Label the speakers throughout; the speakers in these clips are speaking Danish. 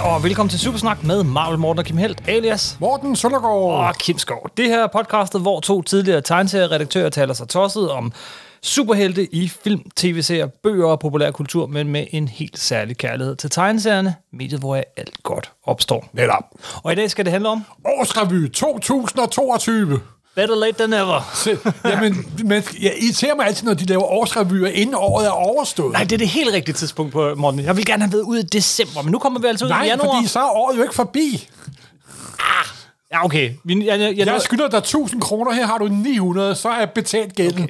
Speaker 1: og velkommen til Supersnak med Marvel Morten og Kim Helt, alias
Speaker 2: Morten Søndergaard.
Speaker 1: og Kim Skov. Det her er podcastet, hvor to tidligere tegneserieredaktører taler sig tosset om superhelte i film, tv-serier, bøger og populærkultur, men med en helt særlig kærlighed til tegneserierne, mediet hvor alt godt opstår.
Speaker 2: Netop.
Speaker 1: Og i dag skal det handle om
Speaker 2: Årsrevy 2022.
Speaker 1: Better Late Than Ever.
Speaker 2: Se, jamen, men jeg irriterer mig altid, når de laver årsrevyer, inden året er overstået.
Speaker 1: Nej, det er det helt rigtige tidspunkt på Morten. Jeg vil gerne have været ude i december, men nu kommer vi altså ud i
Speaker 2: Nej,
Speaker 1: januar.
Speaker 2: fordi så er året jo ikke forbi.
Speaker 1: Ja, okay. Vi, jeg, jeg, jeg,
Speaker 2: Jeg skylder dig 1000 kroner, her har du 900, så er jeg betalt gælden.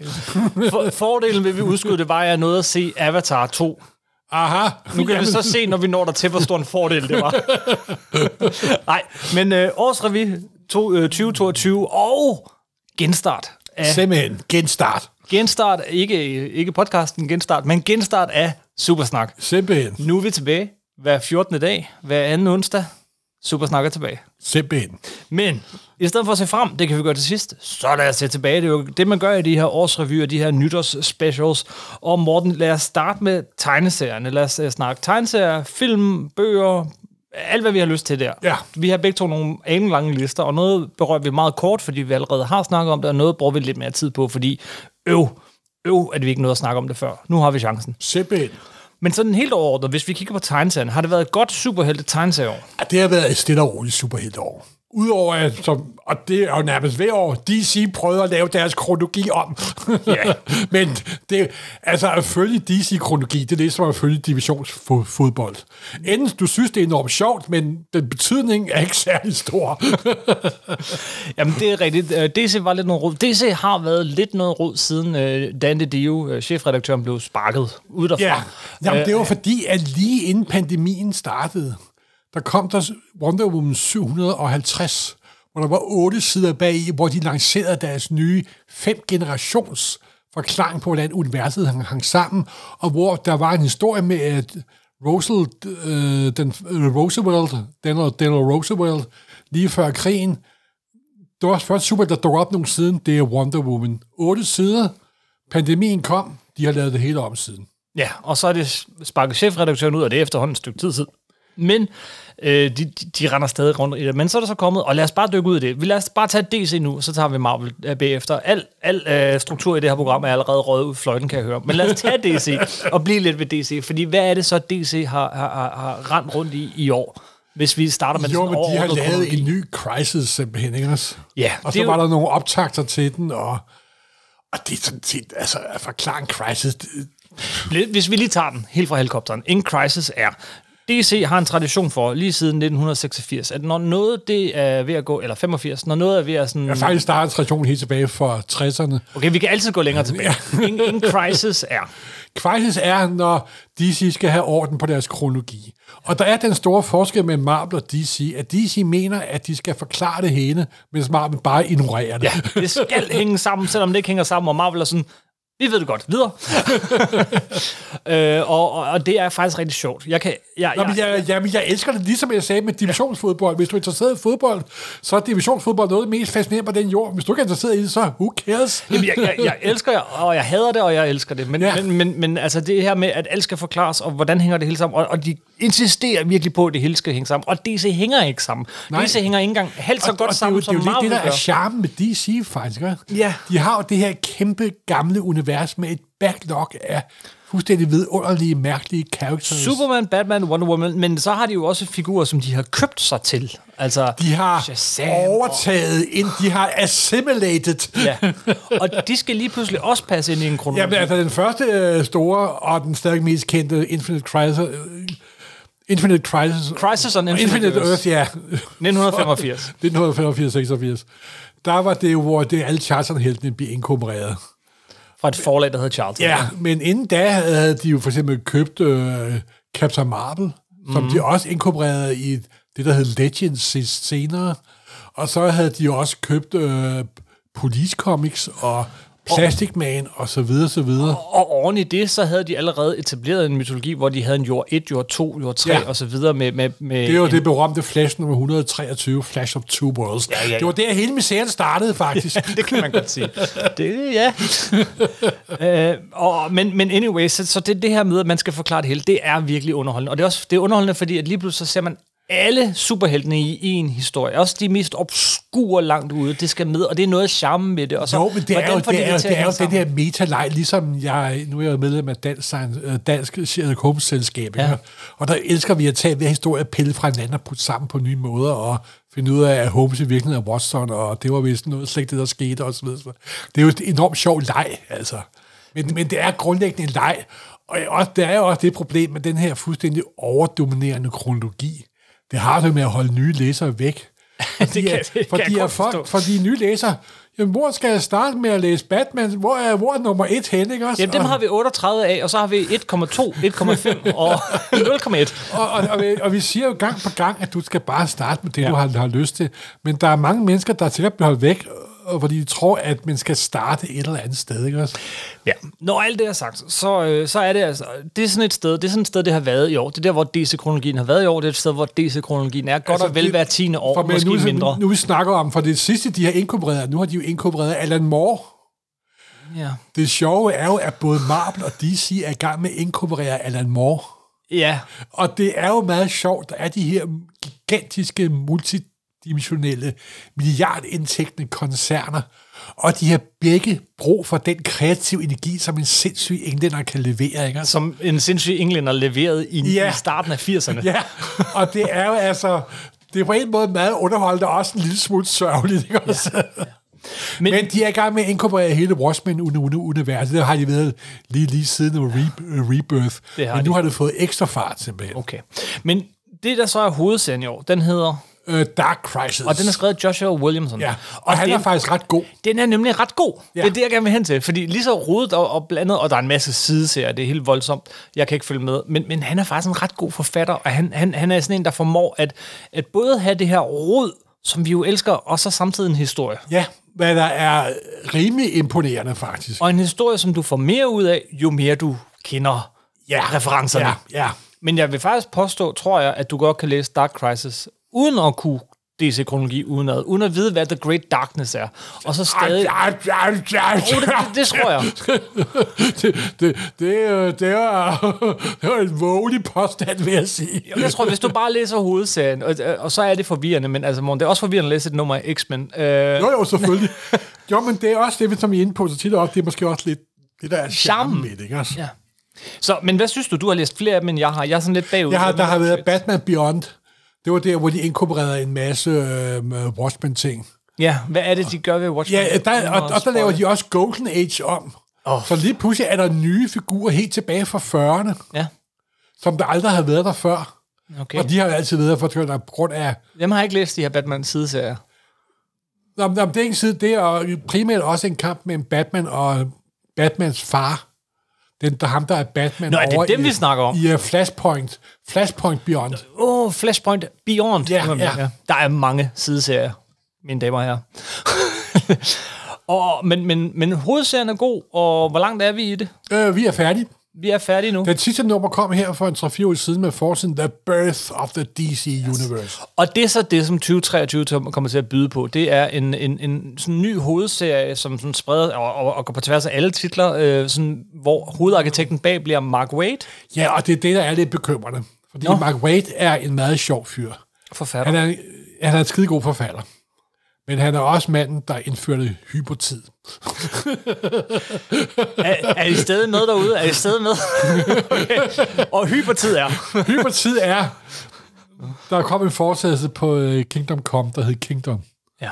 Speaker 2: Okay.
Speaker 1: for, fordelen ved, at vi udskyder det, var, at jeg nåede at se Avatar 2.
Speaker 2: Aha.
Speaker 1: Nu kan vi så se, når vi når der til, hvor stor en fordel det var. Nej, men øh, årsrevy to, øh, 2022 og genstart. Af,
Speaker 2: Simpelthen, genstart.
Speaker 1: genstart, ikke, ikke podcasten genstart, men genstart af Supersnak.
Speaker 2: Simpelthen,
Speaker 1: Nu er vi tilbage hver 14. dag, hver anden onsdag. Supersnak er tilbage.
Speaker 2: simpelthen.
Speaker 1: Men i stedet for at se frem, det kan vi gøre til sidst, så lad os se tilbage. Det er jo det, man gør i de her årsrevyer, de her nytårsspecials. Og Morten, lad os starte med tegneserierne. Lad os øh, snakke tegneserier, film, bøger, alt hvad vi har lyst til der.
Speaker 2: Ja.
Speaker 1: Vi har begge to nogle anelange lange lister, og noget berører vi meget kort, fordi vi allerede har snakket om det, og noget bruger vi lidt mere tid på, fordi øv, øv, at vi ikke nåede at snakke om det før. Nu har vi chancen.
Speaker 2: Simpelthen.
Speaker 1: Men sådan helt overordnet, hvis vi kigger på tegneserierne, har det været et godt superhelte tegneserieår?
Speaker 2: Ja, det har været et stille og roligt superhelteår. Udover at, som, og det er jo nærmest hver år, DC prøvede at lave deres kronologi om.
Speaker 1: Ja.
Speaker 2: Men det, altså at følge DC-kronologi, det er det som at følge divisionsfodbold. Enten du synes, det er enormt sjovt, men den betydning er ikke særlig stor.
Speaker 1: Jamen, det er rigtigt. Øh, DC var lidt noget rod. DC har været lidt noget rod, siden øh, Dante Dio, øh, chefredaktøren, blev sparket ud derfra.
Speaker 2: ja, jamen,
Speaker 1: Øh,
Speaker 2: det var fordi, at lige inden pandemien startede, der kom der Wonder Woman 750, hvor der var otte sider bag i, hvor de lancerede deres nye fem generations forklaring på, hvordan universet hang, hang sammen, og hvor der var en historie med, at Roosevelt, øh, den, øh, Roosevelt, Daniel, Daniel Roosevelt, lige før krigen, det var først super, der dukker op nogle siden, det er Wonder Woman. Otte sider, pandemien kom, de har lavet det hele om siden.
Speaker 1: ja, og så er det sparket chefredaktøren ud, og det er efterhånden et stykke tid siden. Men øh, de, de, de render stadig rundt i det. Men så er der så kommet, og lad os bare dykke ud i det. Vi lad os bare tage DC nu, så tager vi Marvel øh, bagefter. Al, al øh, struktur i det her program er allerede røget ud i fløjten, kan jeg høre. Men lad os tage DC og blive lidt ved DC. Fordi hvad er det så, DC har, har, har, har rendt rundt i i år? Hvis vi starter med
Speaker 2: Jo,
Speaker 1: sådan
Speaker 2: men de har
Speaker 1: overordnet
Speaker 2: lavet
Speaker 1: kronologi?
Speaker 2: en ny Crisis simpelthen, ikke også?
Speaker 1: Ja,
Speaker 2: Og
Speaker 1: det er jo-
Speaker 2: så var der nogle optagter til den, og, og det er sådan set, altså at forklare en Crisis, det-
Speaker 1: Lidt- Hvis vi lige tager den helt fra helikopteren. In Crisis er... DC har en tradition for, lige siden 1986, at når noget det er ved at gå, eller 85, når noget er ved at sådan...
Speaker 2: jeg faktisk der er en tradition helt tilbage fra 60'erne.
Speaker 1: Okay, vi kan altid gå længere tilbage. In, in Crisis er...
Speaker 2: Crisis er, når DC skal have orden på deres kronologi. Og der er den store forskel med Marvel og DC, at DC mener, at de skal forklare det hele, mens Marvel bare ignorerer det.
Speaker 1: Ja, det skal hænge sammen, selvom det ikke hænger sammen, og Marvel er sådan, vi ved det godt, videre. øh, og, og, og, det er faktisk rigtig sjovt. Jeg kan, jeg,
Speaker 2: Nå, men
Speaker 1: jeg,
Speaker 2: jeg, jamen, jeg elsker det, ligesom jeg sagde med divisionsfodbold. Hvis du er interesseret i fodbold, så er divisionsfodbold noget af det mest fascinerende på den jord. Hvis du ikke er interesseret i det, så who cares?
Speaker 1: Jamen, jeg, jeg, jeg elsker jer, og jeg hader det, og jeg elsker det. Men, ja.
Speaker 2: Ja.
Speaker 1: men, men, men altså det her med, at alt skal forklares, og hvordan hænger det hele sammen, og, og de insisterer virkelig på, at det hele skal hænge sammen, og DC hænger ikke sammen. Nej.
Speaker 2: Nej.
Speaker 1: DC hænger ikke engang halvt så
Speaker 2: Og-
Speaker 1: godt
Speaker 2: og
Speaker 1: sammen,
Speaker 2: det er jo,
Speaker 1: som
Speaker 2: det er jo
Speaker 1: Marvel
Speaker 2: lidt det, der er
Speaker 1: gør.
Speaker 2: charmen med DC, faktisk. Ikke?
Speaker 1: Ja.
Speaker 2: De har jo det her kæmpe, gamle univers med et backlog af fuldstændig vidunderlige, mærkelige characters.
Speaker 1: Superman, Batman, Wonder Woman, men så har de jo også figurer, som de har købt sig til. Altså,
Speaker 2: De har
Speaker 1: Shazam
Speaker 2: overtaget ind, de har assimilated.
Speaker 1: Ja. Og de skal lige pludselig også passe ind i en kronologi.
Speaker 2: Jamen, altså den første øh, store, og den stadig mest kendte, Infinite Crisis... Øh, Infinite Crisis...
Speaker 1: Crisis on Infinite
Speaker 2: Infinite
Speaker 1: Earths.
Speaker 2: Earth, ja.
Speaker 1: 1985.
Speaker 2: 1985-86. Der var det jo, hvor det alle Charlton-heltene blev inkorporeret.
Speaker 1: Fra et forlag, der hedder Charlton.
Speaker 2: Ja, men inden da havde de jo for eksempel købt øh, Captain Marvel, som
Speaker 1: Mhm.
Speaker 2: de også inkorporerede i det, der hed Legends sidst- senere. Og så havde de jo også købt øh, Police Comics og Plastic Man og så videre, så videre.
Speaker 1: Og oven i det, så havde de allerede etableret en mytologi, hvor de havde en jord 1, jord 2, jord 3 ja.
Speaker 2: Ja.
Speaker 1: og så videre med, med, med
Speaker 2: Det er jo
Speaker 1: en,
Speaker 2: det berømte Flash nummer 123, Flash of Two Worlds. Ja,
Speaker 1: ja, ja.
Speaker 2: Det var der, hele misæren startede, faktisk.
Speaker 1: det kan man godt sige. Det, ja. øh, og, men, men anyway, så, så det, det her med, at man skal forklare det hele, det er virkelig underholdende. Og det er også det er underholdende, fordi at lige pludselig så ser man alle superheltene i en historie. Også de mest obskure langt ude. Det skal med, og det er noget charme med det. Og så,
Speaker 2: Jo, men det er
Speaker 1: hvordan
Speaker 2: jo,
Speaker 1: får
Speaker 2: det er, jo-
Speaker 1: til at
Speaker 2: det er
Speaker 1: hænge
Speaker 2: jo den
Speaker 1: sammen?
Speaker 2: her metaleg, ligesom jeg, nu er jeg jo medlem af Dansk, Science- øh, Dansk Shared Homes Selskab,
Speaker 1: Ja.
Speaker 2: ja. og der elsker vi at tage hver historie og pille fra hinanden og putte sammen på nye måder, og finde ud af, at Holmes i virkeligheden er Watson, og det var vist noget slet ikke det, der skete, og så videre. så videre. Det er jo et enormt sjov leg, altså. Men, men det er grundlæggende en leg, og jeg- også, der er jo også det problem med den her fuldstændig overdominerende kronologi. Det har det med at holde nye læsere væk. Fordi,
Speaker 1: kan-
Speaker 2: at-
Speaker 1: det kan jeg
Speaker 2: fordi
Speaker 1: godt
Speaker 2: at folk,
Speaker 1: forstå.
Speaker 2: fordi nye læsere, jamen, hvor skal jeg starte med at læse Batman? Hvor er, hvor er nummer et henne, ikke også?
Speaker 1: Jamen, dem
Speaker 2: og,
Speaker 1: har vi 38 af, og så har vi 1,2, 1,5 og 0,1.
Speaker 2: og, og, og, vi, og vi siger jo gang på gang, at du skal bare starte med det,
Speaker 1: Ja.
Speaker 2: ja. du har, har lyst til. Men der er mange mennesker, der sikkert bliver holdt væk, og fordi de tror, at man skal starte et eller andet sted, ikke også?
Speaker 1: Ja. Når alt det er sagt, så, øh, så er det altså, det er sådan et sted, det er sådan et sted, det har været i år. Det er der, hvor DC-kronologien har været i år. Det er et sted, hvor DC-kronologien er godt altså, og vel
Speaker 2: det-
Speaker 1: hver tiende år,
Speaker 2: For men
Speaker 1: måske
Speaker 2: nu,
Speaker 1: mindre.
Speaker 2: Nu, nu vi snakker om, for det sidste, de har inkorporeret, nu har de jo inkorporeret Alan Moore.
Speaker 1: Ja.
Speaker 2: Det sjove er jo, at både Marvel og DC er i gang med at inkorporere Alan Moore.
Speaker 1: ja.
Speaker 2: Og det er jo meget sjovt, der er de her gigantiske, multidimensionelle, milliardindtægtende koncerner, og de har begge brug for den kreative energi, som en sindssyg englænder kan levere, ikke? Så,
Speaker 1: Som en sindssyg englænder leverede i, ja.
Speaker 2: Ja.
Speaker 1: i starten af 80'erne.
Speaker 2: ja, og det er jo altså... Det er på en måde meget underholdende, og også en lille smule sørgeligt, ikke også? Ja.
Speaker 1: Men-
Speaker 2: Men, Men de er i gang med at inkorporere hele Watchmen-universet. Det har de været lige, lige siden re- Rebirth.
Speaker 1: Det har
Speaker 2: Men nu
Speaker 1: de.
Speaker 2: har det fået ekstra fart, simpelthen.
Speaker 1: Okay. Men det, der så er hovedserien i år, den hedder...
Speaker 2: Øh, Dark Crisis.
Speaker 1: Og den er skrevet af Joshua Williamson.
Speaker 2: Ja, og han
Speaker 1: den,
Speaker 2: er faktisk ret god.
Speaker 1: den er nemlig ret god. Ja.
Speaker 2: Ja.
Speaker 1: Det er det, jeg gerne vil hen til. Fordi lige så rodet og, og blandet, og der er en masse sideserier, det er helt voldsomt. Jeg kan ikke følge med. Men, men han er faktisk en ret god forfatter, og han, han, han er sådan en, der formår at, at både have det her rod, som vi jo elsker, og så samtidig en historie.
Speaker 2: Ja, hvad der er rimelig imponerende, faktisk.
Speaker 1: Og en historie, som du får mere ud af, jo mere du kender
Speaker 2: Ja,
Speaker 1: referencerne.
Speaker 2: Ja, ja.
Speaker 1: Men jeg vil faktisk påstå, tror jeg, at du godt kan læse Dark Crisis, uden at kunne DC-kronologi udenad, uden at vide, hvad The Great Darkness er. Og så stadig...
Speaker 2: Ej, ej, ej, ej, ej.
Speaker 1: Oh, det, det, det tror jeg.
Speaker 2: Det, det, det, øh, det, var, det var en vågelig påstand, vil jeg sige.
Speaker 1: Jeg tror, hvis du bare læser hovedserien, og, og så er det forvirrende, men altså, morgen, det er også forvirrende at læse et nummer af X-Men. Øh,
Speaker 2: Jo, jo, selvfølgelig. Jo, men det er også det, som I er inde på så tit, og det er måske også lidt det, der er charmen
Speaker 1: Charmen.
Speaker 2: ved det, ikke også?
Speaker 1: ja. Så, men hvad synes du? Du har læst flere af dem, end jeg har. Jeg er sådan lidt bagud.
Speaker 2: Jeg har, der har været Batman Beyond. Det var der, hvor de inkorporerede en masse øh, Watchmen-ting.
Speaker 1: Ja, hvad er det, de gør ved Watchmen?
Speaker 2: Ja, der, og, og der laver de også Golden Age om.
Speaker 1: Åh.
Speaker 2: Oh. Så lige pludselig er der nye figurer helt tilbage fra 40'erne.
Speaker 1: Ja,
Speaker 2: som der aldrig har været der før.
Speaker 1: okay.
Speaker 2: Okay. Og de har jo altid været der for der på grund af...
Speaker 1: Dem har jeg ikke læst, de her Batman-sideserier.
Speaker 2: Nå, men- nå, men det er en side, det er og primært også en kamp mellem Batman og Batmans far. Den, der ham, der er Batman
Speaker 1: Nå, er det
Speaker 2: over
Speaker 1: dem,
Speaker 2: i,
Speaker 1: vi snakker om?
Speaker 2: I uh, Flashpoint. Flashpoint Beyond.
Speaker 1: Åh, oh, Flashpoint Beyond.
Speaker 2: Ja,
Speaker 1: Det var min,
Speaker 2: ja.
Speaker 1: Der er mange sideserier, mine damer og herrer. og, men, men, men hovedserien er god, og hvor langt er vi i det?
Speaker 2: Øh, vi er færdige.
Speaker 1: Vi er færdige nu.
Speaker 2: Den sidste nummer kom her for en 3-4 år siden med forsiden The Birth of the DC Universe.
Speaker 1: Og det er så det, som 2023 tom- kommer til at byde på. Det er en, en, en sådan ny hovedserie, som sådan spreder og, og, og går på tværs af alle titler, øh, sådan, hvor hovedarkitekten bag bliver Mark Waid,
Speaker 2: Ja, og det er det, der er lidt bekymrende. Fordi
Speaker 1: Nå.
Speaker 2: Mark Waid er en meget sjov fyr.
Speaker 1: forfatter.
Speaker 2: Han er, han er en skidegod forfatter. Men han er også manden, der indførte hypotid.
Speaker 1: Er, er I stadig med derude? Er I stadig med? okay. Og hypertid er.
Speaker 2: Hypertid er... Der kom en fortsættelse på øh, Kingdom Come, der hed Kingdom.
Speaker 1: Ja.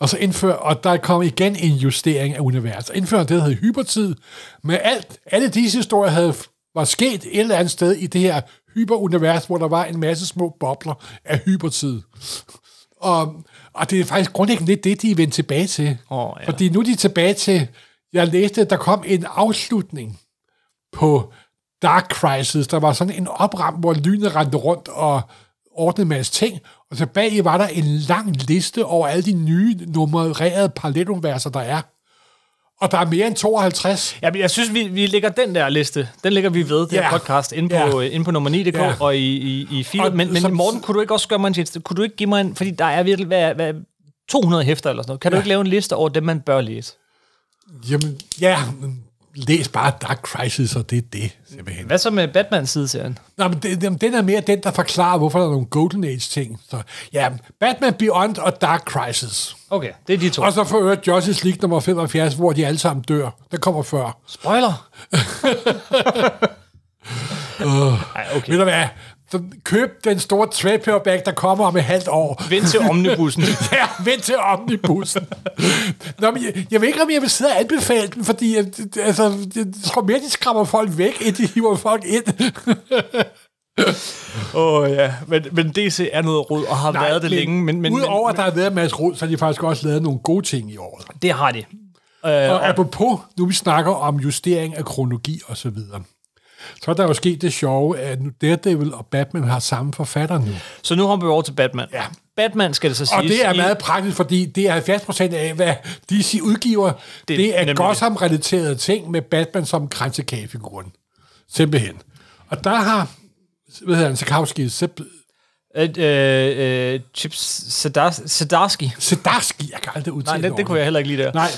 Speaker 2: Og så indfør, og der kom igen en justering af universet. Indfører det, der hed hypertid. Men alt, alle disse historier havde, var sket et eller andet sted i det her hyperunivers, hvor der var en masse små bobler af hypertid. Og, og det er faktisk grundlæggende lidt det, de er vendt tilbage til.
Speaker 1: Åh, ja.
Speaker 2: Fordi nu er de tilbage til, jeg læste, at der kom en afslutning på Dark Crisis. Der var sådan en opram, hvor lynet rendte rundt og ordnede en masse ting. Og tilbage i var der en lang liste over alle de nye nummererede paralleluniverser, der er. Og der er mere end 52.
Speaker 1: Jamen, jeg synes, vi, vi lægger den der liste, den lægger vi ved, det her
Speaker 2: Ja.
Speaker 1: podcast, inde på, yeah. inde på nummer 9.dk
Speaker 2: Ja.
Speaker 1: yeah. og i, i, i feedet.
Speaker 2: Og
Speaker 1: Men, men
Speaker 2: som-
Speaker 1: Morten, kunne du ikke også gøre mig en tjeneste? Kunne du ikke give mig en, fordi der er virkelig, hvad, hvad, 200 hæfter eller sådan noget. Kan du ikke lave en liste over dem, man bør læse?
Speaker 2: Jamen, ja, Læs bare Dark Crisis, og det er det, simpelthen.
Speaker 1: Hvad så med Batman-sideserien?
Speaker 2: Nå, men det, jamen, den er mere den, der forklarer, hvorfor der er nogle Golden Age-ting. Så, ja, Batman Beyond og Dark Crisis.
Speaker 1: Okay, det er de to.
Speaker 2: Og så for øvrigt Justice League nummer 75, hvor de alle sammen dør. Den kommer før.
Speaker 1: Spoiler! Nej,
Speaker 2: Okay. Ved
Speaker 1: okay.
Speaker 2: du hvad? Så køb den store trade der kommer om et halvt år.
Speaker 1: Vend til omnibussen.
Speaker 2: Ja, vent til omnibussen. Nå, men jeg, jeg ved ikke, om jeg vil sidde og anbefale den, fordi jeg, altså, jeg tror mere, de skræmmer folk væk, end de hiver folk ind.
Speaker 1: Åh oh, ja, men, men DC er noget rod og har Nej, været det
Speaker 2: men
Speaker 1: længe. Men, men,
Speaker 2: Udover
Speaker 1: men,
Speaker 2: at der har været en masse rod, så har de faktisk også lavet nogle gode ting i året.
Speaker 1: det har de.
Speaker 2: Og apropos, nu vi snakker om justering af kronologi og så videre, så er der jo sket det sjove, at nu Daredevil og Batman har samme forfatter nu.
Speaker 1: Så nu hopper vi over til Batman.
Speaker 2: Ja.
Speaker 1: Batman skal det så siges.
Speaker 2: Og det er
Speaker 1: i-
Speaker 2: meget praktisk, fordi det er 70% af, hvad DC udgiver. Det, det er
Speaker 1: nemlig
Speaker 2: Gotham-relaterede ting med Batman som kransekagefiguren. Simpelthen. Og der har, hvad hedder han, Sikowski,
Speaker 1: At, øh, øh, Chips Sedars- Sedarski.
Speaker 2: Sedarski, jeg kan aldrig udtale
Speaker 1: Nej, det, det
Speaker 2: ordentligt.
Speaker 1: kunne jeg heller ikke lide der.
Speaker 2: Nej.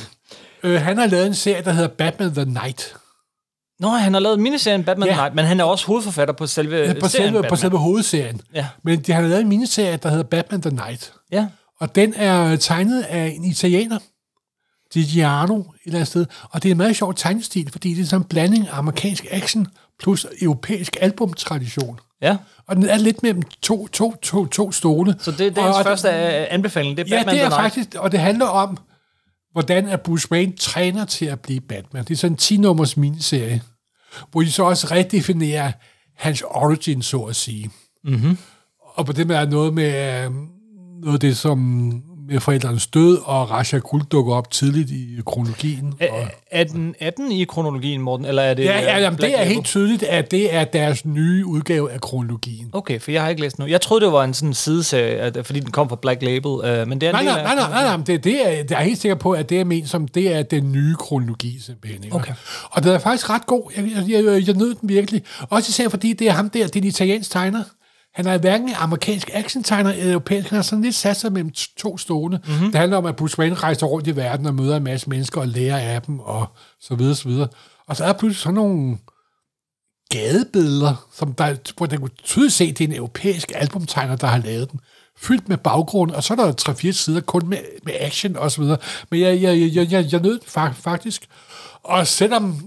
Speaker 2: Øh, han har lavet en serie, der hedder Batman The Night.
Speaker 1: Nå, han har lavet miniserien Batman
Speaker 2: Ja.
Speaker 1: ja. Night, men han er også hovedforfatter på selve
Speaker 2: På
Speaker 1: Øh, serien
Speaker 2: selve, på
Speaker 1: Batman.
Speaker 2: selve hovedserien.
Speaker 1: Ja.
Speaker 2: Men de har lavet en miniserie, der hedder Batman The Night.
Speaker 1: Ja.
Speaker 2: Og den er tegnet af en italiener, Gigiano, et eller andet sted. Og det er en meget sjov tegnestil, fordi det er sådan en blanding af amerikansk action plus europæisk albumtradition.
Speaker 1: ja.
Speaker 2: Og den er lidt mellem to, to, to, to stole.
Speaker 1: Så det, det er hans
Speaker 2: og, og-
Speaker 1: første øh, anbefaling, det er
Speaker 2: Ja,
Speaker 1: Batman
Speaker 2: det er
Speaker 1: The Night.
Speaker 2: faktisk, og det handler om, hvordan er Bruce Wayne træner til at blive Batman. Det er sådan en 10-nummers miniserie, hvor de så også redefinerer hans origin, så at sige. Mm-hmm.
Speaker 1: Mhm.
Speaker 2: Og på det med er noget med øh, noget af det, som med forældrenes død, og Rasha Guld dukker op tidligt i kronologien. og,
Speaker 1: Er, er, den, er den i kronologien, Morten, eller er det...
Speaker 2: ja, ja
Speaker 1: øh,
Speaker 2: jamen,
Speaker 1: Black
Speaker 2: det er
Speaker 1: Label?
Speaker 2: helt tydeligt, at det er deres nye udgave af kronologien.
Speaker 1: Okay, for jeg har ikke læst nu. Jeg troede, det var en sådan sideserie, at, fordi den kom fra Black Label, øh, men det er en
Speaker 2: Nej,
Speaker 1: del
Speaker 2: nej,
Speaker 1: af-
Speaker 2: nej, nej, nej, nej. men Det, det er, jeg er helt sikker på, at det er ment som, det er den nye kronologi, simpelthen. ikke?
Speaker 1: Okay.
Speaker 2: Og den er faktisk ret god. Jeg, jeg, jeg, jeg nød den virkelig. Også især fordi, det er ham der, det er en italiensk tegner. Han er hverken amerikansk actiontegner eller europæisk. Han har sådan lidt sat sig mellem t- to stående. Mm-hmm.
Speaker 1: Mhm.
Speaker 2: Det handler om, at Bruce Wayne rejser rundt i verden og møder en masse mennesker og lærer af dem og så videre, så videre. Og så er der pludselig sådan nogle gadebilleder, som der, hvor der kunne tydeligt se, det er en europæisk albumtegner, der har lavet dem, fyldt med baggrund, og så er der 3-4 sider kun med, med action og så videre. Men jeg, jeg, jeg, jeg, jeg, jeg nød den fa- faktisk. Og selvom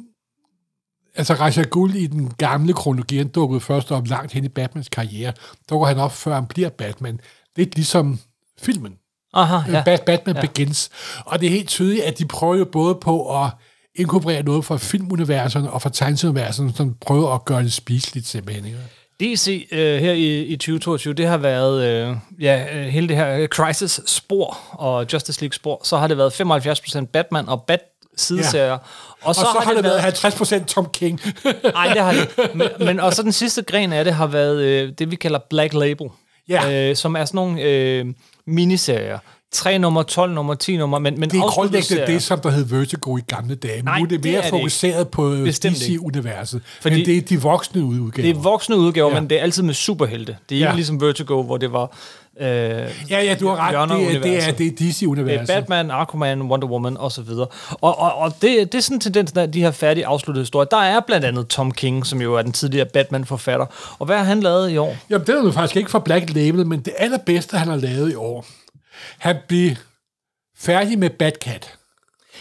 Speaker 2: altså Raja Guld i den gamle kronologi, han dukkede først op langt hen i Batmans karriere, dukker han op, før han bliver Batman. Lidt ligesom filmen.
Speaker 1: Aha, ja.
Speaker 2: Bat- Øh, Batman ja. Begins. Og det er helt tydeligt, at de prøver jo både på at inkorporere noget fra filmuniverserne og fra tegneserieuniverserne, som prøver at gøre det spiseligt simpelthen. ikke?
Speaker 1: DC øh, her i, i 2022, det har været øh, ja, øh, hele det her øh, Crisis-spor og Justice League-spor. Så har det været 75% Batman og Bat-sideserier. Ja. Og,
Speaker 2: Og så, har det været 50% Tom King.
Speaker 1: Nej, det har det ikke. men, men, Og så den sidste gren af det har været øh, det, vi kalder Black Label.
Speaker 2: Ja.
Speaker 1: Øh, som er sådan nogle øh, miniserier. 3 nummer, 12 nummer, 10 nummer, men, men
Speaker 2: det er
Speaker 1: afsluttede
Speaker 2: grundlæggende
Speaker 1: serier.
Speaker 2: det, som der hed Vertigo i gamle dage.
Speaker 1: Nej,
Speaker 2: nu er det
Speaker 1: det
Speaker 2: mere
Speaker 1: er det ikke.
Speaker 2: fokuseret på
Speaker 1: Bestemt ikke.
Speaker 2: DC-universet. Fordi... Men
Speaker 1: Fordi-
Speaker 2: det er de voksne udgaver.
Speaker 1: Det er voksne udgaver,
Speaker 2: Ja.
Speaker 1: ja. men det er altid med superhelte. Det er ikke
Speaker 2: Ja.
Speaker 1: ja. ligesom Vertigo, hvor det var... Øh,
Speaker 2: ja, altså. ja, du har ret. Det er, det er,
Speaker 1: hjørneuniverset.
Speaker 2: det er
Speaker 1: Det er
Speaker 2: DC-universet.
Speaker 1: Batman, Aquaman, Wonder Woman osv. Og, og, og det, det er sådan en tendens, der de her færdige afsluttede historier. Der er blandt andet Tom King, som jo er den tidligere Batman-forfatter. Og hvad har han lavet i år?
Speaker 2: Jamen, det er jo faktisk ikke fra Black Label, men det allerbedste, han har lavet i år. Han blev færdig med Batcat.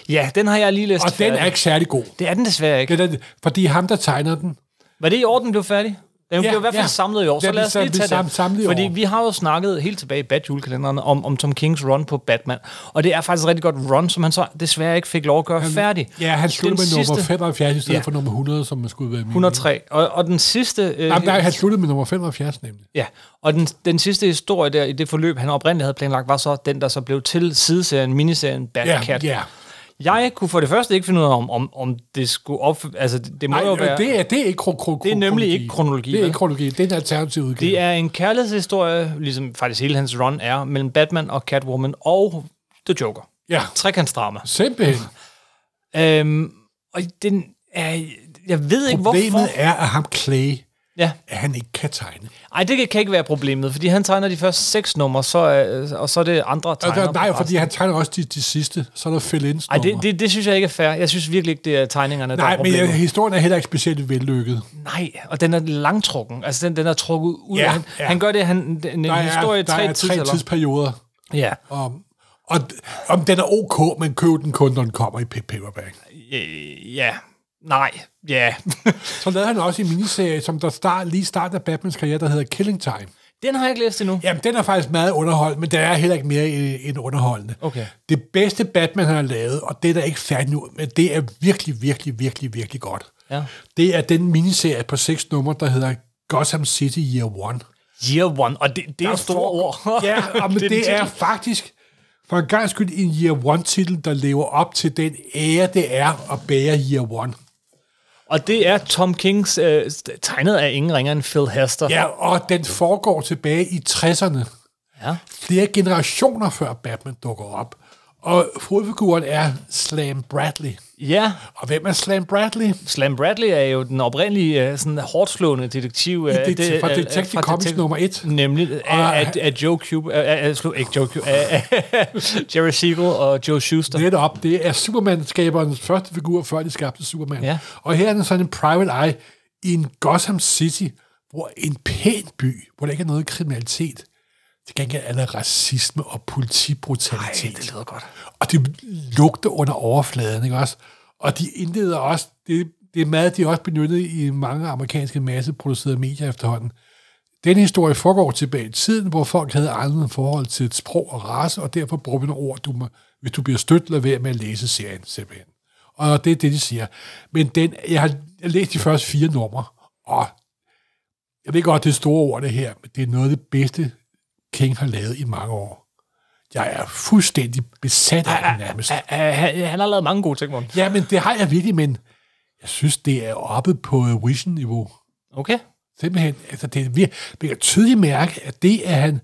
Speaker 1: Ja, den har jeg lige læst
Speaker 2: Og den
Speaker 1: færdig.
Speaker 2: er ikke særlig god.
Speaker 1: Det er den desværre ikke.
Speaker 2: Det er den, fordi ham, der tegner den,
Speaker 1: Var det i år, den blev færdig? Den
Speaker 2: Ja,
Speaker 1: ja, blev i hvert fald
Speaker 2: ja.
Speaker 1: ja. samlet i år, så
Speaker 2: Den
Speaker 1: lad os
Speaker 2: blev
Speaker 1: lige
Speaker 2: sam-
Speaker 1: tage
Speaker 2: sam-
Speaker 1: det.
Speaker 2: samlet i
Speaker 1: Fordi
Speaker 2: år.
Speaker 1: vi har jo snakket helt tilbage i bat julekalenderen om, om Tom Kings run på Batman. Og det er faktisk et rigtig godt run, som han så desværre ikke fik lov at gøre færdig.
Speaker 2: ja, han
Speaker 1: Den
Speaker 2: sluttede med sidste... nummer
Speaker 1: sidste-
Speaker 2: 75 i stedet ja.
Speaker 1: Ja.
Speaker 2: for nummer 100, som man skulle være min.
Speaker 1: 103. Og, og den sidste... Øh,
Speaker 2: Jamen, nej, han sluttede med nummer 75 nemlig.
Speaker 1: Ja, og den, den sidste historie der i det forløb, han oprindeligt havde planlagt, var så den, der så blev til sideserien, miniserien
Speaker 2: Ja,
Speaker 1: Batcat.
Speaker 2: ja.
Speaker 1: Jeg kunne for det første ikke finde ud af, om, om, om det skulle op... Altså, det, det må
Speaker 2: Nej,
Speaker 1: jo være...
Speaker 2: øh, det er, det er ikke kro- kro-
Speaker 1: Det er nemlig ikke
Speaker 2: kronologi.
Speaker 1: kronologi,
Speaker 2: Det er
Speaker 1: vel?
Speaker 2: ikke kronologi, det er en alternativ udgave.
Speaker 1: Det er en kærlighedshistorie, ligesom faktisk hele hans run er, mellem Batman og Catwoman og The Joker.
Speaker 2: Ja,
Speaker 1: Trekantsdrama.
Speaker 2: simpelthen.
Speaker 1: Øhm, og den er... Jeg ved ikke, hvorfor...
Speaker 2: Problemet er, at ham Clay,
Speaker 1: Ja.
Speaker 2: at han ikke kan tegne.
Speaker 1: Ej, det kan ikke være problemet, fordi han tegner de første seks numre, så, er- og så er det andre
Speaker 2: Og
Speaker 1: tegner.
Speaker 2: der, Altså, nej,
Speaker 1: på
Speaker 2: fordi
Speaker 1: resten.
Speaker 2: han tegner også de, de sidste, så er der fill ins
Speaker 1: Ej, det, det, det synes jeg ikke er fair. Jeg synes virkelig ikke, det er tegningerne, der er
Speaker 2: Nej, men
Speaker 1: problemet.
Speaker 2: jeg, historien er heller ikke specielt vellykket.
Speaker 1: Nej, og den er langtrukken. Altså, den, den er trukket ud.
Speaker 2: Ja,
Speaker 1: Ja, han,
Speaker 2: ja.
Speaker 1: ja. han gør det, han, en- en
Speaker 2: Der
Speaker 1: der historie
Speaker 2: er,
Speaker 1: i
Speaker 2: der
Speaker 1: tre
Speaker 2: er tre
Speaker 1: tidsalder.
Speaker 2: tidsperioder.
Speaker 1: Ja.
Speaker 2: Om, og d- om den er ok, men køb den kun, når den kommer i pa- paperback.
Speaker 1: Øh, ja. Nej. Ja.
Speaker 2: Så lavede han også en miniserie, som der start, lige starter Batmans karriere, der hedder Killing Time.
Speaker 1: den har jeg ikke læst endnu. Ja.
Speaker 2: Jamen, den er faktisk meget underholdende, men den er heller ikke mere øh, end underholdende.
Speaker 1: Okay.
Speaker 2: Det bedste Batman, han har lavet, og det er der ikke færdigt nu, men det er virkelig, virkelig, virkelig, virkelig godt.
Speaker 1: ja.
Speaker 2: Det er den miniserie på seks numre, der hedder Gotham City Year One.
Speaker 1: Year one. Og det, det er
Speaker 2: Der
Speaker 1: et store
Speaker 2: foregår-
Speaker 1: ord.
Speaker 2: ja, og men det,
Speaker 1: en
Speaker 2: det er
Speaker 1: titel.
Speaker 2: faktisk for en gang skyld en Year One-titel, der lever op til den ære, det er at bære Year One.
Speaker 1: Og det er Tom Kings, øh, tegnet af ingen ringer end Phil Hester.
Speaker 2: Ja, og den foregår tilbage i 60'erne.
Speaker 1: ja.
Speaker 2: flere generationer før Batman dukker op. Og hovedfiguren er Slam Bradley.
Speaker 1: ja.
Speaker 2: Og hvem er Slam Bradley?
Speaker 1: Slam Bradley er jo den oprindelige øh, sådan hårdt slående detektiv. øh,
Speaker 2: Det, det, fra
Speaker 1: øh,
Speaker 2: Detective
Speaker 1: fra
Speaker 2: Comics
Speaker 1: Detective-
Speaker 2: nummer 1.
Speaker 1: Nemlig
Speaker 2: Og-
Speaker 1: af, af, af Joe Cube, af, af, slu- ikke Joe Cube, af, af Jerry Siegel og Joe Schuster.
Speaker 2: Netop, det er Superman-skaberens første figur, før de skabte Superman.
Speaker 1: Ja.
Speaker 2: Og her er den sådan en private eye i en Gotham City, hvor en pæn by, hvor der ikke er noget kriminalitet. Til gengæld er der racisme og politibrutalitet.
Speaker 1: Ej, det lyder godt.
Speaker 2: og det lugter under overfladen, ikke også? Og de indleder også, det, det er mad, de også benyttet i mange amerikanske masseproducerede medier efterhånden. Den historie foregår tilbage i tiden, hvor folk havde andet forhold til et sprog og race, og derfor bruger vi nogle ord, du må, hvis du bliver stødt, lad være med at læse serien, simpelthen. Og det er det, de siger. Men den, jeg har jeg har læst de første fire numre, og jeg ved godt, det er store ord, det her, men det er noget af det bedste, King har lavet i mange år. Jeg er fuldstændig besat af den nærmest.
Speaker 1: Ah, ah, han- han har lavet mange gode ting, Morten.
Speaker 2: Ja, men det har jeg virkelig, men jeg synes, det er oppe på øh, Vision-niveau.
Speaker 1: Okay.
Speaker 2: Simpelthen, altså det er vir- man kan tydeligt mærke, at det, at han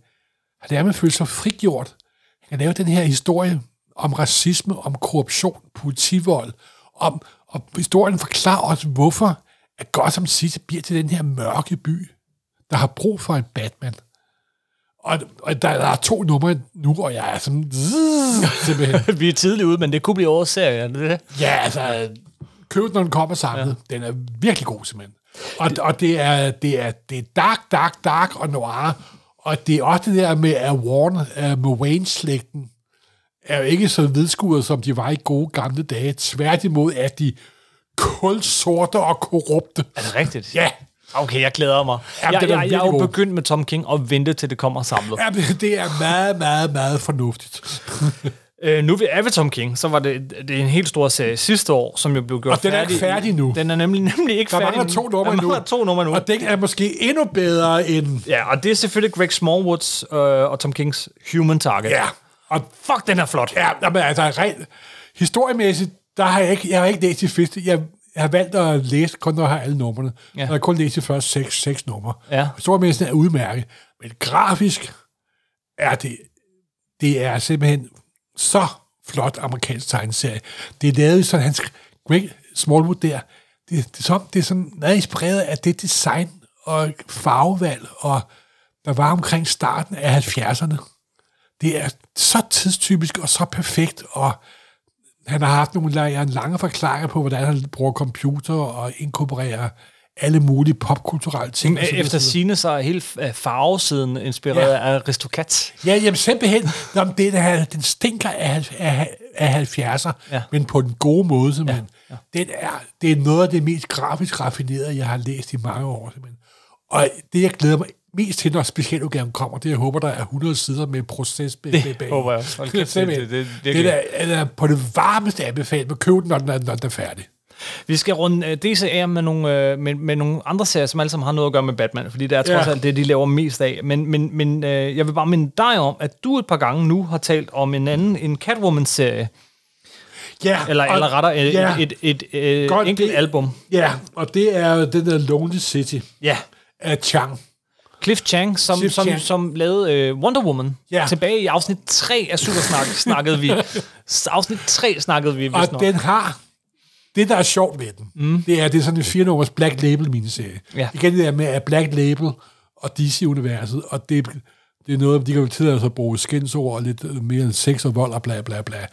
Speaker 2: har nærmest følt sig frigjort, han kan lave den her historie om racisme, om korruption, politivold, om, og historien forklarer os, hvorfor at Gotham City bliver til den her mørke by, der har brug for en Batman. Og, og der, der er to numre nu, og jeg er sådan... Simpelthen.
Speaker 1: Vi er tidligt ude, men det kunne blive årets serie. er det det?
Speaker 2: Ja, altså, køb den, når den kommer samlet. Ja. Den er virkelig god, simpelthen. Og, og det, er, det, er, det er dark, dark, dark og noir. Og det er også det der med, at Warren, uh, Moraine-slægten, er jo ikke så vidskuret, som de var i gode gamle dage. Tværtimod er de kulsorte og korrupte.
Speaker 1: Er det rigtigt?
Speaker 2: Ja,
Speaker 1: Okay, jeg glæder mig.
Speaker 2: Jamen,
Speaker 1: jeg,
Speaker 2: den er
Speaker 1: jeg, jeg er jo
Speaker 2: virkelig god.
Speaker 1: begyndt med Tom King og vente til det kommer samlet.
Speaker 2: ja, men det er meget, meget, meget fornuftigt.
Speaker 1: Øh, nu er vi Tom King, så var det, det er en helt stor serie sidste år, som jo blev gjort
Speaker 2: Og den er ikke færdig nu.
Speaker 1: Den er nemlig, nemlig ikke
Speaker 2: Der
Speaker 1: færdig
Speaker 2: mangler to numre
Speaker 1: Der
Speaker 2: nu.
Speaker 1: mangler to numre nu.
Speaker 2: Og den er måske endnu bedre end...
Speaker 1: Ja, og det er selvfølgelig Greg Smallwoods øh, og Tom Kings Human Target.
Speaker 2: Ja, og
Speaker 1: Fuck, den er flot.
Speaker 2: Ja, nej, men altså, rent historiemæssigt, der har jeg ikke, jeg har ikke læst de første. Jeg, jeg har valgt at læse kun, når jeg har alle numrene. Ja.
Speaker 1: Ja.
Speaker 2: Jeg har kun læst de første seks, seks numre.
Speaker 1: Ja.
Speaker 2: Historiemæssigt er udmærket. Men grafisk er det, det er simpelthen så flot amerikansk tegneserie. Det er lavet sådan, hans Greg Smallwood der, det, det, er som, det er sådan meget inspireret af det design og farvevalg, og der var omkring starten af 70'erne det er så tidstypisk og så perfekt, og han har haft nogle la- lange forklaringer på, hvordan han bruger computer og inkorporerer alle mulige popkulturelle ting. og så videre,
Speaker 1: øh, Efter
Speaker 2: så
Speaker 1: sine så er hele øh, farvesiden inspireret
Speaker 2: Ja.
Speaker 1: ja. af Aristocats.
Speaker 2: videre. Ja, jamen simpelthen, Nå, men den, her, den stinker af, af, af 70'er, ja.
Speaker 1: Ja.
Speaker 2: men på den gode måde, simpelthen. Ja. Ja. Den er, det er noget af det mest grafisk raffinerede, jeg har læst i mange år, simpelthen. Og det, jeg glæder mig mest til, når specialudgaven kommer, det jeg håber, der er 100 sider med proces bag. bag-
Speaker 1: håber jeg også. Hold kæft,
Speaker 2: det,
Speaker 1: det- det- det
Speaker 2: det, det,
Speaker 1: er
Speaker 2: det,
Speaker 1: virkelig-
Speaker 2: er, det er på det varmeste anbefalet, men køb den, når den er, når den er færdig.
Speaker 1: Vi skal runde øh, DC af med nogle, øh, med, med nogle andre serier, som alle sammen har noget at gøre med Batman, fordi det er trods
Speaker 2: Ja.
Speaker 1: alt det, de laver mest af. Men, men, men øh, jeg vil bare minde dig om, at du et par gange nu har talt om en anden, en Catwoman-serie,
Speaker 2: Ja,
Speaker 1: eller,
Speaker 2: og,
Speaker 1: eller rettere et,
Speaker 2: ja.
Speaker 1: ja. et, et, et, øh,
Speaker 2: Godt,
Speaker 1: enkelt
Speaker 2: det-
Speaker 1: album.
Speaker 2: Ja, og det er jo den der Lonely City
Speaker 1: Ja.
Speaker 2: af Chang.
Speaker 1: Cliff Chang, som,
Speaker 2: Cliff
Speaker 1: som,
Speaker 2: Chang.
Speaker 1: som lavede øh, Wonder Woman.
Speaker 2: Ja.
Speaker 1: Tilbage i afsnit 3 af Supersnak snakkede vi. S- Afsnit 3 snakkede vi, hvis
Speaker 2: Og
Speaker 1: nok.
Speaker 2: den har Det, der er sjovt ved den, mm. det er, at det er sådan en fire-nummers Black Label miniserie.
Speaker 1: Ja.
Speaker 2: Igen det der med, at Black Label og DC-universet, og det, det er noget, de kan jo tillade sig at bruge skændsord og lidt mere end sex og vold og bla bla bla.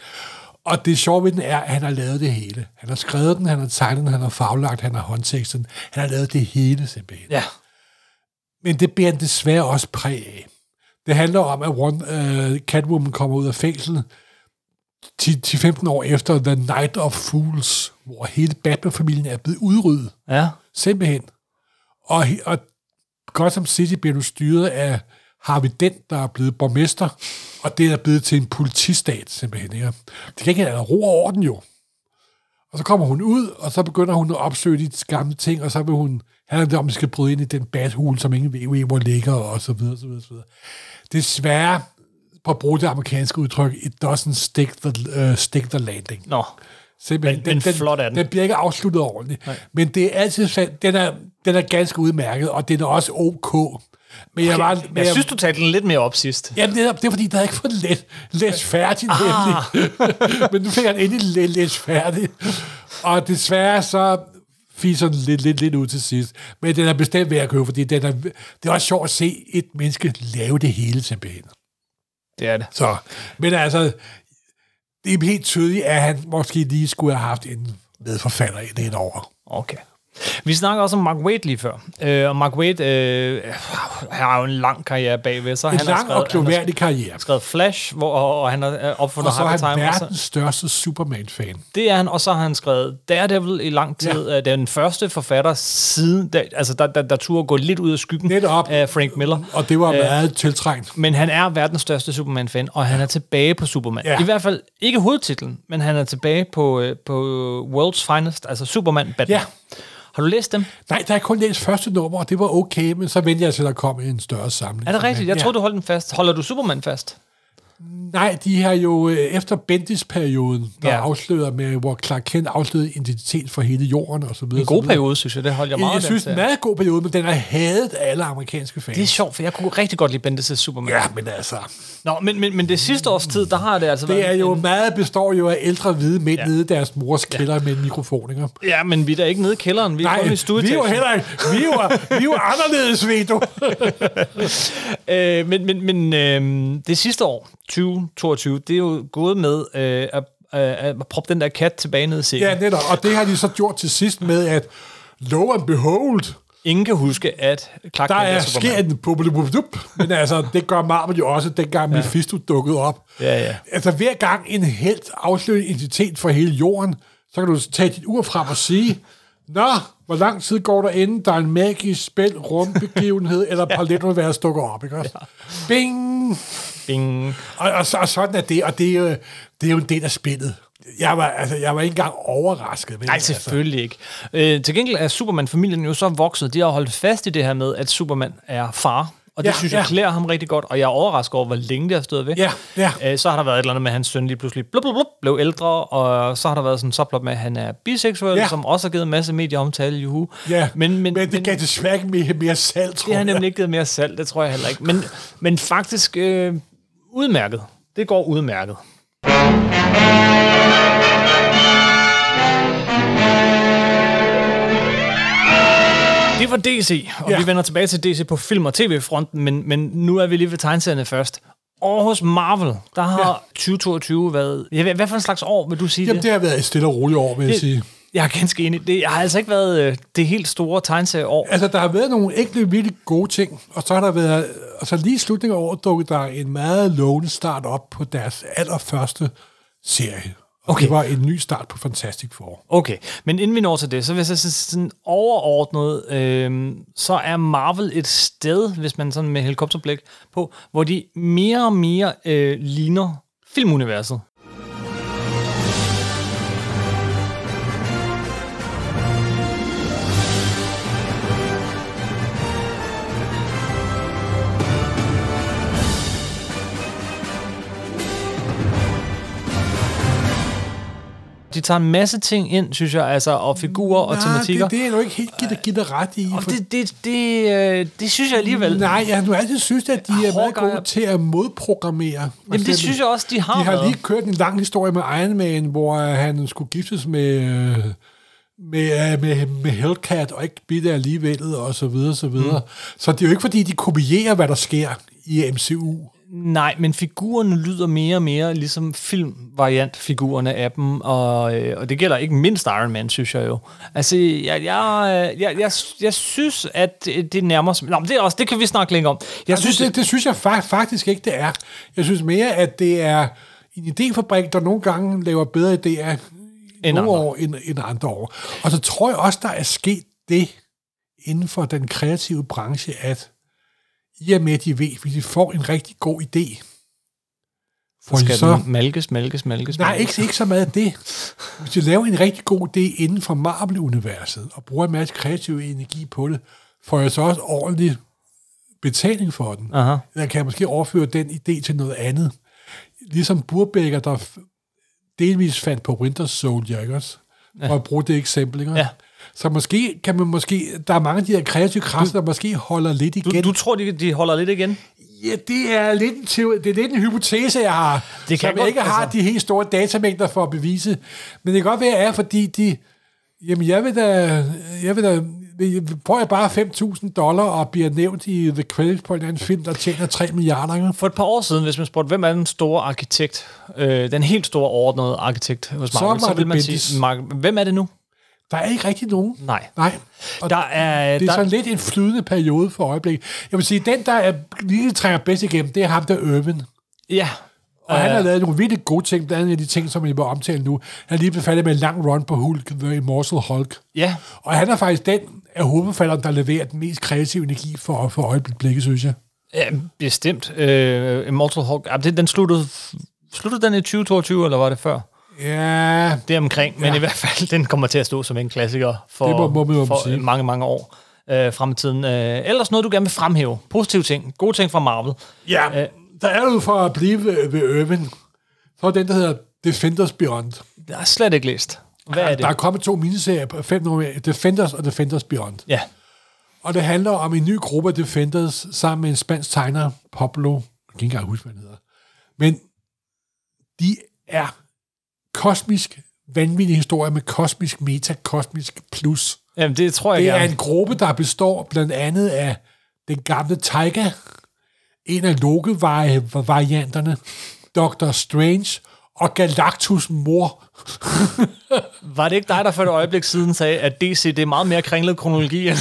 Speaker 2: Og det sjove ved den er, at han har lavet det hele. Han har skrevet den, han har tegnet den, han har faglagt, han har håndteksten. den. Han har lavet det hele simpelthen.
Speaker 1: Ja.
Speaker 2: Men det bærer den desværre også præg af. Det handler om, at one, uh, Catwoman kommer ud af fængsel 10-15 år efter The Night of Fools, hvor hele Batman-familien er blevet udryddet.
Speaker 1: Ja.
Speaker 2: Simpelthen. Og, he- og Gotham City bliver nu styret af Harvey Dent, der er blevet borgmester, og det er blevet til en politistat, simpelthen. Ikke? Det kan ikke have ro og orden, jo. Og så kommer hun ud, og så begynder hun at opsøge de gamle ting, og så vil hun handle det om, at skal bryde ind i den bathul, som ingen ved, hvor ligger, og så videre, så videre, så videre. Desværre, på at bruge det amerikanske udtryk, it doesn't stick the, uh, stick the landing.
Speaker 1: Nå.
Speaker 2: Simpelthen.
Speaker 1: Men- men flot er den.
Speaker 2: Den bliver ikke afsluttet ordentligt. Nej. Men det er altid sandt. Den er, den er ganske udmærket, og den er også ok. Men jeg, var,
Speaker 1: altså- Jeg,
Speaker 2: men
Speaker 1: jeg synes, du talte den lidt mere op sidst.
Speaker 2: Jamen, netop, det er fordi, der er ikke fået læst, læst færdigt, ah. Men nu fik han endelig læ- læst færdigt. Og desværre så fiser den lidt, lidt, lidt ud til sidst. Men den er bestemt værd at købe, fordi den er, det er også sjovt at se et menneske lave det hele simpelthen.
Speaker 1: Det er det.
Speaker 2: Så, men altså, det er helt tydeligt, at han måske lige skulle have haft en medforfatter ind ind over.
Speaker 1: Okay. Vi snakker også om Mark Waid lige før. Øh, og Mark Waid øh, har jo en lang karriere bagved sig.
Speaker 2: En
Speaker 1: har
Speaker 2: lang og
Speaker 1: skrevet- han har
Speaker 2: gloværdig karriere.
Speaker 1: skrevet Flash, hvor, og, og han har øh, opfundet
Speaker 2: Og så er
Speaker 1: Hard
Speaker 2: han
Speaker 1: Time. og så-
Speaker 2: verdens største Superman-fan.
Speaker 1: Det er han, og så har han skrevet Daredevil i lang tid. Ja. Den første forfatter siden, der, altså der, der, der turde gå lidt ud af skyggen
Speaker 2: Netop.
Speaker 1: af Frank Miller.
Speaker 2: Og det var meget tiltrængt.
Speaker 1: Men han er verdens største Superman-fan, og han er tilbage på Superman.
Speaker 2: Ja.
Speaker 1: I hvert fald ikke hovedtitlen, men han er tilbage på, øh, på World's Finest, altså Superman Batman.
Speaker 2: Ja.
Speaker 1: Har du læst dem?
Speaker 2: Nej, der er kun læst første nummer, og det var okay, men så vendte jeg til, at der kom en større samling.
Speaker 1: Er det rigtigt? Jeg
Speaker 2: Ja.
Speaker 1: tror du holdt den fast. Holder du Superman fast?
Speaker 2: Nej, de har jo øh, efter Bendis-perioden, der
Speaker 1: Ja.
Speaker 2: ja. afslører med, hvor Clark Kent afslørede identitet for hele jorden og så videre.
Speaker 1: En god periode, synes jeg. Det holder jeg meget af
Speaker 2: Jeg, jeg
Speaker 1: den
Speaker 2: synes, det er
Speaker 1: serie.
Speaker 2: en meget god periode, men den er hadet af alle amerikanske fans.
Speaker 1: Det er sjovt, for jeg kunne rigtig godt lide Bendis' Superman.
Speaker 2: Ja, men altså,
Speaker 1: Nå, men, men, men det sidste års tid, der har det altså
Speaker 2: det
Speaker 1: været
Speaker 2: er
Speaker 1: en-
Speaker 2: jo meget består jo af ældre hvide mænd
Speaker 1: Ja.
Speaker 2: ja. nede i deres mors kælder ja. med mikrofoninger.
Speaker 1: Ja, men vi er da ikke nede i kælderen, vi er
Speaker 2: Nej,
Speaker 1: kun i
Speaker 2: vi er jo
Speaker 1: studiet.
Speaker 2: heller ikke, vi er jo, vi er jo anderledes, ved du.
Speaker 1: Øh, men men, men øh, det sidste år, 2022, det er jo gået med øh, at, øh, at proppe den der kat tilbage ned i sengen.
Speaker 2: Ja,
Speaker 1: Ja.
Speaker 2: netop, og det har de så gjort til sidst med, at lo and behold,
Speaker 1: Ingen kan huske, at Clark
Speaker 2: Der
Speaker 1: Kent
Speaker 2: er
Speaker 1: Superman.
Speaker 2: sker en bubbelububup, men altså, det gør Marvel jo også, dengang ja. Mephisto dukkede op.
Speaker 1: Ja, ja.
Speaker 2: Altså, hver gang en helt afslører en identitet for hele jorden, så kan du tage dit ur frem og sige, Nå, hvor lang tid går der inden, der er en magisk spil, rumbegivenhed eller paletuniverset dukker op, ikke også? Ja. Bing!
Speaker 1: Bing.
Speaker 2: Og, og, så- og, sådan er det, og det er, jo, det er jo en del af spillet. Jeg var, altså, jeg var ikke engang overrasket. Men, altså-
Speaker 1: Nej, selvfølgelig ikke. Øh, til gengæld er Superman-familien jo så vokset. De har holdt fast i det her med, at Superman er far. Og det ja,
Speaker 2: Ja,
Speaker 1: synes jeg ja.
Speaker 2: ja.
Speaker 1: klæder ham rigtig godt, og jeg er overrasket over, hvor længe det har stået ved.
Speaker 2: Ja, ja.
Speaker 1: Øh, så har der været et eller andet med, at hans søn lige pludselig blub, blub, blub, blev ældre, og så har der været sådan en subplot med, at han er biseksuel, ja.
Speaker 2: Ja.
Speaker 1: som også har givet en masse medieomtale, juhu.
Speaker 2: Ja,
Speaker 1: men, men,
Speaker 2: men det gav desværre ikke mere, mere salg, tror
Speaker 1: det har
Speaker 2: jeg.
Speaker 1: nemlig ikke givet mere salg, det tror jeg heller ikke. Men, men faktisk øh, udmærket. Det går udmærket. Det var DC, og ja.
Speaker 2: Ja.
Speaker 1: vi vender tilbage til DC på film- og tv-fronten, men, men nu er vi lige ved tegneserierne først. Og hos Marvel, der har ja. 2022 været... Ja, hvad- hvad for en slags år vil du sige
Speaker 2: Jamen, det har været et stille og roligt år, vil jeg sige.
Speaker 1: Jeg er ganske enig. Det har altså ikke været øh, det helt store tegneserieår.
Speaker 2: Altså, der har været nogle enkelte virkelig gode ting, og så har der været, og så lige i slutningen af året dukkede der en meget lovende start op på deres allerførste serie. Og
Speaker 1: Okay.
Speaker 2: Det var en ny start på Fantastic Four.
Speaker 1: Okay, men inden vi når til det, så vil jeg så sige sådan overordnet, øh, så er Marvel et sted, hvis man sådan med helikopterblik på, hvor de mere og mere øh, ligner filmuniverset. de tager en masse ting ind, synes jeg, altså, og figurer og
Speaker 2: Nej,
Speaker 1: tematikker.
Speaker 2: det, det er jeg nu ikke helt givet, givet dig ret i.
Speaker 1: Og
Speaker 2: for-
Speaker 1: det, det, det, øh, det synes jeg alligevel.
Speaker 2: Nej, jeg har nu altid synes, at de er meget
Speaker 1: Hawkeye-
Speaker 2: gode til at modprogrammere. For
Speaker 1: Jamen, det
Speaker 2: eksempel,
Speaker 1: synes jeg også, de har,
Speaker 2: De har
Speaker 1: været.
Speaker 2: lige kørt en lang historie med Iron Man, hvor øh, han skulle giftes med, øh, med, øh, med, med Hellcat, og ikke blive det alligevel, og så videre, så videre. Mm. Så det er jo ikke, fordi de kopierer, hvad der sker i MCU.
Speaker 1: Nej, men figurerne lyder mere og mere ligesom filmvariantfigurerne af dem, og, øh, og det gælder ikke mindst Iron Man, synes jeg jo. Altså, jeg, jeg, øh, jeg, jeg, jeg synes, at det det nærmer sig... Nå, men det, er også, det kan vi snakke længere om. Jeg
Speaker 2: Jeg synes, Altså, det, det synes jeg fa- faktisk ikke, det er. Jeg synes mere, at det er en idéfabrik, der nogle gange laver bedre idéer
Speaker 1: End
Speaker 2: end
Speaker 1: andre.
Speaker 2: nogle andre. år end, end andre år. Og så tror jeg også, der er sket det inden for den kreative branche, at i og med, at de ved, hvis de får en rigtig god idé, får
Speaker 1: skal
Speaker 2: de så...
Speaker 1: den malkes, malkes, malkes.
Speaker 2: Nej,
Speaker 1: malkes.
Speaker 2: ikke, ikke så meget det. Hvis de laver en rigtig god idé inden for Marvel-universet, og bruger en masse kreativ energi på det, får jeg så også ordentlig betaling for den.
Speaker 1: Aha.
Speaker 2: Eller kan jeg måske overføre den idé til noget andet? Ligesom Burbaker, der f- delvis fandt på Winter Soldier, ikke også? For at bruge det eksempel, ikke? også?
Speaker 1: Ja.
Speaker 2: Så måske kan man måske... Der er mange af de her kreative kræfter, der måske holder lidt igen.
Speaker 1: Du, du tror, de, de holder lidt igen?
Speaker 2: Ja, det er lidt en, teori, det er lidt en hypotese, jeg har,
Speaker 1: Det kan
Speaker 2: det kan som
Speaker 1: godt-
Speaker 2: jeg ikke har
Speaker 1: altså-
Speaker 2: de helt store datamængder for at bevise. Men det kan godt være, at jeg er, fordi de... Jamen, jeg vil da... Jeg vil da prøver jeg bare 5.000 dollar og bliver nævnt i The Credits på en eller anden film, der tjener 3 milliarder. ikke?
Speaker 1: For et par år siden, hvis man spurgte, hvem er den store arkitekt, øh, den helt store overordnede arkitekt hos
Speaker 2: Så
Speaker 1: Marvel, så,
Speaker 2: var
Speaker 1: så
Speaker 2: det
Speaker 1: vil man
Speaker 2: Bendis.
Speaker 1: sige, Mark, hvem er det nu?
Speaker 2: Der er ikke rigtig nogen.
Speaker 1: Nej.
Speaker 2: Nej. Og
Speaker 1: Der er,
Speaker 2: det er
Speaker 1: der,
Speaker 2: sådan lidt en flydende periode for øjeblikket. Jeg vil sige, den, der er, lige trænger bedst igennem, det er ham, der er Irvin.
Speaker 1: ja,
Speaker 2: Og han har lavet nogle virkelig gode ting, blandt andet en af de ting, som jeg vil omtale nu. Han er lige blevet færdig med en lang run på Hulk, The Immortal Hulk.
Speaker 1: ja,
Speaker 2: Og han er faktisk den af hovedforfatteren, der leverer den mest kreative energi for, for øjeblikket, synes jeg.
Speaker 1: Ja, bestemt. Øh, Immortal Hulk, ja, det, den sluttede, sluttede den i 2022, eller var det før?
Speaker 2: Ja,
Speaker 1: Det er omkring, men i hvert fald, den kommer til at stå som en klassiker for,
Speaker 2: Det må- må man jo
Speaker 1: for
Speaker 2: sige.
Speaker 1: mange, mange år øh, fremtiden. Øh, ellers noget, du gerne vil fremhæve. Positive ting, gode ting fra Marvel.
Speaker 2: ja. Øh. der er jo for at blive ved, ved Irvin. Så er den, der hedder Defenders Beyond.
Speaker 1: Jeg har slet ikke læst. Hvad er
Speaker 2: Der er
Speaker 1: det?
Speaker 2: kommet to miniserier på fem nummer, Defenders og Defenders Beyond.
Speaker 1: Ja,
Speaker 2: Og det handler om en ny gruppe af Defenders sammen med en spansk tegner, Pablo, jeg kan ikke engang huske, hvad han hedder. Men de er kosmisk vanvittige historier med kosmisk meta, kosmisk plus.
Speaker 1: Jamen, det tror jeg
Speaker 2: Det er
Speaker 1: gerne.
Speaker 2: en gruppe, der består blandt andet af den gamle Taiga, en af Loke-varianterne, Dr. Strange og Galactus' mor.
Speaker 1: Var det ikke dig, der for et øjeblik siden sagde, at DC det er meget mere kringlet kronologi? end-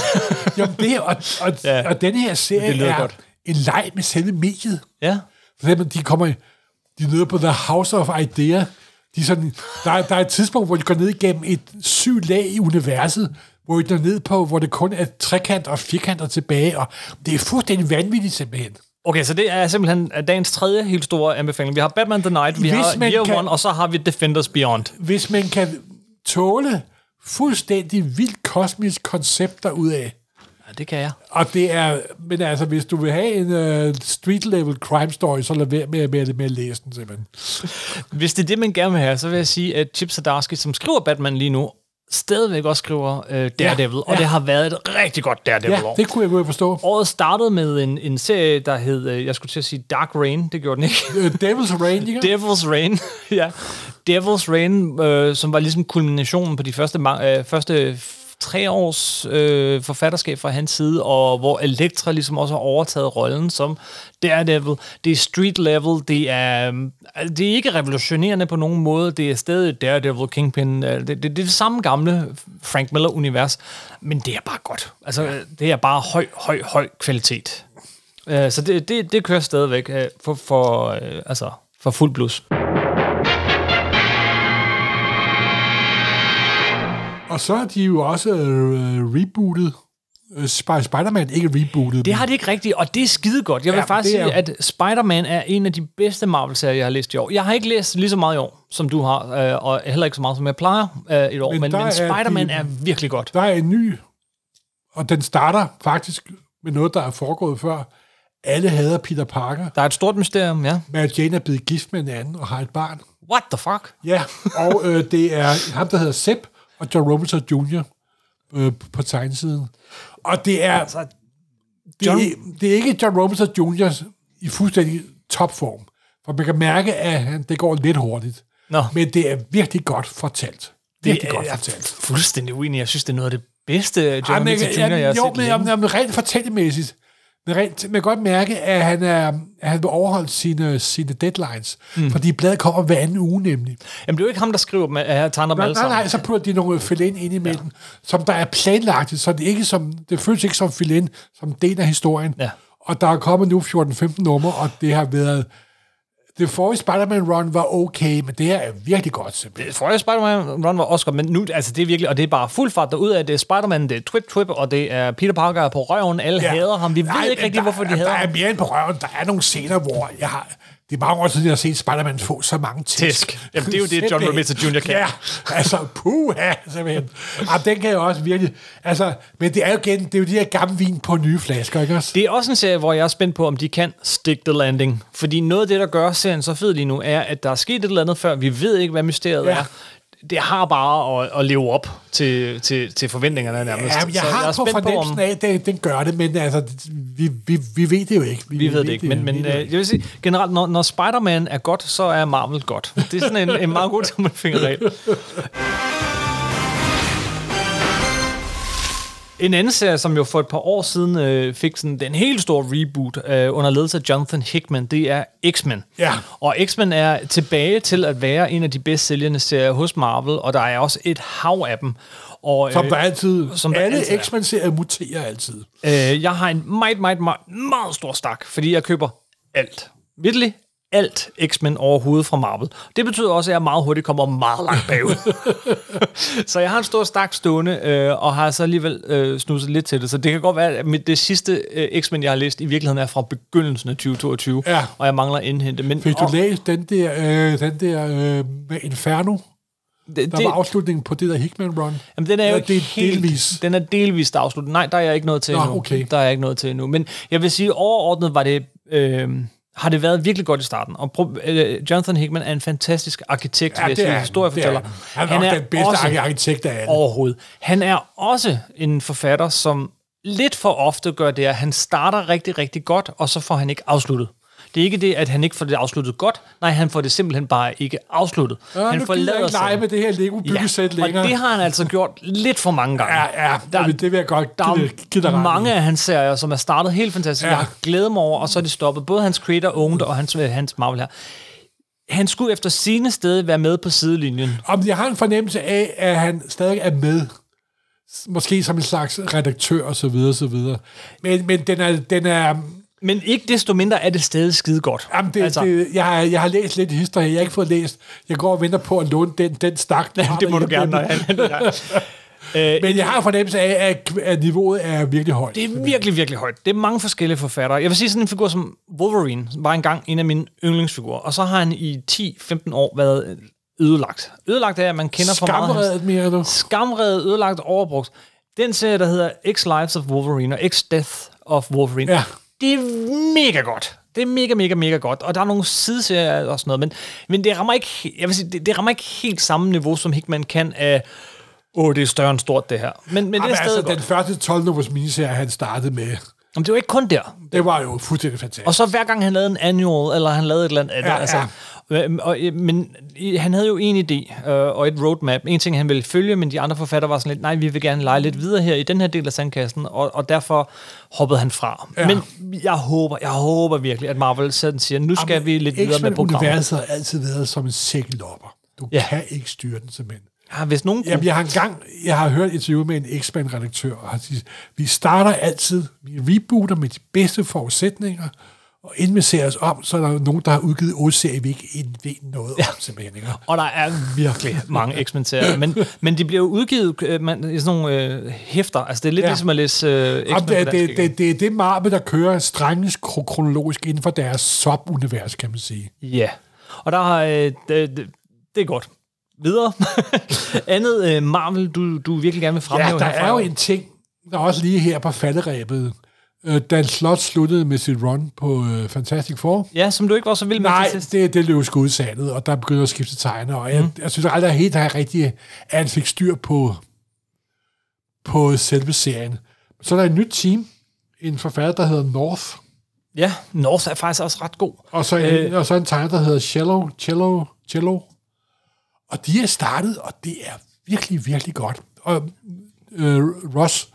Speaker 2: Jamen det, og, og,
Speaker 1: Ja.
Speaker 2: ja. og den her
Speaker 1: Det
Speaker 2: serie
Speaker 1: lyder
Speaker 2: er
Speaker 1: godt.
Speaker 2: godt. en leg med selve mediet.
Speaker 1: ja.
Speaker 2: For eksempel, de kommer, de er nede på The House of Idea. De er sådan, der, er- der er et tidspunkt, hvor de går ned igennem et syv lag i universet, hvor de er ned på, hvor det kun er trekant og firkanter tilbage, og det er fuldstændig vanvittigt simpelthen.
Speaker 1: Okay, så det er simpelthen øh, dagens tredje helt store anbefaling. Vi har Batman The Night, vi
Speaker 2: Hvis
Speaker 1: har
Speaker 2: man
Speaker 1: Year
Speaker 2: kan-
Speaker 1: One, og så har vi Defenders Beyond.
Speaker 2: Hvis man kan tåle fuldstændig vildt kosmisk koncepter ud af,
Speaker 1: Ja, det kan jeg.
Speaker 2: og det er, men altså, hvis du vil have en uh, street-level crime story, så lad være med, med, med at læse den simpelthen.
Speaker 1: Hvis det er det, man gerne vil have, så vil jeg sige, at Chip Zdarsky, som skriver Batman lige nu, stadigvæk også skriver øh, Daredevil, ja, ja. og
Speaker 2: ja.
Speaker 1: det har været et rigtig godt
Speaker 2: Ja,
Speaker 1: Daredevil-år.
Speaker 2: det kunne jeg godt forstå.
Speaker 1: Året startede med en, en serie, der hed, øh, jeg skulle til at sige Dark Rain, det gjorde den ikke.
Speaker 2: Øh, Devil's Reign, ikke?
Speaker 1: Devil's Rain, ja. Devil's Rain, øh, som var ligesom kulminationen på de første, ma- øh, første f- tre års øh, forfatterskab fra hans side, og hvor Elektra ligesom også har overtaget rollen som Daredevil. Det er street level, det er, øhm, altså, det er ikke revolutionerende på nogen måde, det er stadig Daredevil, Kingpin, øh, det, det, det er det samme gamle Frank Miller-univers, men det er bare godt. Altså, øh, det er bare høj, høj, høj kvalitet. Øh, så det, det, det kører stadigvæk øh, for, for, øh, altså, for fuld blus.
Speaker 2: Og så er de jo også øh, rebootet. Øh, Sp- Spider-Man ikke rebootet.
Speaker 1: Det har det ikke rigtigt, og det er skide godt. Jeg vil
Speaker 2: Ja,
Speaker 1: faktisk
Speaker 2: det
Speaker 1: sige,
Speaker 2: er-
Speaker 1: at Spider-Man er en af de bedste Marvel-serier, jeg har læst i år. Jeg har ikke læst lige så meget i år, som du har, øh, og heller ikke så meget, som jeg plejer øh, et år, men,
Speaker 2: Men
Speaker 1: men,
Speaker 2: der
Speaker 1: men
Speaker 2: er
Speaker 1: Spider-Man
Speaker 2: de-
Speaker 1: er virkelig godt.
Speaker 2: Der er en ny, og den starter faktisk med noget, der er foregået før. Alle hader Peter Parker.
Speaker 1: Der er et stort mysterium, ja.
Speaker 2: Mary Jane er blevet gift med en anden og har et barn.
Speaker 1: What the fuck?
Speaker 2: Ja, og øh, det er ham, der hedder Sepp, og John Robinson Jr. Øh, på tegnesiden. Og det er,
Speaker 1: Altså,
Speaker 2: det,
Speaker 1: John-
Speaker 2: er, det er ikke John Robinson Jr. i fuldstændig topform. For man kan mærke, at han, det går lidt hurtigt.
Speaker 1: Nå.
Speaker 2: Men det er virkelig godt fortalt. Virkelig det er, godt
Speaker 1: jeg
Speaker 2: fortalt.
Speaker 1: er fuldstændig uenig. Jeg synes, det er noget af det bedste
Speaker 2: Ej,
Speaker 1: John
Speaker 2: men,
Speaker 1: Mitchell Jr., jeg
Speaker 2: jamen,
Speaker 1: har
Speaker 2: jo,
Speaker 1: set
Speaker 2: men
Speaker 1: længe.
Speaker 2: jamen, jamen, rent fortællemæssigt. Men rent, man kan godt mærke, at han, er, at han vil overholde sine, sine deadlines. Mm. Fordi bladet kommer hver anden uge nemlig.
Speaker 1: Jamen, det er jo ikke ham, der skriver dem, at jeg tegner dem
Speaker 2: Nej,
Speaker 1: alle
Speaker 2: nej,
Speaker 1: sammen.
Speaker 2: nej, så putter de nogle filen ind imellem, ja. som der er planlagt, så det, er ikke som, det føles ikke som filen, som en del af historien.
Speaker 1: Ja.
Speaker 2: Og der er kommet nu 14-15 numre, og det har været... Det forrige Spider-Man-run var okay, men det her er virkelig godt simpelthen.
Speaker 1: Forrige Øh, Spider-Man Run var også godt, men nu, altså det er virkelig, og det er bare fuld fart derudad. Det er Spider-Man, det er Twip Twip, og det er Peter Parker på røven. Alle ja. hader ham. Vi ved
Speaker 2: Nej,
Speaker 1: ikke
Speaker 2: men
Speaker 1: rigtig, hvorfor de
Speaker 2: der,
Speaker 1: hader
Speaker 2: Der
Speaker 1: ham.
Speaker 2: er mere end på røven. Der er nogle scener, hvor jeg har... Det er mange år siden, jeg har set Spider-Man få så mange tæsk.
Speaker 1: Tæsk. Jamen, det er jo det, John Romita Jr. kan.
Speaker 2: Ja, altså, puha, simpelthen. Jamen, den kan jeg også virkelig... Altså, men det er jo igen, det er jo de her gamle vin på nye flasker, ikke også?
Speaker 1: Det er også en serie, hvor jeg er spændt på, om de kan stick the landing. Fordi noget af det, der gør serien så fed lige nu, er, at der er sket et eller andet før. Vi ved ikke, hvad mysteriet ja.
Speaker 2: Ja.
Speaker 1: er. Det har bare at, at leve op til, til, til forventningerne nærmest.
Speaker 2: Ja, men jeg har jeg på fornemmelsen af, at den, den gør det, men altså, det- vi, vi, vi ved det jo ikke.
Speaker 1: Vi ved det ikke, men, men
Speaker 2: vi
Speaker 1: øh,
Speaker 2: ved det
Speaker 1: jeg vil sige, generelt, når, når Spider-Man er godt, så er Marvel godt. Det er sådan en, en meget god tommelfingerregel. En anden serie, som jo for et par år siden øh, fik sådan den helt store reboot øh, under ledelse af Jonathan Hickman, det er X-Men.
Speaker 2: Ja.
Speaker 1: Og X-Men er tilbage til at være en af de bedst sælgende serier hos Marvel, og der er også et hav af dem. Og,
Speaker 2: Som der altid...
Speaker 1: øh, som
Speaker 2: Som
Speaker 1: der
Speaker 2: der alle
Speaker 1: altid er.
Speaker 2: X-Men-serier muterer altid.
Speaker 1: Øh, jeg har en meget, meget, meget, meget stor stak, fordi jeg køber alt. Virkelig alt X-Men overhovedet fra Marvel. Det betyder også, at jeg meget hurtigt kommer meget langt bagud. så jeg har en stor stak stående, øh, og har så alligevel øh, snuset lidt til det. Så det kan godt være, at mit, det sidste øh, X-Men, jeg har læst, i virkeligheden er fra begyndelsen af 2022,
Speaker 2: Ja.
Speaker 1: og jeg mangler at indhente. Men,
Speaker 2: Fik du
Speaker 1: og-
Speaker 2: læst den der, øh, den der øh, med Inferno?
Speaker 1: det,
Speaker 2: Der var afslutningen på det der Hickman-run.
Speaker 1: Jamen, den er jo
Speaker 2: Ja,
Speaker 1: ikke
Speaker 2: det er
Speaker 1: helt,
Speaker 2: delvis.
Speaker 1: Den er delvist afsluttet. Nej, der er jeg ikke nået til
Speaker 2: Nå,
Speaker 1: endnu.
Speaker 2: okay.
Speaker 1: Der er jeg ikke nået til endnu. Men jeg vil sige, overordnet var det... Øh, har det været virkelig godt i starten. Og pro- øh, Jonathan Hickman er en fantastisk arkitekt, ja, vil jeg sige, historiefortæller.
Speaker 2: Det er, han. han er nok den bedste
Speaker 1: også,
Speaker 2: arkitekt af alle.
Speaker 1: overhovedet. Han er også en forfatter, som lidt for ofte gør det, at han starter rigtig, rigtig godt, og så får han ikke afsluttet. Det er ikke det, at han ikke får det afsluttet godt. Nej, han får det simpelthen bare ikke afsluttet.
Speaker 2: Ja,
Speaker 1: han
Speaker 2: nu gider jeg ikke lege
Speaker 1: serien.
Speaker 2: med det her Lego-byggesæt længere.
Speaker 1: Og det har han altså gjort lidt for mange gange.
Speaker 2: Ja, ja,
Speaker 1: Der-
Speaker 2: der, det vil jeg godt
Speaker 1: Der
Speaker 2: give, give
Speaker 1: er
Speaker 2: dig ret i.
Speaker 1: mange af hans serier, som er startet helt fantastisk. Ja.
Speaker 2: Ja.
Speaker 1: Jeg har glædet mig over, og så er det stoppet. Både hans creator owned og hans, øh, hans Marvel her. Han skulle efter sine sted være med på sidelinjen.
Speaker 2: Om jeg har en fornemmelse af, at han stadig er med. Måske som en slags redaktør og så videre, så videre. Men, men den er, den er,
Speaker 1: Men ikke desto mindre er det stadig skide godt.
Speaker 2: Jamen, det, altså. det, jeg, har, jeg har læst lidt historie, jeg har ikke fået læst. Jeg går og venter på at låne den, den stak.
Speaker 1: Ja, det må du gerne, når
Speaker 2: nej.
Speaker 1: jeg anvender dig. Øh,
Speaker 2: Men jeg har en fornemmelse af, at, at niveauet er virkelig højt.
Speaker 1: det er virkelig, virkelig højt. Det er mange forskellige forfattere. Jeg vil sige, sådan en figur som Wolverine var engang en af mine yndlingsfigurer, og så har han i 10-15 år været øh, ødelagt. Ødelagt er, at man kender for meget af hans
Speaker 2: Skamredet mere nu.
Speaker 1: skamredet, ødelagt, overbrugt. Den serie, der hedder X Lives of Wolverine og X Death of Wolverine,
Speaker 2: Ja.
Speaker 1: det er mega godt. Det er mega, mega, mega godt. Og der er nogle sideserier og sådan noget, men, men det, rammer ikke, he- jeg vil sige, det, det rammer ikke helt samme niveau, som Hickman kan af, åh, det er større end stort, det her. Men, men det er
Speaker 2: Jamen,
Speaker 1: stadig
Speaker 2: altså,
Speaker 1: altså, godt.
Speaker 2: den første 12 nummers miniserie, han startede med,
Speaker 1: Jamen, det var ikke kun der.
Speaker 2: det var jo fuldstændig fantastisk.
Speaker 1: Og så hver gang han lavede en annual, eller han lavede et eller andet andet.
Speaker 2: Ja,
Speaker 1: altså,
Speaker 2: ja.
Speaker 1: Øhm, og, øh, men øh, han havde jo en idé øh, og et roadmap. En ting, han ville følge, men de andre forfattere var sådan lidt, nej, vi vil gerne lege lidt videre her i den her del af sandkassen, og, og derfor hoppede han fra. Ja.
Speaker 2: Ja.
Speaker 1: Men jeg håber, jeg håber virkelig, at Marvel sådan siger, nu skal vi lidt videre med programmet.
Speaker 2: X-Men-universet har altid været som en sækkelopper. Du
Speaker 1: Ja.
Speaker 2: ja. kan ikke styre den simpelthen.
Speaker 1: Ja, hvis nogen
Speaker 2: Jamen, jeg har engang, jeg har hørt et interview med en X-Men-redaktør, og han siger, vi starter altid, vi rebooter med de bedste forudsætninger, og inden vi ser os om, så er der jo nogen, der har udgivet otte serier, vi ikke ind- ved noget ja. om, simpelthen. Ikke?
Speaker 1: Og der er virkelig mange X-Men-serier. Men, men de bliver jo udgivet øh, man, i sådan nogle øh, hæfter. Altså, det er lidt ja.
Speaker 2: Ja.
Speaker 1: ligesom at læse øh, X-Men
Speaker 2: Jamen,
Speaker 1: på
Speaker 2: det,
Speaker 1: dansk
Speaker 2: det,
Speaker 1: igen.
Speaker 2: det, det, er det mappe, der kører strengest kro- kronologisk inden for deres subunivers, kan man sige.
Speaker 1: Ja, og der har... Øh, det, det, det er godt. Videre. Andet, øh, Marvel, du, du virkelig gerne vil
Speaker 2: Ja,
Speaker 1: fremhæve
Speaker 2: der
Speaker 1: herfra.
Speaker 2: er jo en ting, der også lige her på falderæbet. Øh, Dan Slot sluttede med sit run på øh, Fantastic Four.
Speaker 1: Ja, som du ikke var så vild med
Speaker 2: Nej,
Speaker 1: til sidst.
Speaker 2: det, det løb skud i sandet, og der begynder at skifte tegner, og jeg, mm. jeg synes aldrig helt, at han rigtig at han fik styr på, på selve serien. Så er der et nyt team, en forfatter, der hedder North,
Speaker 1: Ja, North er faktisk også ret god.
Speaker 2: og så en, øh. og så en tegner, der hedder Cello, Cello, Cello. Og de er startet, og det er virkelig, virkelig godt. Og øh, Ross,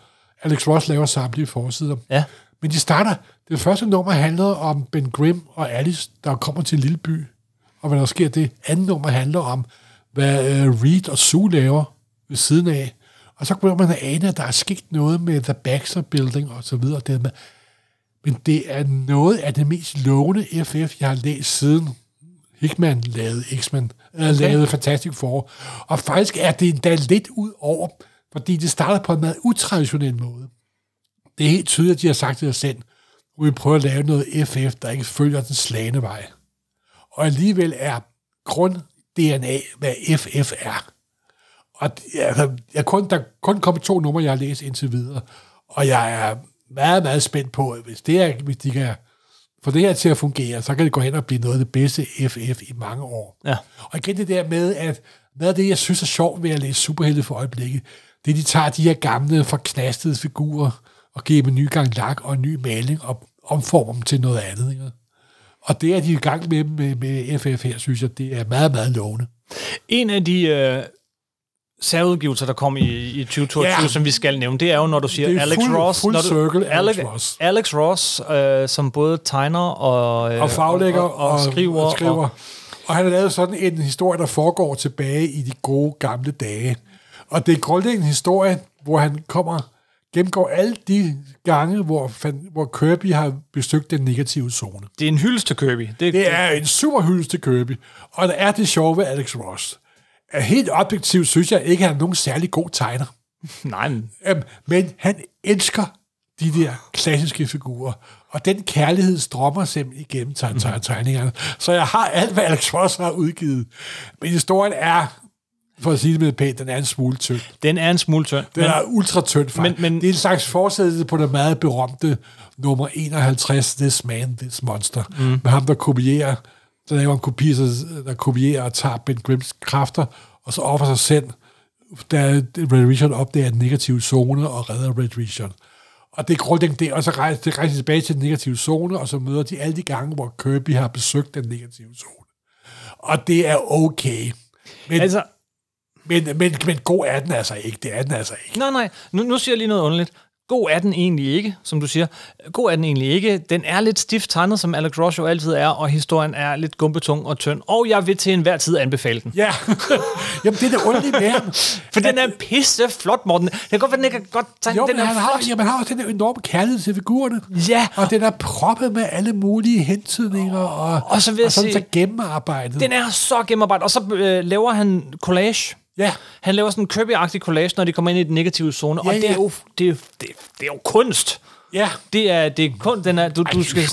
Speaker 2: Alex Ross laver samtlige forsider.
Speaker 1: Ja.
Speaker 2: Men de starter, det første nummer handler om Ben Grimm og Alice, der kommer til en lille by, og hvad der sker det. Andet nummer handler om, hvad øh, Reed og Sue laver ved siden af. Og så begynder man at ane, at der er sket noget med The Baxter Building og så videre. og Det med. Men det er noget af det mest lovende FF, jeg har læst siden Hickman lavede X-Men, okay. lavede Fantastic Four. Og faktisk er det endda lidt ud over, fordi det starter på en meget utraditionel måde det er helt tydeligt, at de har sagt til sig selv, at vi prøver at lave noget FF, der ikke følger den slagende vej. Og alligevel er grund-DNA, hvad FF er. Og det- altså, jeg kun, der er kun kommet to numre, jeg har læst indtil videre. Og jeg er meget, meget spændt på, at hvis, det er, hvis de kan få det her til at fungere, så kan det gå hen og blive noget af det bedste FF i mange år.
Speaker 1: Ja.
Speaker 2: Og igen det der med, at hvad er det, jeg synes er sjovt ved at læse superhelte for øjeblikket, det er, de tager de her gamle, forknastede figurer og giver dem en ny gang lak og en ny maling og omformer dem til noget andet. Ikke? Og det er de i gang med med, med FF her, synes jeg, det er meget, meget lovende.
Speaker 1: En af de øh, særudgivelser, der kom i, i 2022,
Speaker 2: Ja.
Speaker 1: som vi skal nævne, det er jo, når du
Speaker 2: Det
Speaker 1: siger
Speaker 2: er
Speaker 1: Alex
Speaker 2: fuld-
Speaker 1: Ross.
Speaker 2: full
Speaker 1: når du,
Speaker 2: circle Alex Ross.
Speaker 1: Alex Ross, øh, som både tegner og... Øh,
Speaker 2: og faglægger
Speaker 1: og, og, og skriver.
Speaker 2: Og, skriver. Og, og han har lavet sådan en historie, der foregår tilbage i de gode gamle dage. Og det er grundlæggende en historie, hvor han kommer gennemgår alle de gange, hvor, fan- hvor Kirby har besøgt den negative zone.
Speaker 1: det er en hyldest til Kirby. Det, det,
Speaker 2: Det er en super hyldest til Kirby. Og der er det sjove ved Alex Ross. At Helt objektivt synes jeg ikke, at han er nogen særlig god tegner.
Speaker 1: Nej, men
Speaker 2: Øhm, men han elsker de der klassiske figurer, og den kærlighed strømmer simpelthen igennem teg- teg- tegningerne. Så jeg har alt, hvad Alex Ross har udgivet. Men historien er, for at sige det med pænt, den er en smule tynd.
Speaker 1: den er en smule tynd.
Speaker 2: Den men, er ultra tynd, faktisk.
Speaker 1: men- men-
Speaker 2: det er en slags fortsættelse på den meget berømte nummer 51, This Man, This Monster, mm. med ham, der kopierer, der laver en kopi, så- der kopierer og tager Ben Grimms kræfter, og så offer sig selv, da Red Richard opdager den negative zone og redder Red Richard. Og det er grundlæggende det, og så rejser det rejser tilbage til den negative zone, og så møder de alle de gange, hvor Kirby har besøgt den negative zone. Og det er okay. Men, altså,
Speaker 1: Altså,
Speaker 2: men, men, men, men god er den altså ikke. Det er den altså ikke.
Speaker 1: nej, nej. Nu, nu siger jeg lige noget underligt. God er den egentlig ikke, som du siger. God er den egentlig ikke. Den er lidt stift tegnet, som Alex Ross jo altid er, og historien er lidt gumpetung og tynd. Og jeg vil til enhver tid anbefale den.
Speaker 2: Ja, jamen det er det underlige med ham.
Speaker 1: For den er pisse flot, Morten. Det kan godt være, den ikke er godt tegnet.
Speaker 2: Jo,
Speaker 1: den
Speaker 2: men
Speaker 1: er
Speaker 2: han har, jamen, han har også den der enorme kærlighed til figurerne.
Speaker 1: Ja,
Speaker 2: Og den er proppet med alle mulige hentydninger og,
Speaker 1: Og så vil jeg
Speaker 2: og sådan
Speaker 1: sige-
Speaker 2: så gennemarbejdet.
Speaker 1: den er så gennemarbejdet. Og så øh, laver han collage.
Speaker 2: Ja,
Speaker 1: Han laver sådan en Kirby-agtig collage, når de kommer ind i den negative zone. Ja, og
Speaker 2: Ja,
Speaker 1: det er,
Speaker 2: ja.
Speaker 1: jo, det, er, jo- det, det er jo kunst.
Speaker 2: ja.
Speaker 1: Det er, det er kun, den er, du, du skal,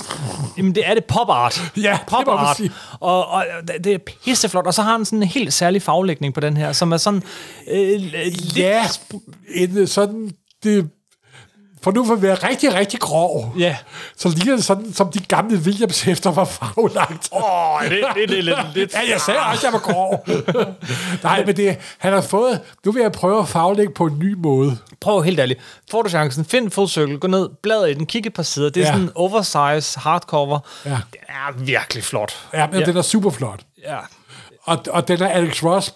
Speaker 1: jamen det er det pop art.
Speaker 2: Ja, det
Speaker 1: pop
Speaker 2: må man
Speaker 1: art.
Speaker 2: sige.
Speaker 1: Og, og, det er pisseflot. Og så har han sådan en helt særlig faglægning på den her, som er sådan øh, lidt...
Speaker 2: Ja, en, øh, sådan det... For nu for at være rigtig, rigtig grov,
Speaker 1: Ja.
Speaker 2: så ligner det sådan, som de gamle Williams-hæfter var farvelagt.
Speaker 1: Åh, det, det, det er lidt... lidt
Speaker 2: Ja, jeg sagde også, at jeg var grov. Nej, men det, han har fået... Nu vil jeg prøve at faglægge på en ny måde.
Speaker 1: prøv helt ærligt. Får du chancen, find Full Circle, gå ned, blad i den, kig et par sider. Det er ja.
Speaker 2: Ja.
Speaker 1: sådan en oversize hardcover.
Speaker 2: Ja.
Speaker 1: Det er virkelig flot.
Speaker 2: Ja, men
Speaker 1: Ja.
Speaker 2: ja. den er super flot.
Speaker 1: Ja.
Speaker 2: Og, og den er Alex Ross...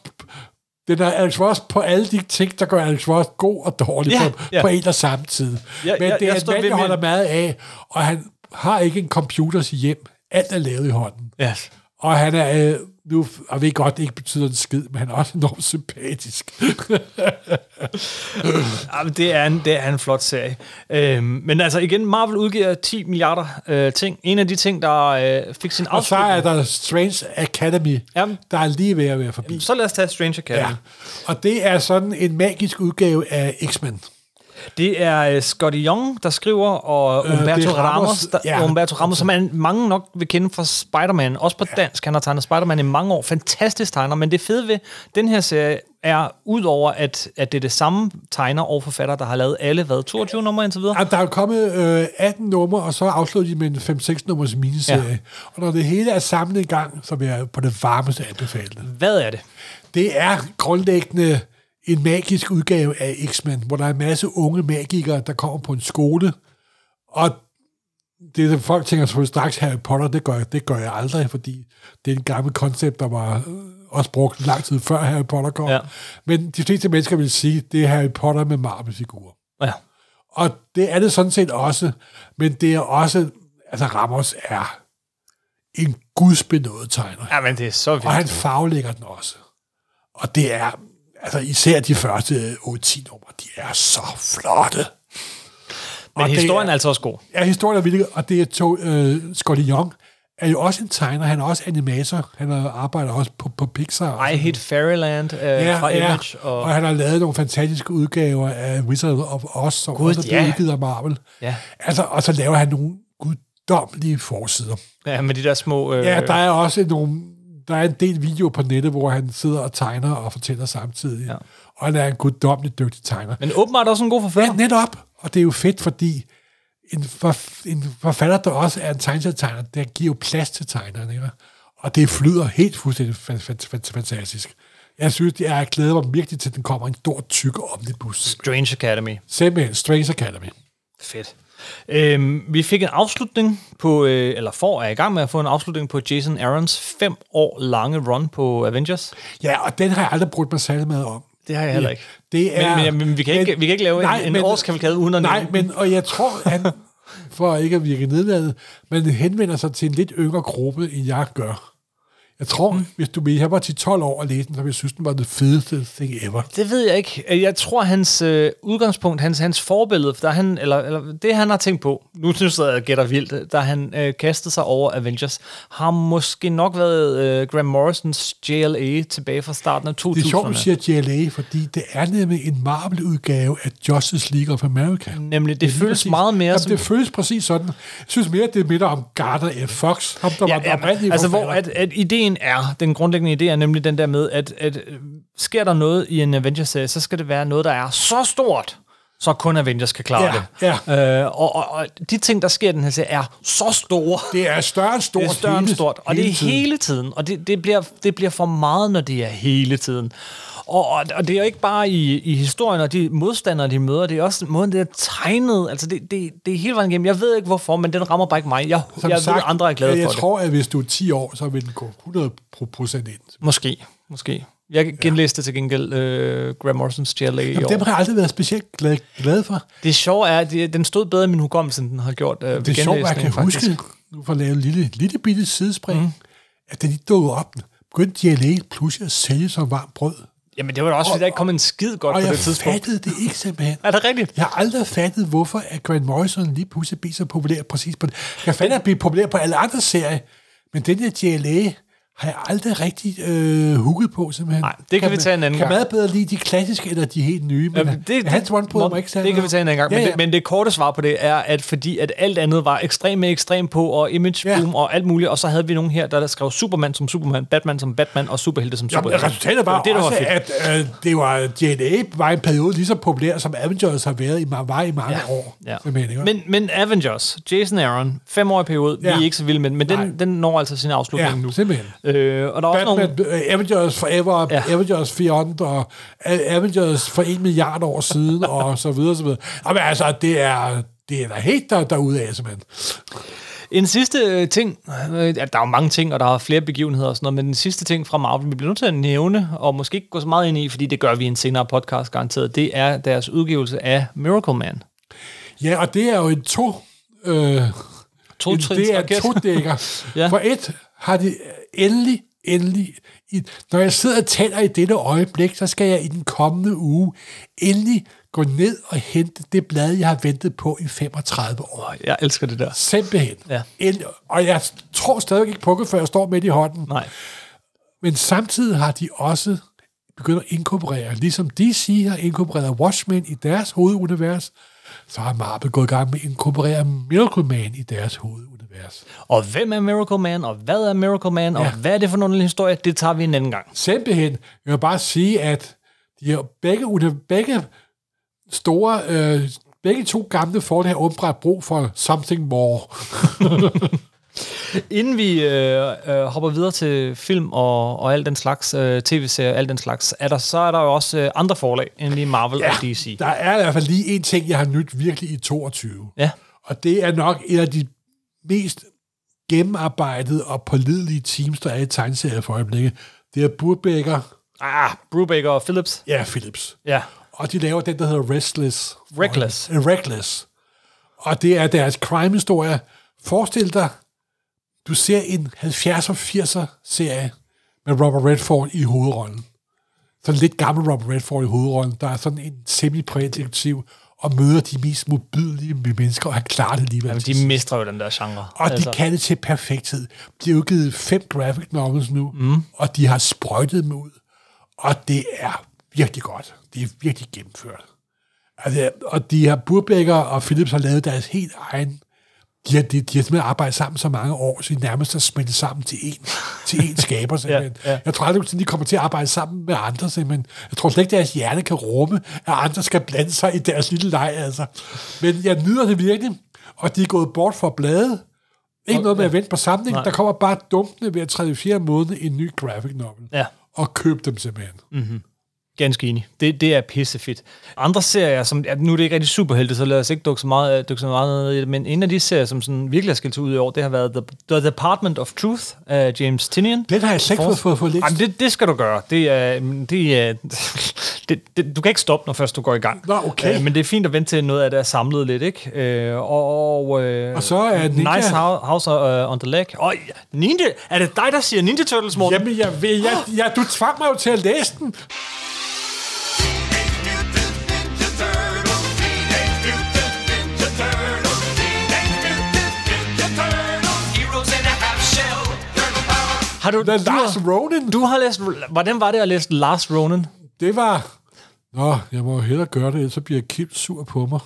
Speaker 2: Den er Alex Ross på alle de ting, der gør Alex Ross god og dårlig
Speaker 1: Ja,
Speaker 2: ja, på,
Speaker 1: ja.
Speaker 2: ja. på en og samme tid.
Speaker 1: Ja,
Speaker 2: Ja, Men
Speaker 1: jeg-
Speaker 2: det er
Speaker 1: jeg
Speaker 2: en
Speaker 1: står
Speaker 2: mand,
Speaker 1: ved
Speaker 2: jeg
Speaker 1: min-
Speaker 2: holder meget af, og han har ikke en computer til hjem. Alt er lavet i hånden.
Speaker 1: ja.
Speaker 2: Og han er, øh, nu og jeg ved godt, det ikke betyder en skid, men han er også enormt sympatisk.
Speaker 1: Ja, men Det, er en, det er en flot serie. Øhm, men altså igen, Marvel udgiver 10 milliarder øh, ting. En af de ting, der øh, fik sin
Speaker 2: Og så
Speaker 1: afslutning.
Speaker 2: er der Strange Academy,
Speaker 1: Jamen.
Speaker 2: der er lige ved at være forbi.
Speaker 1: Så lad os tage Stranger Academy.
Speaker 2: Ja. Og det er sådan en magisk udgave af X-Men.
Speaker 1: Det er uh, Scotty Young, der skriver, og
Speaker 2: Øh, det er
Speaker 1: Umberto øh, Ramos,
Speaker 2: Ramos,
Speaker 1: Ramos, der,
Speaker 2: ja.
Speaker 1: ja. Umberto Ramos, som man, mange nok vil kende fra Spider-Man. Også på ja. dansk. Han har tegnet Spider-Man i mange år. Fantastisk tegner. Men det fede ved den her serie er, udover at, at det er det samme tegner og forfatter, der har lavet alle, hvad, 22 numre indtil videre?
Speaker 2: Ja, Der er jo kommet øh, 18 numre, og så afslutter de med en 5-6 nummers miniserie. Ja.
Speaker 1: Ja.
Speaker 2: Og når det hele er samlet i gang, så vil jeg på det varmeste anbefale det.
Speaker 1: Hvad er det?
Speaker 2: Det er grundlæggende en magisk udgave af X-Men, hvor der er en masse unge magikere, der kommer på en skole, og det, er det, folk tænker selvfølgelig straks Harry Potter, det gør, jeg, det gør jeg aldrig, fordi det er en gammel koncept, der var øh, også brugt lang tid før Harry Potter kom.
Speaker 1: Ja.
Speaker 2: Men de fleste mennesker vil sige, det er Harry Potter med Marvel-figurer.
Speaker 1: Ja.
Speaker 2: Og det er det sådan set også, men det er også, altså Ramos er en gudsbenået tegner.
Speaker 1: ja, men det er så vildt.
Speaker 2: Og han faglægger den også. Og det er, altså især de første øh, 8-10 numre, de er så flotte.
Speaker 1: Men
Speaker 2: og det
Speaker 1: historien
Speaker 2: er-
Speaker 1: er altså også god.
Speaker 2: Ja, historien er vildt, og det er to, øh, Scotty Young, er jo også en tegner, han er også animator, han er- arbejder også på, på Pixar.
Speaker 1: I Hate Fairyland øh, ja, fra Image.
Speaker 2: og...
Speaker 1: Og,
Speaker 2: og han har lavet nogle fantastiske udgaver af Wizard of Oz, som God, også ja.
Speaker 1: ja.
Speaker 2: udgivet af Marvel.
Speaker 1: Ja.
Speaker 2: Altså, og så laver han nogle guddommelige forsider.
Speaker 1: ja, med de der små... Øh,
Speaker 2: Ja, der er også nogle, der er en del video på nettet, hvor han sidder og tegner og fortæller samtidig. Ja.
Speaker 1: Ja.
Speaker 2: Og han er en guddommelig dygtig tegner.
Speaker 1: Men åbenbart også en god forfatter.
Speaker 2: Ja, netop. Og det er jo fedt, fordi en, forf- en forfatter, der også er en tegneserietegner, der giver jo plads til tegnerne. Ikke? Og det flyder helt fuldstændig fa- fa- fa- fantastisk. Jeg synes, det er- jeg glæder mig virkelig til, at den kommer en stor, tyk omnibus.
Speaker 1: Strange Academy.
Speaker 2: Simpelthen, Strange Academy.
Speaker 1: Fedt. Øhm, vi fik en afslutning på, øh, eller får er i gang med at få en afslutning på Jason Aarons fem år lange run på Avengers.
Speaker 2: Ja, og den har jeg aldrig brugt mig særlig meget om.
Speaker 1: Det har jeg heller ikke.
Speaker 2: Det
Speaker 1: Men-
Speaker 2: er,
Speaker 1: men- men vi kan ikke- vi kan ikke lave en- en årskavalkade uden at
Speaker 2: Nej,
Speaker 1: nævne
Speaker 2: men, og jeg tror, han, for ikke at virke nedladet, men henvender sig til en lidt yngre gruppe, end jeg gør. Jeg tror, mm. hvis du jeg var til 12 år og læste den, så ville jeg synes, den var det fedeste thing ever.
Speaker 1: Det ved jeg ikke. Jeg tror, hans øh, udgangspunkt, hans, hans forbillede, der han, eller, eller det han har tænkt på, nu synes jeg, at jeg gætter vildt, da han øh, kastede sig over Avengers, har måske nok været øh, Graham Morrisons JLA tilbage fra starten af 2000'erne.
Speaker 2: Det er sjovt, du siger JLA, fordi det er nemlig en Marvel-udgave af Justice League of America.
Speaker 1: Nemlig, Mm. det, det føles
Speaker 2: Præcis.
Speaker 1: meget mere
Speaker 2: Jamen,
Speaker 1: som...
Speaker 2: det føles præcis sådan. Jeg synes mere, det minder om Garter F. Fox, ham der ja, var den oprindelige
Speaker 1: altså hvor
Speaker 2: forfatter.
Speaker 1: at, at ideen er, den grundlæggende idé er nemlig den der med, at, at øh, sker der noget i en Avengers-serie, så skal det være noget, der er så stort, så kun Avengers kan klare
Speaker 2: Ja,
Speaker 1: det. Ja. Øh, og, og, og de ting, der sker i den her serie, er så store.
Speaker 2: det er større end stort.
Speaker 1: Det er større end
Speaker 2: hele-
Speaker 1: stort, og det er
Speaker 2: tiden.
Speaker 1: hele tiden, og det, det, bliver, det bliver for meget, når det er hele tiden. Og, og, og det er jo ikke bare i, i historien og de modstandere, de møder, det er også måden, det er tegnet. Altså, det, det, det er hele vejen igennem. Jeg ved ikke, hvorfor, men den rammer bare ikke mig. Jeg, jeg ved, andre er glade
Speaker 2: jeg, jeg
Speaker 1: for det.
Speaker 2: tror, at hvis du er 10 år, så vil den gå 100% ind.
Speaker 1: Måske, måske. Jeg genlæste til gengæld øh, Graham Morrisons JLA i
Speaker 2: Jamen,
Speaker 1: år.
Speaker 2: dem har jeg aldrig været specielt glad, glad for.
Speaker 1: Det sjove er, at det- den stod bedre i min hukommelse, end den har gjort øh, ved
Speaker 2: Det er sjovt, at jeg kan
Speaker 1: genlæsningen, faktisk.
Speaker 2: huske, nu for at lave en lille, lille bitte sidespring, mm. at da de dukkede op, begyndte de alene pludselig at sælge som varmt brød.
Speaker 1: Jamen, det var da også, fordi der ikke kom en skid godt
Speaker 2: Og
Speaker 1: på
Speaker 2: jeg
Speaker 1: det tidspunkt.
Speaker 2: fattede det ikke simpelthen.
Speaker 1: Er det rigtigt?
Speaker 2: Jeg har aldrig fattet, hvorfor at Grant Morrison lige pludselig blev så populær præcis på det. Jeg fandt, at han blev populær på alle andre serier, men den der JLA har jeg aldrig rigtig øh, hugget på, simpelthen.
Speaker 1: Nej, det kan vi
Speaker 2: man-
Speaker 1: tage en anden
Speaker 2: kan
Speaker 1: gang.
Speaker 2: Kan meget bedre lide de klassiske eller de helt nye, men
Speaker 1: Jamen,
Speaker 2: Jamen, det, hans one på
Speaker 1: Morten,
Speaker 2: mig ikke særlig
Speaker 1: Det kan vi
Speaker 2: meget.
Speaker 1: tage en anden gang. Men,
Speaker 2: Ja, ja.
Speaker 1: Det, men det korte svar på det er, at fordi at alt andet var ekstrem med ekstrem på, og image
Speaker 2: Ja.
Speaker 1: boom og alt muligt, og så havde vi nogen her, der, der skrev Superman som Superman, Batman som Batman og superhelte som
Speaker 2: Jamen,
Speaker 1: superhelte.
Speaker 2: resultatet var,
Speaker 1: Det var det, der
Speaker 2: også,
Speaker 1: var fedt.
Speaker 2: at øh, det var JLA var en periode lige så populær, som Avengers har været i, ma- var i mange ja. år.
Speaker 1: Ja.
Speaker 2: simpelthen, ikke?
Speaker 1: Men, men Avengers, Jason Aaron, femårig periode, ja.
Speaker 2: Ja.
Speaker 1: vi er ikke så vilde med, den, men
Speaker 2: Nej.
Speaker 1: den, den når altså sin afslutning
Speaker 2: ja,
Speaker 1: nu.
Speaker 2: simpelthen.
Speaker 1: Øh, og der er også nogle...
Speaker 2: Batman, øh, Avengers Forever, ja.
Speaker 1: Ja.
Speaker 2: Avengers Beyond, og øh, Avengers for en milliard år siden, og så videre, så videre. Jamen, altså, det er, det er da helt der, derude af, simpelthen.
Speaker 1: En sidste øh, ting, øh, ja, der er jo mange ting, og der er flere begivenheder og sådan noget, men den sidste ting fra Marvel, vi bliver nødt til at nævne, og måske ikke gå så meget ind i, fordi det gør vi i en senere podcast garanteret, det er deres udgivelse af Miracle Man.
Speaker 2: Ja, og det er jo en to... Øh,
Speaker 1: To
Speaker 2: en, det er
Speaker 1: raket.
Speaker 2: to dækker. ja.
Speaker 1: Ja.
Speaker 2: For et har de endelig, endelig... I, når jeg sidder og tæller i dette øjeblik, så skal jeg i den kommende uge endelig gå ned og hente det blad, jeg har ventet på i 35 år.
Speaker 1: Jeg elsker det der.
Speaker 2: Simpelthen.
Speaker 1: Ja.
Speaker 2: En, og jeg tror stadig ikke på det, før jeg står midt i hånden.
Speaker 1: Nej.
Speaker 2: Men samtidig har de også begynde at inkorporere, ligesom DC har inkorporeret Watchmen i deres hovedunivers, så har Marvel gået i gang med at inkorporere Miracle Man i deres hovedunivers.
Speaker 1: Og hvem er Miracle Man, og hvad er Miracle Man, ja. og
Speaker 2: Ja.
Speaker 1: hvad er det for en underlig historie, det tager vi en anden gang.
Speaker 2: Simpelthen, jeg vil bare sige, at de her begge, uni- begge store, øh, begge to gamle forlag har åbenbart brug for something more.
Speaker 1: Inden vi øh, øh, hopper videre til film og, og alt den slags, øh, tv-serier og alt den slags, er der, så er der jo også øh, andre forlag end lige Marvel ja. og DC.
Speaker 2: Der er i hvert fald lige en ting, jeg har nyt virkelig i 22.
Speaker 1: Ja.
Speaker 2: Og det er nok et af de mest gennemarbejdede og pålidelige teams, der er i tegneserier for øjeblikket. Det er Burbaker,
Speaker 1: Ah, Brubaker og Phillips.
Speaker 2: ja, Philips.
Speaker 1: Ja.
Speaker 2: Og de laver den, der hedder Restless.
Speaker 1: Reckless.
Speaker 2: Øh, Reckless. Og det er deres crime-historie. Forestil dig, du ser en 70'er-80'er-serie med Robert Redford i hovedrollen. Sådan lidt gammel Robert Redford i hovedrollen, der er sådan en semi-prædiktiv og møder de mest mobidelige mennesker og har klaret det alligevel.
Speaker 1: Jamen,
Speaker 2: til
Speaker 1: de mister jo den der genre.
Speaker 2: og de kan det til perfekthed. De har udgivet fem graphic novels nu, mm. og de har sprøjtet dem ud. Og det er virkelig godt. Det er virkelig gennemført. Altså, og de har Burbecker og Philips har lavet deres helt egen... De har, de, de har simpelthen arbejdet sammen så mange år, så de nærmest er smeltet sammen til en, til én skaber. Simpelthen.
Speaker 1: Ja, ja.
Speaker 2: Jeg tror aldrig, at de kommer til at arbejde sammen med andre. Simpelthen. Jeg tror slet ikke, deres hjerne kan rumme, at andre skal blande sig i deres lille leg. Altså. Men jeg nyder det virkelig, og de er gået bort fra bladet. Ikke noget med at vente på samling.
Speaker 1: Nej.
Speaker 2: Der kommer bare dumpende ved at træde i fjerde måned en ny graphic novel.
Speaker 1: Ja.
Speaker 2: Og køb dem simpelthen. Mm.
Speaker 1: Ganske enig. Det, det er pissefedt. Andre serier, som ja, nu er det ikke rigtig superhelte, så lad os ikke dukke så meget, øh, dukke så meget ned i det, men en af de serier, som sådan virkelig har skilt sig ud i år, det har været The, The Department of Truth af James Tinian.
Speaker 2: Den har jeg slet ikke fået, fået, fået læst.
Speaker 1: Jamen, det, det skal du gøre. Det er, mm, det er, det, det, du kan ikke stoppe, når først du går i gang.
Speaker 2: Nå, okay.
Speaker 1: Øh, men det er fint at vente til noget af det er samlet lidt, ikke? Øh, og, øh,
Speaker 2: Og så er Ninja-
Speaker 1: Nice Hou- House uh, on the Lake. Og Ninja... Er det dig, der siger Ninja Turtles, Morten?
Speaker 2: Jamen, jeg ved, jeg, jeg, du tvang mig jo til at læse den.
Speaker 3: Teenage Mutant Ninja Turtles. Teenage Mutant Ninja Turtles. Teenage Mutant Ninja Turtles. Heroes in a half shell. Turtle power.
Speaker 1: Har du,
Speaker 2: Med Lars
Speaker 1: du, har-
Speaker 2: Ronan.
Speaker 1: du har læst... Hvordan var det at læse Lars Ronan?
Speaker 2: Det var... Nå, jeg må jo hellere gøre det, ellers så bliver Kim sur på mig.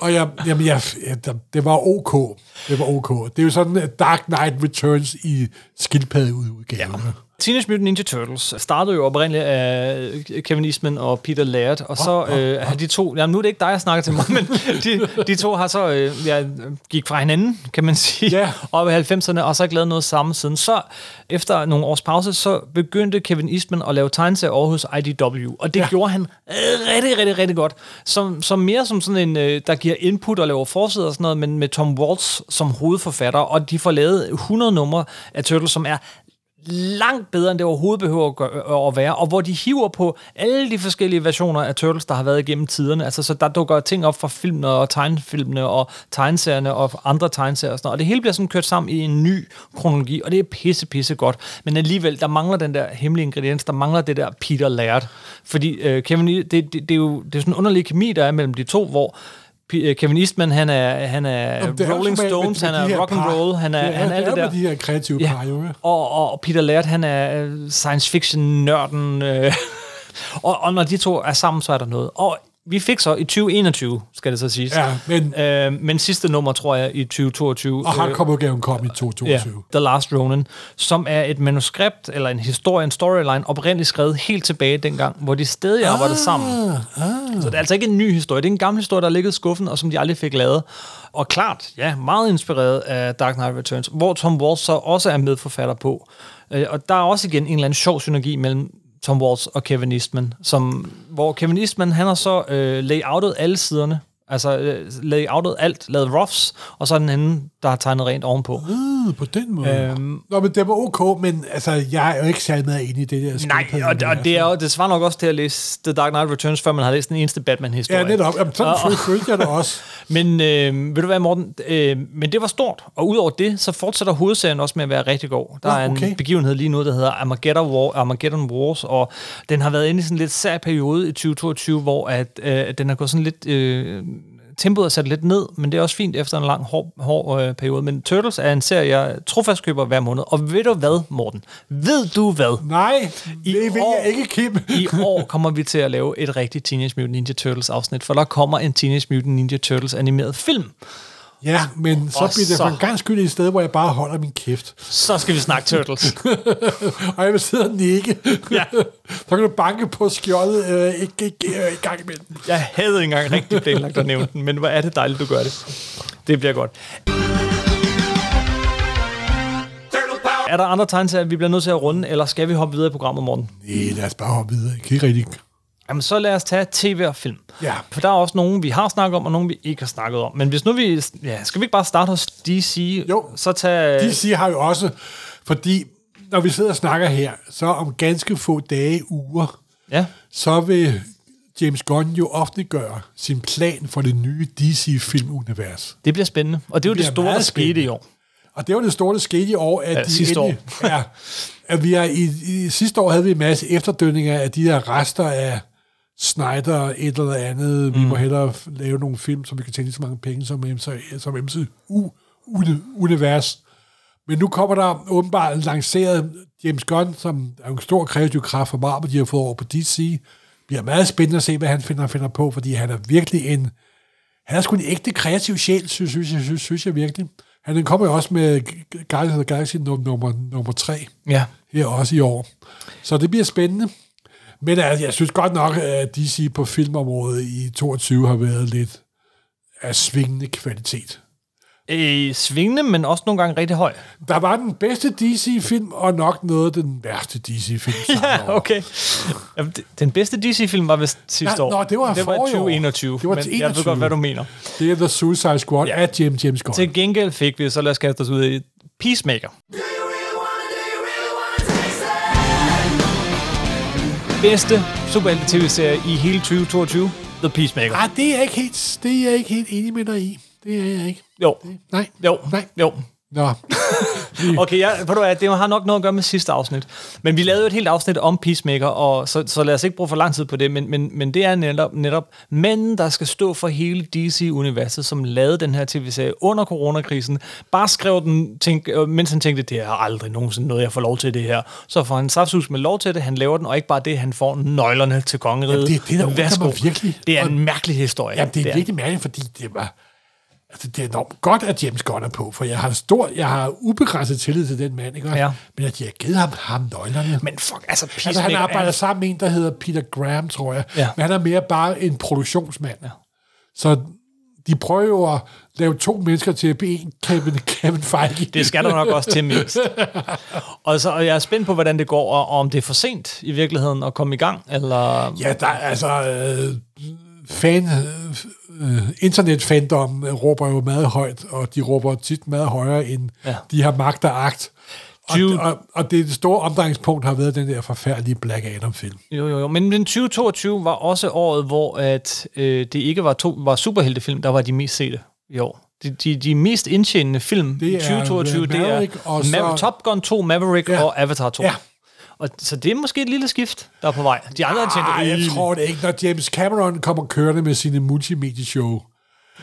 Speaker 2: og jeg, jamen, jeg, ja, der- det var ok. Det var ok. Det er jo sådan, at Dark Knight Returns i skildpaddeudgaven. Ja.
Speaker 1: Teenage Mutant Ninja Turtles startede jo oprindeligt af øh, Kevin Eastman og Peter Laird, og så øh, har de to, ja, nu er det ikke dig, jeg snakker til mig, men de, de to har så øh, ja, gik fra hinanden, kan man sige,
Speaker 2: Ja.
Speaker 1: op i 90'erne, og så har ikke lavet noget sammen siden. Så efter nogle års pause, så begyndte Kevin Eastman at lave tegneserier over hos IDW, og det ja. gjorde han øh, rigtig, rigtig, rigtig godt. Som, som mere som sådan en, øh, der giver input og laver forsider og sådan noget, men med Tom Waltz som hovedforfatter, og de får lavet 100 numre af Turtles, som er langt bedre, end det overhovedet behøver at, gøre, at være, og hvor de hiver på alle de forskellige versioner af Turtles, der har været igennem tiderne. Altså, så der dukker ting op fra filmene og tegnefilmene og tegneserierne og andre tegneserier og sådan noget. Og det hele bliver sådan kørt sammen i en ny kronologi, og det er pisse, pisse godt. Men alligevel, der mangler den der hemmelige ingrediens, der mangler det der Peter Laird. Fordi øh, Kevin, E- det, det, det, er jo det er sådan en underlig kemi, der er mellem de to, hvor P- øh, Kevin Eastman, han er, han er
Speaker 2: Jamen, det er jo
Speaker 1: Rolling
Speaker 2: som med- med-
Speaker 1: Stones,
Speaker 2: med
Speaker 1: han
Speaker 2: de
Speaker 1: er
Speaker 2: her
Speaker 1: rock and
Speaker 2: par.
Speaker 1: roll, han er,
Speaker 2: Ja,
Speaker 1: han er alt det
Speaker 2: det er
Speaker 1: der.
Speaker 2: med de her kreative par, jo, ja.
Speaker 1: Og, og Peter Laird, han er øh, science fiction-nørden. Øh. og, og når de to er sammen, så er der noget. Og vi fik så i 2021, skal det så siges.
Speaker 2: Ja, men-
Speaker 1: Øh, men sidste nummer, tror jeg, i 2022.
Speaker 2: Og
Speaker 1: øh,
Speaker 2: hardcovergaven kom i 2022.
Speaker 1: Ja, The Last Ronin, som er et manuskript eller en historie, en storyline, oprindeligt skrevet helt tilbage dengang, hvor de stadig arbejdede sammen. Så det er altså ikke en ny historie. Det er en gammel historie, der har ligget i skuffen, og som de aldrig fik lavet. Og klart, ja, meget inspireret af Dark Knight Returns, hvor Tom Waltz så også er medforfatter på. Øh, Og der er også igen en eller anden sjov synergi mellem Tom Waltz og Kevin Eastman, som, hvor Kevin Eastman, han har så øh, layoutet alle siderne, altså øh, layoutet alt, lavet roughs, og så er den anden, der har tegnet rent ovenpå.
Speaker 2: Mm, på den måde. Øhm, Nå, men det var ok, men altså, jeg er jo ikke særlig meget inde i det altså. der
Speaker 1: Nej,
Speaker 2: skildpadde-
Speaker 1: og, og det, er jo, det svarer nok også til at læse The Dark Knight Returns, før man har læst den eneste Batman-historie.
Speaker 2: Ja, netop. Jamen, sådan
Speaker 1: Og- og-
Speaker 2: føl- følte jeg det også.
Speaker 1: Men øh, ved du hvad, Morten? Øh, men det var stort, og udover det, så fortsætter hovedserien også med at være rigtig god. Der
Speaker 2: Nå,
Speaker 1: er en
Speaker 2: okay.
Speaker 1: begivenhed lige nu, der hedder Armageddon, War, Armageddon Wars, og den har været inde i sådan en lidt sær periode i 2022, hvor at, øh, den har gået sådan lidt... Øh, tempoet er sat lidt ned, men det er også fint efter en lang, hård, hård øh, periode. Men Turtles er en serie, jeg trofast køber hver måned. Og ved du hvad, Morten? Ved du hvad?
Speaker 2: Nej, I det vil
Speaker 1: år-
Speaker 2: jeg ikke, Kim.
Speaker 1: I år kommer vi til at lave et rigtigt Teenage Mutant Ninja Turtles afsnit, for der kommer en Teenage Mutant Ninja Turtles animeret film.
Speaker 2: Ja, men så
Speaker 1: Og
Speaker 2: bliver det for
Speaker 1: så-
Speaker 2: en gang skyld et sted, hvor jeg bare holder min kæft.
Speaker 1: Så skal vi snakke Turtles.
Speaker 2: Og jeg vil sidde og nikke.
Speaker 1: Ja.
Speaker 2: så kan du banke på skjoldet øh, ikke, ikke, øh, i gang imellem.
Speaker 1: Jeg havde ikke engang rigtig planlagt at nævne den, men hvor er det dejligt, du gør det. Det bliver godt.
Speaker 3: Turtle power.
Speaker 1: Er der andre tegneserier, vi bliver nødt til at runde, eller skal vi hoppe videre i programmet, Morten?
Speaker 2: Nej, lad os bare hoppe videre. Ikke rigtigt.
Speaker 1: Jamen, så lad os tage tv og film.
Speaker 2: Ja.
Speaker 1: For der er også nogen, vi har snakket om, og nogen, vi ikke har snakket om. Men hvis nu vi... Ja, skal vi ikke bare starte hos DC?
Speaker 2: Jo.
Speaker 1: Så tage...
Speaker 2: De siger har jo også, fordi når vi sidder og snakker her, så om ganske få dage, uger,
Speaker 1: Ja.
Speaker 2: så vil James Gunn jo offentliggøre sin plan for det nye DC-filmunivers.
Speaker 1: Det bliver spændende. Og det er jo det,
Speaker 2: Det
Speaker 1: det
Speaker 2: bliver
Speaker 1: store, der
Speaker 2: meget
Speaker 1: skete
Speaker 2: spændende.
Speaker 1: i år.
Speaker 2: Og det var det store, der skete i år, at
Speaker 1: Ja,
Speaker 2: de
Speaker 1: sidste år.
Speaker 2: ja, at vi er i, i, sidste år havde vi en masse efterdønninger af de der rester af Snyder og et eller andet. Vi må
Speaker 1: Mm.
Speaker 2: hellere f- lave nogle film, så vi kan tjene så mange penge som, MC, som MCU-univers. Men nu kommer der åbenbart en lanceret James Gunn, som er jo en stor kreativ kraft for Marvel, de har fået over på DC. Det bliver meget spændende at se, hvad han finder, finder på, fordi han er virkelig en... Han er sgu en ægte kreativ sjæl, synes, synes, jeg- synes, synes jeg virkelig. Han kommer jo også med Guardians of the Galaxy num- nummer, nummer 3
Speaker 1: Ja.
Speaker 2: her også i år. Så det bliver spændende. Men altså, jeg synes godt nok, at DC på filmområdet i 22 har været lidt af svingende kvalitet.
Speaker 1: Øh, svingende, men også nogle gange rigtig høj.
Speaker 2: Der var den bedste DC-film, og nok noget af den værste DC-film.
Speaker 1: Ja, okay. Jamen, det- den bedste DC-film var vist sidste
Speaker 2: Ja,
Speaker 1: år.
Speaker 2: nå, det var
Speaker 1: det var i
Speaker 2: forrige år.
Speaker 1: 2021.
Speaker 2: Det var
Speaker 1: men jeg ved
Speaker 2: 21.
Speaker 1: godt, hvad du mener.
Speaker 2: Det er The Suicide Squad
Speaker 1: Ja.
Speaker 2: ja. af James, James Gunn.
Speaker 1: Til gengæld fik vi, så lad os kaste os ud i Peacemaker. Bedste superhelte-tv-serie i hele 2022, The Peacemaker.
Speaker 2: Ah, det er jeg ikke helt, det er jeg ikke helt enig med dig i. Det er jeg ikke.
Speaker 1: Jo,
Speaker 2: Nej.
Speaker 1: jo,
Speaker 2: Nej.
Speaker 1: jo.
Speaker 2: Nå.
Speaker 1: Okay, jeg, ved du hvad, det har nok noget at gøre med sidste afsnit. Men vi lavede jo et helt afsnit om Peacemaker, og så, så lad os ikke bruge for lang tid på det, men, men, men det er netop, netop manden, der skal stå for hele DC-universet, som lavede den her tv-serie under coronakrisen, bare skrev den, tænk, øh, mens han tænkte, det er aldrig nogensinde noget, jeg får lov til det her. Så får han saftsus med lov til det, han laver den, og ikke bare det, han får nøglerne til kongeriget.
Speaker 2: Jamen, det er det, der undrer
Speaker 1: Værsgo.
Speaker 2: mig virkelig.
Speaker 1: Det er
Speaker 2: Og-
Speaker 1: en mærkelig historie.
Speaker 2: Jamen, det er
Speaker 1: Det er
Speaker 2: virkelig mærkeligt, fordi det var... Altså, det er enormt godt, at James Gunn er på, for jeg har stor, jeg har ubegrænset tillid til den mand, ikke? også?
Speaker 1: Ja.
Speaker 2: Men at de har givet ham, ham nøglerne.
Speaker 1: Men fuck, altså Peacemaker
Speaker 2: altså, han
Speaker 1: er-
Speaker 2: arbejder sammen med en, der hedder Peter Graham, tror jeg.
Speaker 1: Ja.
Speaker 2: Men han er mere bare en produktionsmand. Ja. Så de prøver jo at lave to mennesker til at blive en Kevin, Kevin Feige.
Speaker 1: Det skal der nok også til mindst. Og, så, og jeg er spændt på, hvordan det går, og, og om det er for sent i virkeligheden at komme i gang, eller...
Speaker 2: Ja, der er altså... Øh, fan, øh, øh, internetfandom råber jo meget højt, og de råber tit meget højere, end
Speaker 1: Ja.
Speaker 2: ja. de har magt og agt. Og,
Speaker 1: Jude-
Speaker 2: og, og det store omdrejningspunkt har været den der forfærdelige Black Adam-film.
Speaker 1: Jo, jo, jo. Men den 2022 var også året, hvor at, øh, det ikke var, to, var superheltefilm, der var de mest sete i år. De, de, de mest indtjenende film
Speaker 2: Det
Speaker 1: i
Speaker 2: er,
Speaker 1: 2022,
Speaker 2: øh,
Speaker 1: det er
Speaker 2: Maverick, og så-
Speaker 1: Maver- Top Gun 2, Maverick ja.
Speaker 2: Ja.
Speaker 1: og Avatar 2. Ja.
Speaker 2: Ja.
Speaker 1: Og, så det er måske et lille skift, der er på vej. De andre har tjent
Speaker 2: Ej, jeg
Speaker 1: rigeligt.
Speaker 2: tror det ikke, når James Cameron kommer kørende med sine multimedieshow.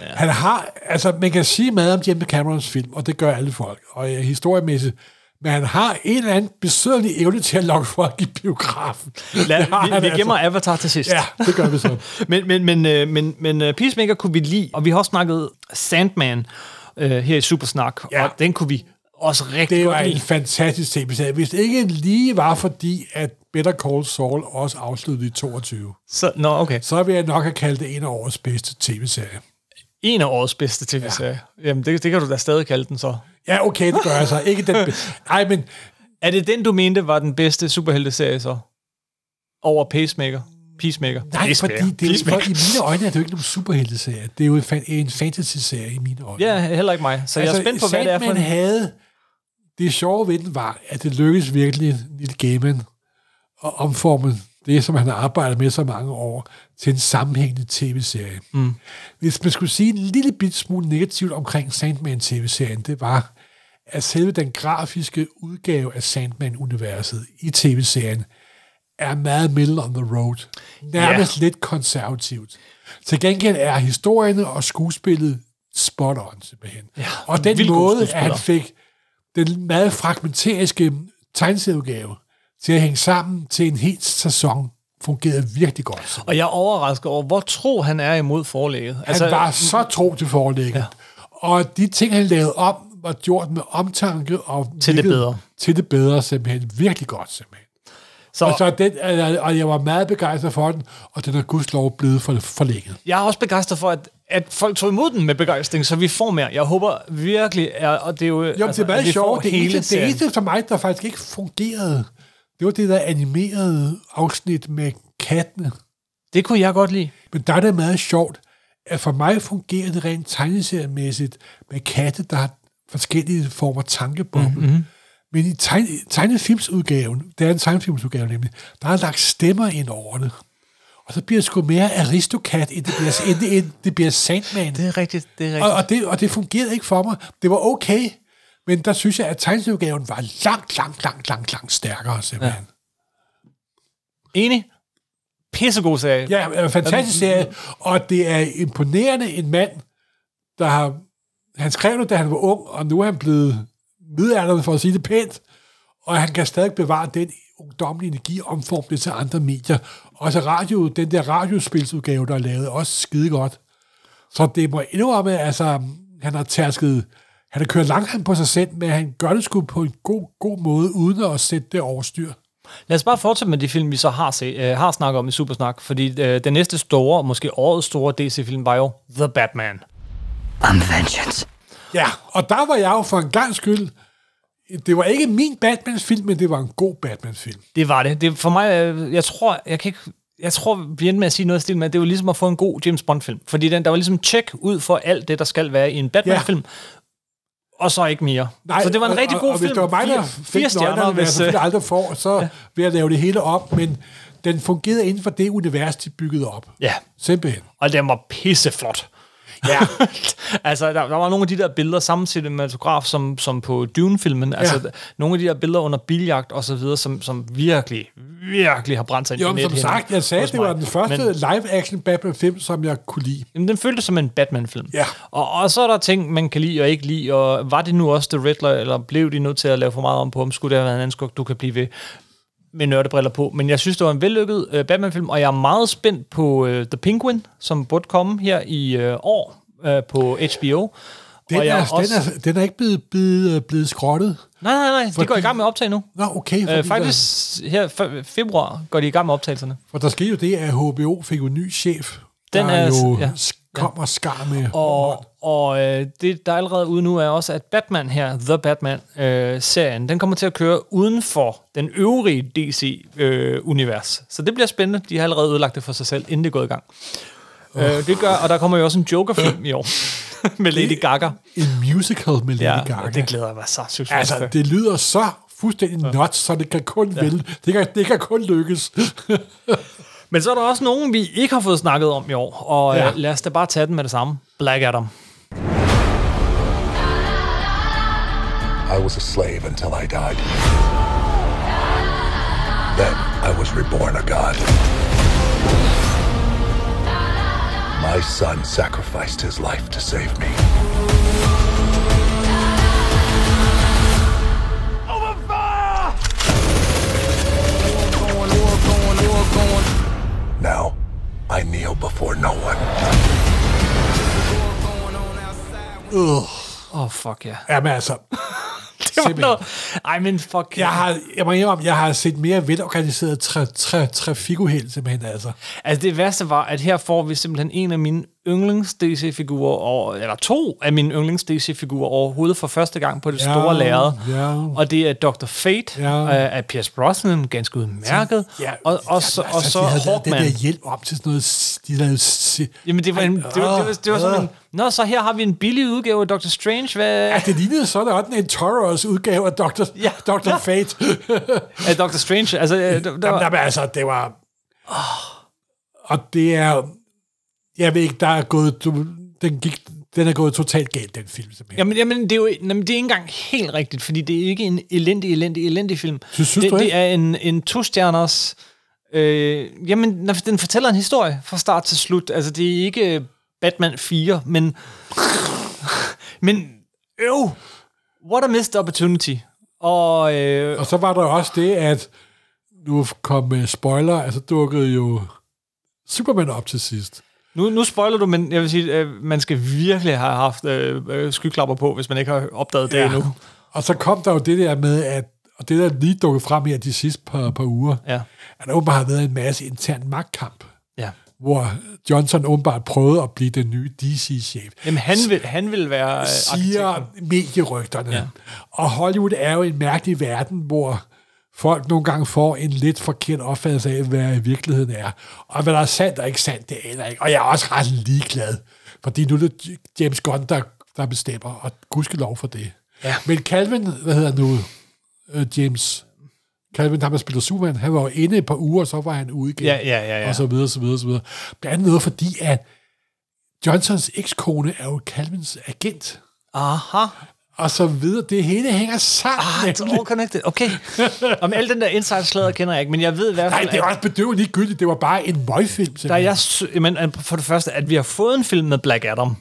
Speaker 2: Ja. Han har, altså man kan sige meget om James Camerons film, og det gør alle folk, og øh, historiemæssigt, men han har en eller anden besødelig evne til at lokke folk i biografen.
Speaker 1: Lad,
Speaker 2: Det har han
Speaker 1: vi, vi gemmer
Speaker 2: altså.
Speaker 1: Avatar til sidst.
Speaker 2: Ja, det gør vi så.
Speaker 1: men, men, men, øh, men, men øh, Peacemaker kunne vi lide, og vi har også snakket Sandman øh, her i Supersnak, ja.
Speaker 2: Ja.
Speaker 1: og den kunne vi også rigtig
Speaker 2: Det var
Speaker 1: godt lide.
Speaker 2: en fantastisk tv-serie. Hvis det ikke lige var fordi, at Better Call Saul også afsluttede i 22,
Speaker 1: Så, nå, okay.
Speaker 2: så vil jeg nok have kaldt det en af årets bedste tv-serie.
Speaker 1: En af årets bedste tv-serier. Ja. Jamen, det, det kan du da stadig kalde den så.
Speaker 2: Ja, okay, det gør jeg så. Ikke den be- Ej, men
Speaker 1: Er det den, du mente var den bedste superhelteserie så? Over Pacemaker? Peacemaker?
Speaker 2: nej,
Speaker 1: Peacemaker.
Speaker 2: fordi det er, jo-
Speaker 1: Peacemaker.
Speaker 2: for, i mine øjne er det jo ikke nogen superhelteserie. Det er jo en, fan- en fantasy-serie i mine øjne.
Speaker 1: Ja, heller ikke mig. Så altså, jeg er spændt på, hvad det er for
Speaker 2: Sandman
Speaker 1: en...
Speaker 2: havde... Det sjove ved den var, at det lykkedes virkelig Neil Gaiman at omforme det, som han har arbejdet med så mange år, til en sammenhængende tv-serie. Mm. Hvis man skulle sige en lille bit smule negativt omkring Sandman-tv-serien, det var, at selve den grafiske udgave af Sandman-universet i tv-serien er meget middle on the road. Nærmest lidt konservativt. Til gengæld er historien og skuespillet spot on, simpelthen. Ja, og den
Speaker 1: vildt gode
Speaker 2: måde, at han
Speaker 1: skuespiller.
Speaker 2: fik den meget fragmentariske tegneserieudgave til at hænge sammen til en hel sæson, fungerede virkelig godt. simpelthen.
Speaker 1: Og jeg er overrasket over, hvor tro han er imod forlægget.
Speaker 2: Altså, han var så tro til forlægget. Ja. Og de ting, han lavede om, var gjort med omtanke og
Speaker 1: Til det
Speaker 2: virkede-
Speaker 1: bedre.
Speaker 2: Til det bedre, simpelthen. Virkelig godt, simpelthen.
Speaker 1: så,
Speaker 2: Og, så den, øh, og jeg var meget begejstret for den, og den er gudslov blevet for, forlænget.
Speaker 1: jeg er også begejstret for, at, at folk tog imod den med begejstring, så vi får mere. Jeg håber virkelig, at, og det er jo...
Speaker 2: Jo, altså, det er
Speaker 1: at vi
Speaker 2: meget
Speaker 1: får
Speaker 2: sjovt. Det, hele det
Speaker 1: serien.
Speaker 2: eneste for mig, der faktisk ikke fungerede, det var det der animerede afsnit med kattene.
Speaker 1: det kunne jeg godt lide.
Speaker 2: Men der er det meget sjovt, at for mig fungerer det rent tegneseriemæssigt med katte, der har forskellige former tankebobler. Mm-hmm. Men i tegne, tegnefilmsudgaven, der er en tegnefilmsudgave nemlig, der er lagt stemmer ind over det. Og så bliver det sgu mere aristokat, end det bliver, end det, end det bliver Sandman.
Speaker 1: Det er rigtigt, det er rigtigt.
Speaker 2: Og, og, det, og det fungerede ikke for mig. Det var okay, men der synes jeg, at tegnefilmsudgaven var langt, langt, langt, langt, langt stærkere simpelthen. Ja.
Speaker 1: Enig? Pissegod serie.
Speaker 2: Ja, det er en fantastisk serie, og det er imponerende en mand, der har... Han skrev det, da han var ung, og nu er han blevet midalderen, for at sige det pænt, og han kan stadig bevare den ungdomlige energi omformet det til andre medier. Og så radio, den der radiospilsudgave, der er lavet, er også skide godt. Så det må jeg indrømme, altså, han har tærsket, han har kørt langt på sig selv, men han gør det sgu på en god, god måde, uden at sætte det over styr.
Speaker 1: Lad os bare fortsætte med de film, vi så har, se, øh, har snakket om i Supersnak, fordi øh, den næste store, måske årets store DC-film var jo The Batman.
Speaker 4: I'm vengeance.
Speaker 2: Ja, og der var jeg jo for en gang skyld. Det var ikke min Batman-film, men det var en god Batman-film.
Speaker 1: Det var det. det for mig, øh, jeg tror, jeg kan ikke jeg tror, vi endte med at sige noget i stil med, at det var ligesom at få en god James Bond-film. Fordi den, der var ligesom tjek ud for alt det, der skal være i en Batman-film, og så ikke mere. Nej, så det var en
Speaker 2: og-
Speaker 1: rigtig
Speaker 2: og-
Speaker 1: god
Speaker 2: og,
Speaker 1: film.
Speaker 2: Hvis det var mig, der
Speaker 1: fire, fire
Speaker 2: fik
Speaker 1: stjerner,
Speaker 2: nøglerne, altså- hvad jeg
Speaker 1: hvis... Øh,
Speaker 2: selvfølgelig aldrig får, så ja. vil jeg lave det hele op, men den fungerede inden for det univers, de byggede op.
Speaker 1: øh, ja,
Speaker 2: Simpelthen.
Speaker 1: og den var pisseflot.
Speaker 2: Ja.
Speaker 1: altså, der, der var nogle af de der billeder samme cinematograf som, som på Dune-filmen. Altså,
Speaker 2: Ja.
Speaker 1: nogle af de der billeder under biljagt og så videre, som, som virkelig, virkelig har brændt sig ind i
Speaker 2: Jo, men som
Speaker 1: nethinderne
Speaker 2: sagt, jeg sagde,
Speaker 1: hos
Speaker 2: det var
Speaker 1: mig.
Speaker 2: den første
Speaker 1: Men-
Speaker 2: live-action Batman-film, som jeg kunne lide.
Speaker 1: Jamen, den føltes som en Batman-film.
Speaker 2: Ja.
Speaker 1: Og, og så er der ting, man kan lide og ikke lide, og var det nu også The Riddler, eller blev de nødt til at lave for meget om på ham? Skulle det have været en anden skug, du kan blive ved med nørdebriller på. Men jeg synes, det var en vellykket øh, Batman-film, og jeg er meget spændt på øh, The Penguin, som burde komme her i øh, år øh, på HBO.
Speaker 2: Den,
Speaker 1: og jeg
Speaker 2: er, den, er, den er ikke blevet, blevet, øh, blevet skrottet.
Speaker 1: Nej, nej, nej, de går i gang med at optage nu.
Speaker 2: Nå, okay.
Speaker 1: Øh,
Speaker 2: fordi
Speaker 1: faktisk her fe- februar går de i gang med optagelserne.
Speaker 2: Der, for der skete jo det, at HBO fik jo en ny chef,
Speaker 1: Den
Speaker 2: der
Speaker 1: er-
Speaker 2: jo
Speaker 1: ja.
Speaker 2: kom og skar med.
Speaker 1: Og, og øh, det, der er allerede ude nu, er også, at Batman her, The Batman-serien, øh, serien, den kommer til at køre uden for den øvrige DC-univers. Øh, univers. så det bliver spændende. De har allerede ødelagt det for sig selv, inden det er gået i gang. Øh, det gør, og der kommer jo også en Joker-film i år, med Lady Gaga.
Speaker 2: En musical med Lady
Speaker 1: Ja,
Speaker 2: Gaga.
Speaker 1: og det glæder jeg mig så sygt
Speaker 2: Altså,
Speaker 1: altså, det...
Speaker 2: det lyder så fuldstændig nuts, så det kan kun ja. vælge. Det kan, det kan kun lykkes.
Speaker 1: Men så er der også nogen, vi ikke har fået snakket om i år, og ja.
Speaker 2: Ja.
Speaker 1: øh, lad os da bare tage den med det samme. Black Adam.
Speaker 5: I was a slave until I died. Then I was reborn a god. My son sacrificed his life to save me. Now, I kneel before no one.
Speaker 1: Åh, oh, fuck ja.
Speaker 2: Jamen altså,
Speaker 1: Det var
Speaker 2: Simpelthen.
Speaker 1: noget... Ej, men fuck.
Speaker 2: jeg, har, jeg må indrømme, jeg har set mere velorganiseret tra, tra, trafikuheld, simpelthen altså.
Speaker 1: Altså det værste var, at her får vi simpelthen en af mine yndlings DC-figurer, over, eller to af mine yndlings DC-figurer overhovedet for første gang på det
Speaker 2: Ja,
Speaker 1: store lærred.
Speaker 2: ja.
Speaker 1: Og det er Dr. Fate
Speaker 2: Ja.
Speaker 1: øh, af Pierce Brosnan, ganske udmærket. og, og, så, og så
Speaker 2: de havde lavet
Speaker 1: Hawkman.
Speaker 2: altså, Det der hjælp op til sådan noget... s- De lavede, si-
Speaker 1: Jamen det var, en, det, var, det, var, det, var, det var sådan en...
Speaker 2: Åh,
Speaker 1: Nå, så her har vi en billig udgave af Dr. Strange. Hvad,
Speaker 2: Ja, det lignede sådan også en Toros udgave af Dr.
Speaker 1: Ja.
Speaker 2: Ja. Dr. Fate.
Speaker 1: af Dr. Strange? Altså, øh, der, der,
Speaker 2: Jamen,
Speaker 1: var,
Speaker 2: jamen, altså, det var... Og det er... Jeg ved ikke, der er gået... Du, den, gik, den er gået totalt galt, den film, simpelthen.
Speaker 1: Jamen, jamen, det er jo jamen, det er ikke engang helt rigtigt, fordi det er ikke en elendig, elendig, elendig film.
Speaker 2: Synes- synes
Speaker 1: det,
Speaker 2: du
Speaker 1: det
Speaker 2: ikke?
Speaker 1: er en, en to-stjerners Øh, jamen, når den fortæller en historie fra start til slut. Altså, det er ikke øh, Batman 4, men... men, øv! What a missed opportunity. Og øh,
Speaker 2: Og så var der også det, at nu kom med spoiler, altså dukkede jo Superman op til sidst.
Speaker 1: nu, nu spoiler du, men jeg vil sige, øh, man skal virkelig have haft øh, øh, skyklapper på, hvis man ikke har opdaget det
Speaker 2: Ja.
Speaker 1: endnu.
Speaker 2: Og så kom der jo det der med, at og det der lige dukket frem her de sidste par, par uger,
Speaker 1: Ja.
Speaker 2: at der åbenbart har været en masse intern magtkamp,
Speaker 1: ja.
Speaker 2: hvor Johnson åbenbart prøvede at blive den nye DC-chef.
Speaker 1: Jamen, han vil, han vil være øh, arkitekten.
Speaker 2: siger medierygterne.
Speaker 1: Ja.
Speaker 2: Ja. Og Hollywood er jo en mærkelig verden, hvor folk nogle gange får en lidt forkert opfattelse af, hvad virkeligheden er. Og hvad der er sandt og ikke sandt, det aner jeg ikke. Og jeg er også ret ligeglad, fordi nu er det James Gunn, der, der bestemmer, og gudskelov for det.
Speaker 1: Ja.
Speaker 2: Men Calvin, hvad hedder han nu, Øh, James, Calvin, der har spillet Superman, han var jo inde et par uger, og så var han ude igen.
Speaker 1: Ja, ja, ja, ja.
Speaker 2: Og så videre, så videre, så videre. Blandt andet noget, fordi at Johnsons ekskone er jo Calvins agent
Speaker 1: Aha.
Speaker 2: og så videre. Det hele hænger sammen.
Speaker 1: Ah, it's
Speaker 2: nemlig.
Speaker 1: all connected. Okay. Om al den der inside-slader kender jeg ikke, men jeg ved i hvert
Speaker 2: Nej,
Speaker 1: fald,
Speaker 2: det var også bedøvende ligegyldigt. Det var bare en møgfilm.
Speaker 1: Der er jeg, sy- men øh, for det første, at vi har fået en film med Black Adam.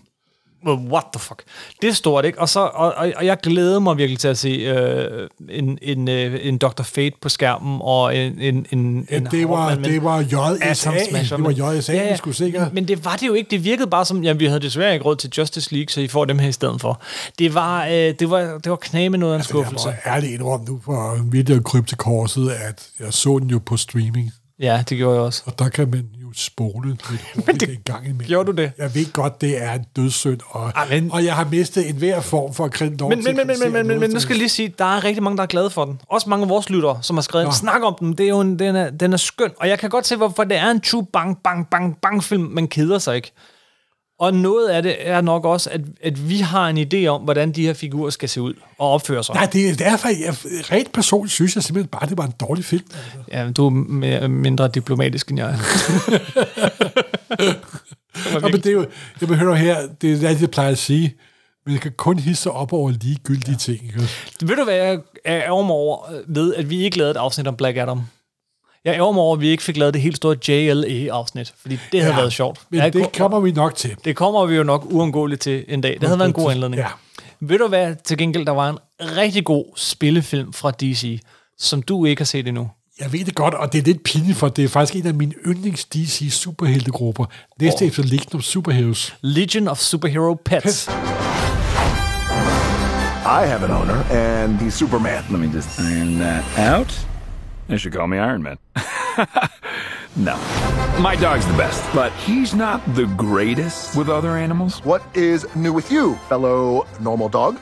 Speaker 1: Well, What the fuck? Det er stort, ikke? Og, så, og, og, og jeg glæder mig virkelig til at se øh, en, en, øh, en Dr. Fate på skærmen, og en... en, en,
Speaker 2: Ja,
Speaker 1: en
Speaker 2: det, var,
Speaker 1: Hawkman, men-
Speaker 2: det var JSA.
Speaker 1: Atom Smasher,
Speaker 2: Det var
Speaker 1: men-
Speaker 2: JSA, ja, ja. vi skulle sikre.
Speaker 1: Men det var det jo ikke. Det virkede bare som, jamen, vi havde desværre ikke råd til Justice League, så I får dem her i stedet for. Det var, øh, det var, det var knæ med noget af en
Speaker 2: Jeg må
Speaker 1: skuffelse.
Speaker 2: så ærligt indrømme nu for virkelig at krybe til korset, at jeg så den jo på streaming,
Speaker 1: Ja, det gjorde jeg også.
Speaker 2: og der kan man jo spole lidt hurtigt en gang imellem.
Speaker 1: gjorde du det?
Speaker 2: Jeg ved godt, det er en dødssynd, og,
Speaker 1: Ej, men-
Speaker 2: og jeg har mistet enhver form for kredit
Speaker 1: Men, men, men, men, men, men, men, men nu skal jeg lige sige, der er rigtig mange, der er glade for den. Også mange af vores lyttere, som har skrevet, snak om den, det er jo en, den, er, den er skøn. Og jeg kan godt se, hvorfor det er en true bang, bang, bang, bang film, man keder sig ikke. Og noget af det er nok også, at, at vi har en idé om, hvordan de her figurer skal se ud og opføre sig.
Speaker 2: Nej, det er derfor, jeg rent personligt synes jeg simpelthen bare, det var en dårlig film.
Speaker 1: Ja, du er mere, mindre diplomatisk end jeg. er.
Speaker 2: Nå, men det er jo, jeg behøver her, det er det, jeg plejer at sige, men jeg kan kun hisse sig op over ligegyldige ja. ting. Ikke?
Speaker 1: Ved du, hvad jeg er ærger mig over ved, at vi ikke lavede et afsnit om Black Adam? Jeg ærger mig over, at vi ikke fik lavet det helt store JLA-afsnit, fordi det havde været sjovt.
Speaker 2: Men
Speaker 1: Jeg
Speaker 2: det
Speaker 1: kunne-
Speaker 2: kommer vi nok til.
Speaker 1: Det kommer vi jo nok uundgåeligt til en dag. Det havde været en god anledning.
Speaker 2: Ja.
Speaker 1: Ved du hvad, til gengæld, der var en rigtig god spillefilm fra DC, som du ikke har set endnu.
Speaker 2: Jeg ved det godt, og det er lidt pinligt, for det er faktisk en af mine yndlings DC superheltegrupper. Næste efter Lignum Superheroes.
Speaker 1: Legion of Superhero Pets.
Speaker 5: I have an owner, and he's Superman.
Speaker 6: Let me just iron that out. They should call me Iron Man. no. My dog's the best, but he's not the greatest with other animals.
Speaker 5: What is new with you, fellow normal dog?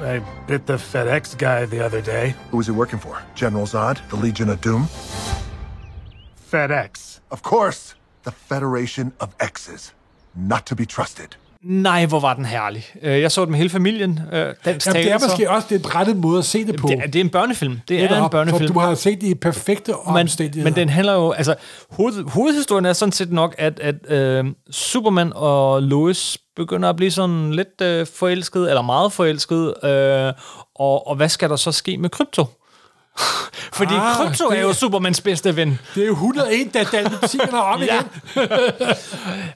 Speaker 7: I bit the FedEx guy the other day.
Speaker 5: Who is he working for? General Zod, the Legion of Doom?
Speaker 7: FedEx.
Speaker 5: Of course, the Federation of X's. Not to be trusted.
Speaker 1: Nej, hvor var den herlig. Øh, Jeg så den med hele familien. Øh, Dansk
Speaker 2: Jamen,
Speaker 1: tale,
Speaker 2: det er
Speaker 1: så-
Speaker 2: måske også den rette måde at se det på.
Speaker 1: det, er, det er en børnefilm. Det er en
Speaker 2: Netop,
Speaker 1: børnefilm.
Speaker 2: For du har set det i perfekte
Speaker 1: men,
Speaker 2: omstændigheder.
Speaker 1: men den handler jo... Altså, hoved, hovedhistorien er sådan set nok, at, at øh, Superman og Lois begynder at blive sådan lidt øh, forelsket, eller meget forelsket, øh, og, og hvad skal der så ske med krypto? Fordi ah,
Speaker 2: Ah,
Speaker 1: krypto er
Speaker 2: det-
Speaker 1: jo Supermans bedste ven.
Speaker 2: Det er jo 101, der dalmatinerne om
Speaker 1: Ja.
Speaker 2: igen.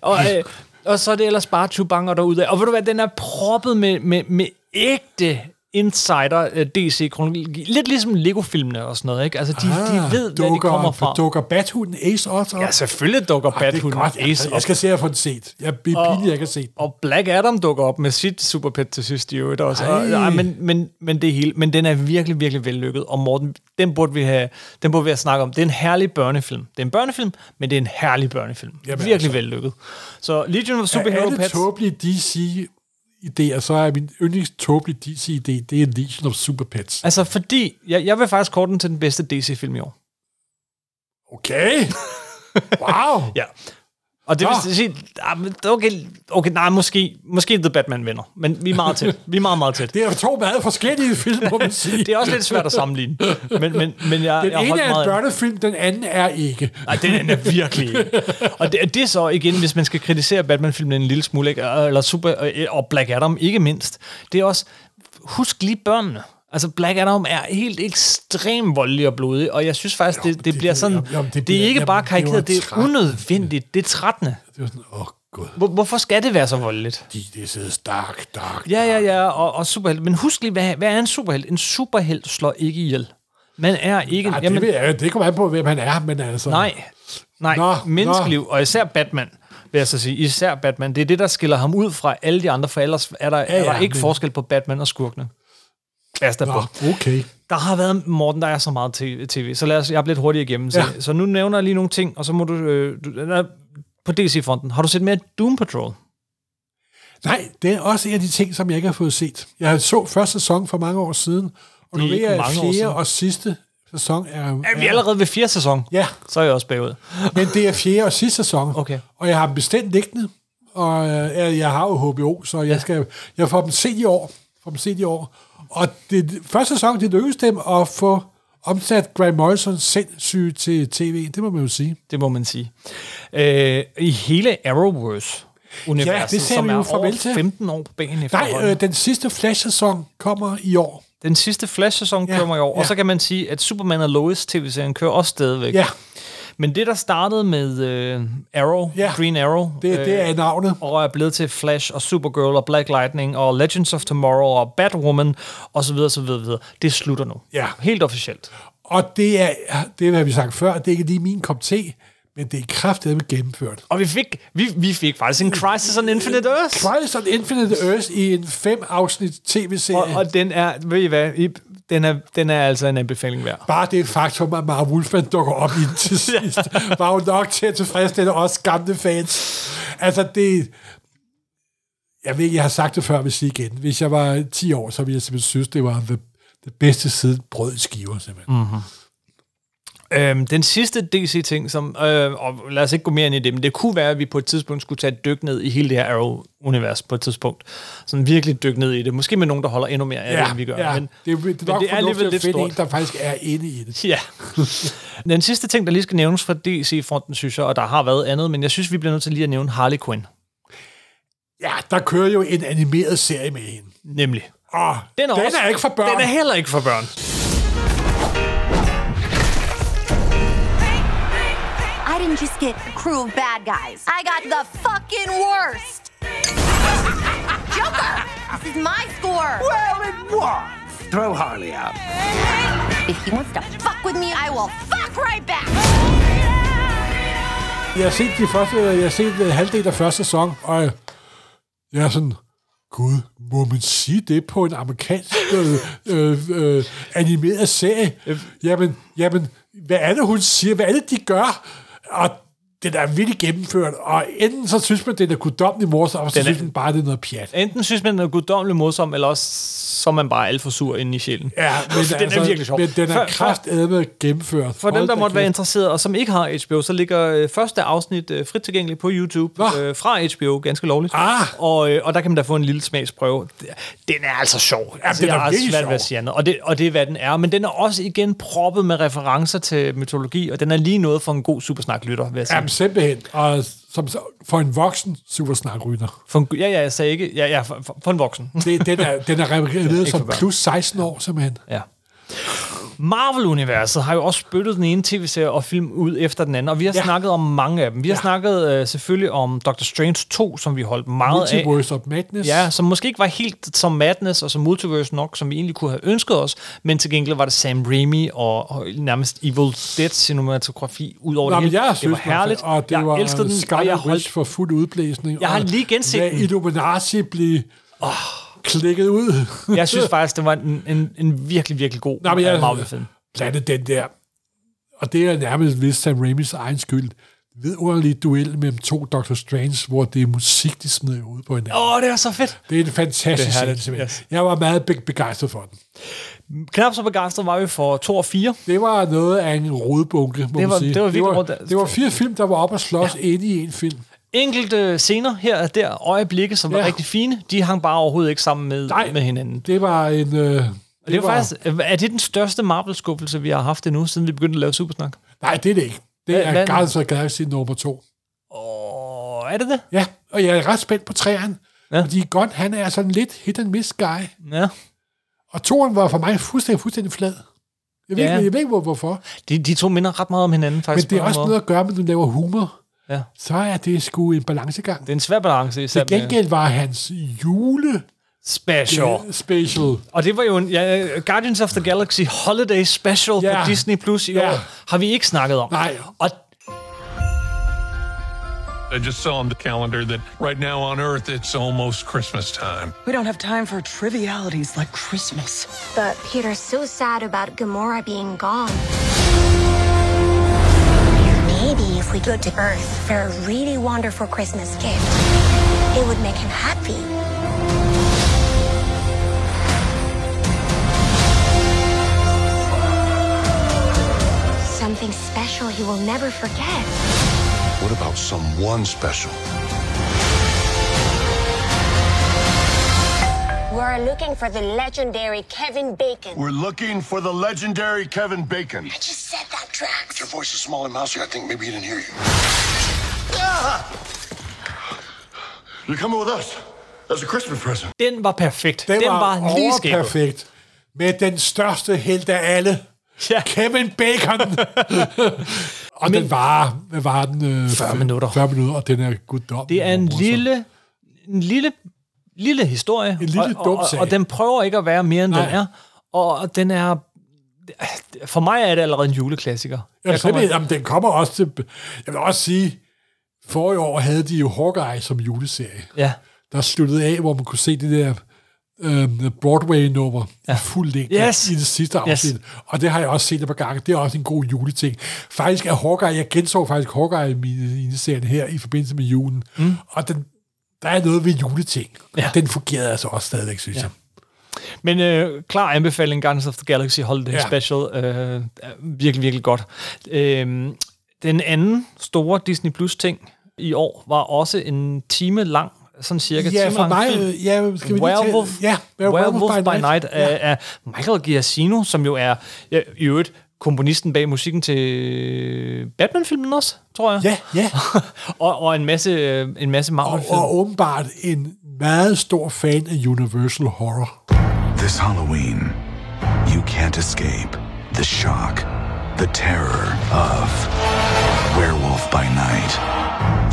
Speaker 1: Og, øh, og så er det ellers bare Chubanger derude. Og ved du hvad, den er proppet med, med, med ægte insider øh, DC-kronologi. Lidt ligesom Lego-filmene og sådan noget, ikke? Altså, de, ah, de ved, hvad de
Speaker 2: dukker,
Speaker 1: kommer fra.
Speaker 2: Dukker Bathunden Ace også op?
Speaker 1: Ja, selvfølgelig dukker
Speaker 2: Ah, det er
Speaker 1: Bathunden
Speaker 2: godt.
Speaker 1: Ace
Speaker 2: Ace jeg
Speaker 1: op.
Speaker 2: skal se, at jeg får den set. Jeg er pinlig, jeg kan se den.
Speaker 1: Og Black Adam dukker op med sit superpet til sidst i øvrigt også. Og,
Speaker 2: Ej.
Speaker 1: nej, men, men, men, det hele, men den er virkelig, virkelig vellykket. Og Morten, den burde vi have, den burde vi have snakket om. Det er en herlig børnefilm. Det er en børnefilm, men det er en herlig børnefilm. Jamen,
Speaker 2: Jamen,
Speaker 1: virkelig altså.
Speaker 2: altså.
Speaker 1: vellykket. Så Legion of
Speaker 2: Af
Speaker 1: Superhero
Speaker 2: alle
Speaker 1: Pets.
Speaker 2: tåbelige DC-idéer, så er min yndlings tåbelige DC-idé, det er Legion of Super Pets.
Speaker 1: Altså, fordi jeg, jeg vil faktisk korte den til den bedste DC-film i år.
Speaker 2: Okay! Wow!
Speaker 1: Ja. Og det
Speaker 2: Nå.
Speaker 1: vil sige, ah, men okay, okay, nej, måske, måske The Batman vinder, men vi er meget tæt. Vi er meget, meget tæt.
Speaker 2: Det er to meget forskellige film, må man sige.
Speaker 1: Det er også lidt svært at sammenligne, men, men, men jeg,
Speaker 2: den
Speaker 1: jeg
Speaker 2: ene
Speaker 1: holdt
Speaker 2: er
Speaker 1: meget af
Speaker 2: en
Speaker 1: den.
Speaker 2: børnefilm, den anden er ikke.
Speaker 1: Nej, det er den er virkelig ikke. Og det, det er så igen, hvis man skal kritisere Batman-filmen en lille smule, ikke? eller Super, og Black Adam ikke mindst, det er også, husk lige børnene. Altså, Black Adam er helt ekstremt voldelig og blodig, og jeg synes faktisk, det, det,
Speaker 2: det-
Speaker 1: bliver sådan...
Speaker 2: jamen, jamen, det
Speaker 1: det,
Speaker 2: bliver-
Speaker 1: er ikke bare
Speaker 2: jamen, det var
Speaker 1: karikeret, det er
Speaker 2: 13.
Speaker 1: unødvendigt. Det er 13.
Speaker 2: Det var sådan, åh oh, gud,
Speaker 1: Hvor, hvorfor skal det være så voldeligt?
Speaker 2: de, det sidder stark, dark.
Speaker 1: Ja, ja, ja, og, og superhelt. Men husk lige, hvad, hvad er en superhelt? En superhelt slår ikke ihjel. Man er ikke...
Speaker 2: Ja, det, ved jeg, det kommer an på, hvem han er, men altså...
Speaker 1: nej, nej.
Speaker 2: Nå,
Speaker 1: Nå, menneskeliv, og især Batman, vil jeg så sige. Især Batman. Det er det, der skiller ham ud fra alle de andre, for ellers er der, ja, ja, er der
Speaker 2: ja,
Speaker 1: ikke
Speaker 2: men-
Speaker 1: forskel på Batman og skurkene. Basta
Speaker 2: Nå,
Speaker 1: på.
Speaker 2: okay.
Speaker 1: Der har været, Morten, der er så meget t- tv, så lad os, jeg er blevet hurtigere igennem. Så,
Speaker 2: Ja.
Speaker 1: så nu nævner jeg lige nogle ting, og så må du... Øh, du eller, på DC-fronten. Har du set mere Doom Patrol?
Speaker 2: Nej, det er også en af de ting, som jeg ikke har fået set. Jeg så første sæson for mange år siden, og nu
Speaker 1: Det er
Speaker 2: ved
Speaker 1: ikke
Speaker 2: jeg, at
Speaker 1: mange år
Speaker 2: fjerde
Speaker 1: siden.
Speaker 2: og sidste sæson er...
Speaker 1: Er vi allerede ved fjerde sæson?
Speaker 2: Ja,
Speaker 1: Så er jeg også bagud.
Speaker 2: men det er fjerde og sidste sæson,
Speaker 1: Okay.
Speaker 2: og jeg har dem bestemt liggende, og øh, jeg, jeg har jo HBO, så jeg, skal, jeg får dem set i år. Får dem set i år. Og det, første sæson, det lykkedes dem at få omsat Grant Morrisons sindssyge til tv, det må man jo sige.
Speaker 1: Det må man sige. Øh, I hele Arrowverse-universet,
Speaker 2: Ja, det ser
Speaker 1: som
Speaker 2: vi
Speaker 1: er
Speaker 2: jo farvel
Speaker 1: over
Speaker 2: til.
Speaker 1: 15 år på banen
Speaker 2: Nej,
Speaker 1: efterhånden.
Speaker 2: øh, den sidste Flash-sæson kommer i år.
Speaker 1: Den sidste Flash-sæson
Speaker 2: Ja,
Speaker 1: ja, kommer i år, ja.
Speaker 2: ja.
Speaker 1: og så kan man sige, at Superman og Lois tv-serien kører også stadigvæk.
Speaker 2: Ja,
Speaker 1: Men det, der startede med øh, Arrow,
Speaker 2: Ja.
Speaker 1: ja. Green Arrow, øh,
Speaker 2: det, det er navnet.
Speaker 1: og er blevet til Flash og Supergirl og Black Lightning og Legends of Tomorrow og Batwoman osv. osv. osv. Det slutter nu.
Speaker 2: Ja.
Speaker 1: Helt officielt.
Speaker 2: Og det er, det har vi sagt før, det er ikke lige min kop te, men det er kraftedeme gennemført.
Speaker 1: Og vi fik, vi, vi fik faktisk en Crisis on Infinite Earths.
Speaker 2: Crisis on Infinite Earth i en fem afsnit
Speaker 1: Og,
Speaker 2: tv-serie.
Speaker 1: og den er, ved I hvad, I- den er, den er altså en anbefaling værd.
Speaker 2: Bare det faktum, at Mara Wolfman dukker op i den til sidst, var jo nok til at tilfredsstille os gamle fans. Altså det... Jeg ved ikke, jeg har sagt det før, hvis jeg igen. Hvis jeg var 10 år, så ville jeg simpelthen synes, det var det, det bedste siden brød i skiver, simpelthen. Mm.
Speaker 1: Øhm, den sidste DC-ting, som, øh, og lad os ikke gå mere ind i det, men det kunne være, at vi på et tidspunkt skulle tage et dyk ned i hele det her Arrow-univers på et tidspunkt. Sådan virkelig dyk ned i det. Måske med nogen, der holder endnu mere af det, end vi gør.
Speaker 2: ja.
Speaker 1: men,
Speaker 2: det, er- det, er nok
Speaker 1: det er
Speaker 2: fornuftigt
Speaker 1: alligevel
Speaker 2: at
Speaker 1: lidt
Speaker 2: finde
Speaker 1: stort.
Speaker 2: en, der faktisk er inde i det.
Speaker 1: Ja. Den sidste ting, der lige skal nævnes fra DC-fronten, synes jeg, og der har været andet, men jeg synes, vi bliver nødt til lige at nævne Harley Quinn.
Speaker 2: Ja, der kører jo en animeret serie med hende.
Speaker 1: Nemlig.
Speaker 2: Åh, Ah, den er, den
Speaker 1: også-
Speaker 2: er ikke for børn.
Speaker 1: Den er heller ikke for børn.
Speaker 8: I didn't just get a crew of bad guys. I got the fucking worst. Joker, this is my score.
Speaker 4: Throw Harley out.
Speaker 8: If he wants to fuck with me, I will fuck right back.
Speaker 2: Jeg har set, de første, jeg har set øh, halvdelen af første sæson, og jeg- jeg er sådan, gud, må man sige det på en amerikansk øh, øh, øh, animeret serie?
Speaker 1: Øhm.
Speaker 2: Jamen, jamen, hvad er det, hun siger? Hvad er det, de gør? Og den er virkelig gennemført, og enten så synes man, den er guddommelig morsom, og så
Speaker 1: Den er-
Speaker 2: synes man bare, det er noget pjat.
Speaker 1: Enten synes man, den er guddommelig modsom, eller også så er man bare alt for sur inde i sjælen.
Speaker 2: Ja, men
Speaker 1: den er virkelig sjov.
Speaker 2: altså, Men den
Speaker 1: For-
Speaker 2: er
Speaker 1: for-
Speaker 2: kraftedme gennemført.
Speaker 1: For dem, der måtte være interesseret, og som ikke har HBO, så ligger øh, første afsnit øh, frit tilgængeligt på YouTube
Speaker 2: Nå.
Speaker 1: øh, fra HBO, ganske lovligt.
Speaker 2: Ah.
Speaker 1: Og, øh, og der kan man da få en lille smagsprøve. Den er altså sjov. Ja, altså,
Speaker 2: den er
Speaker 1: jeg har
Speaker 2: virkelig
Speaker 1: svært ved at
Speaker 2: sjov.
Speaker 1: sige andet. Og det, og det er, hvad den er. Men den er også igen proppet med referencer til mytologi, og den er lige noget for en god supersnak-lytter, vil jeg sige.
Speaker 2: Jamen simpelthen, og som, for en voksen supersnakrytter.
Speaker 1: For en, ja, ja, jeg sagde ikke... Ja, ja, for, for, for en voksen.
Speaker 2: Det, den er, den er revideret
Speaker 1: for
Speaker 2: som
Speaker 1: børn.
Speaker 2: plus 16 år, simpelthen.
Speaker 1: Ja. Marvel-universet har jo også spyttet den ene tv-serie og film ud efter den anden, og vi har
Speaker 2: Ja.
Speaker 1: ja. snakket om mange af dem. Vi har ja. snakket øh, selvfølgelig om Doctor Strange 2, som vi holdt meget af.
Speaker 2: Multiverse of Madness.
Speaker 1: Ja, som måske ikke var helt som Madness og som Multiverse nok, som vi egentlig kunne have ønsket os, men til gengæld var det Sam Raimi og, og nærmest Evil Dead cinematografi ud over
Speaker 2: Nå,
Speaker 1: det
Speaker 2: men
Speaker 1: hele.
Speaker 2: jeg
Speaker 1: det
Speaker 2: synes,
Speaker 1: var herligt,
Speaker 2: og det
Speaker 1: jeg
Speaker 2: var
Speaker 1: elskede den, og
Speaker 2: Sky
Speaker 1: jeg
Speaker 2: Rich
Speaker 1: holdt...
Speaker 2: for fuld udblæsning.
Speaker 1: Jeg har
Speaker 2: og
Speaker 1: lige genset
Speaker 2: lad
Speaker 1: den.
Speaker 2: Illuminati blive oh. klikket ud.
Speaker 1: Jeg synes faktisk, det var en, en, en virkelig, virkelig god
Speaker 2: Nå, men jeg-
Speaker 1: Marvel-film.
Speaker 2: Blandt andet den der, og det er nærmest vist Sam Raimis egen skyld, vidunderlig duel mellem to Doctor Strange, hvor det er musik, de smider ud på hinanden.
Speaker 1: Åh, oh, det var så fedt.
Speaker 2: Det er en fantastisk
Speaker 1: Det er
Speaker 2: scene,
Speaker 1: herligt,
Speaker 2: simpelthen.
Speaker 1: yes.
Speaker 2: Jeg var meget be- begejstret for den.
Speaker 1: Knap så begejstret var vi for 2 og 4.
Speaker 2: Det var noget af en rodbunke, må
Speaker 1: Det
Speaker 2: man
Speaker 1: var-
Speaker 2: sige.
Speaker 1: det var
Speaker 2: det,
Speaker 1: virkelig
Speaker 2: var,
Speaker 1: rundt-
Speaker 2: det var fire film, der var op og slås ja. inde i en film.
Speaker 1: Enkelte scener her og der, øjeblikke, som var
Speaker 2: Ja.
Speaker 1: rigtig fine, de hang bare overhovedet ikke sammen med,
Speaker 2: Nej.
Speaker 1: med hinanden.
Speaker 2: Det var en... Øh, det,
Speaker 1: Og det var faktisk, er det den største Marvel-skuffelse, vi har haft endnu, siden vi begyndte at lave Supersnak?
Speaker 2: Nej, det er det ikke. Det
Speaker 1: Hvad-
Speaker 2: er
Speaker 1: hvad-
Speaker 2: Guardians of the Galaxy nummer to.
Speaker 1: Åh, er det det?
Speaker 2: Ja, og jeg er ret spændt på træerne. Ja.
Speaker 1: Ja.
Speaker 2: Fordi Gunn, han er sådan lidt hit and miss guy.
Speaker 1: Ja.
Speaker 2: Og Og toren var for mig fuldstændig, fuldstændig flad. Jeg ved,
Speaker 1: Ja.
Speaker 2: ja. ikke, jeg ved ikke, hvor- hvorfor.
Speaker 1: De, de to minder ret meget om hinanden,
Speaker 2: Men
Speaker 1: faktisk.
Speaker 2: det er
Speaker 1: på en
Speaker 2: også
Speaker 1: måde.
Speaker 2: noget at gøre med, at du laver humor.
Speaker 1: Ja.
Speaker 2: Så er det sgu en balancegang.
Speaker 1: Det er en svær balance, især
Speaker 2: Til
Speaker 1: med
Speaker 2: gengæld var hans jule
Speaker 1: special.
Speaker 2: special.
Speaker 1: Og det var jo en ja, Guardians of the Galaxy Holiday Special yeah.
Speaker 2: Ja.
Speaker 1: på Disney Plus i yeah.
Speaker 2: Ja.
Speaker 1: år, har vi ikke snakket om.
Speaker 2: Nej.
Speaker 1: Og
Speaker 9: I just saw on the calendar that right now on Earth it's almost Christmas time.
Speaker 10: We don't have time for trivialities like Christmas.
Speaker 8: But Peter's so sad about Gamora being gone. Maybe if we go to Earth for a really wonderful Christmas gift, it would make him happy. Something special he will never forget.
Speaker 5: What about someone special?
Speaker 8: We're looking for the legendary Kevin Bacon.
Speaker 5: We're looking for the legendary Kevin Bacon.
Speaker 8: I just said that, Drax.
Speaker 5: Your voice is small and mousy. I think maybe he didn't hear you. You're Ah! coming with us. That's a Christmas present.
Speaker 1: den var perfekt.
Speaker 2: Den,
Speaker 1: den
Speaker 2: var,
Speaker 1: var lige skæbnet.
Speaker 2: perfekt. Med den største held af alle.
Speaker 1: Ja.
Speaker 2: Kevin Bacon. og Men, den var, hvad var den? Øh,
Speaker 1: 40 minutter.
Speaker 2: 40 minutter, og den er guddom.
Speaker 1: Det er en lille, en lille, lille historie.
Speaker 2: En lille
Speaker 1: og,
Speaker 2: dum
Speaker 1: og,
Speaker 2: sag.
Speaker 1: og, og den prøver ikke at være mere, end Nej. den
Speaker 2: Nej.
Speaker 1: er. Og den er... For mig er det allerede en juleklassiker.
Speaker 2: Jamen,
Speaker 1: Jeg
Speaker 2: kommer...
Speaker 1: kommer-
Speaker 2: jamen, den kommer også til... Jeg vil også sige, for i år havde de jo Hawkeye som juleserie.
Speaker 1: Ja,
Speaker 2: Der sluttede af, hvor man kunne se det der øhm, Broadway-nummer ja. i fuld længde
Speaker 1: Yes.
Speaker 2: i det sidste
Speaker 1: Yes.
Speaker 2: afsnit. Yes. Og det har jeg også set et par gange. Det er også en god juleting. Faktisk er Hawkeye... Jeg genså faktisk Hawkeye i mine- i serien her i forbindelse med julen. Mm. Og den, der er noget ved juleting.
Speaker 1: Ja.
Speaker 2: Ja. Den fungerede altså også stadigvæk, synes ja. jeg.
Speaker 1: men øh, klar anbefaling, Guardians of the Galaxy Holiday ja.
Speaker 2: Ja.
Speaker 1: Special. Øh, er virkelig, virkelig godt. Øh, den anden store Disney Plus-ting i år var også en time lang, sådan cirka
Speaker 2: Ja,
Speaker 1: time
Speaker 2: for
Speaker 1: lang
Speaker 2: mig...
Speaker 1: film.
Speaker 2: øh, Ja, skal vi
Speaker 1: Werewolf,
Speaker 2: lige til... Ja,
Speaker 1: Werewolf by, Night,
Speaker 2: Night.
Speaker 1: af, af Michael Giacchino, som jo er ja, i øvrigt komponisten bag musikken til Batman-filmen også, tror jeg.
Speaker 2: Ja, ja.
Speaker 1: og, og en masse, øh, en masse
Speaker 2: Og,
Speaker 1: Marvel-film.
Speaker 2: og åbenbart en meget stor fan af Universal Horror.
Speaker 4: This Halloween, you can't escape the shock, the terror of Werewolf by Night.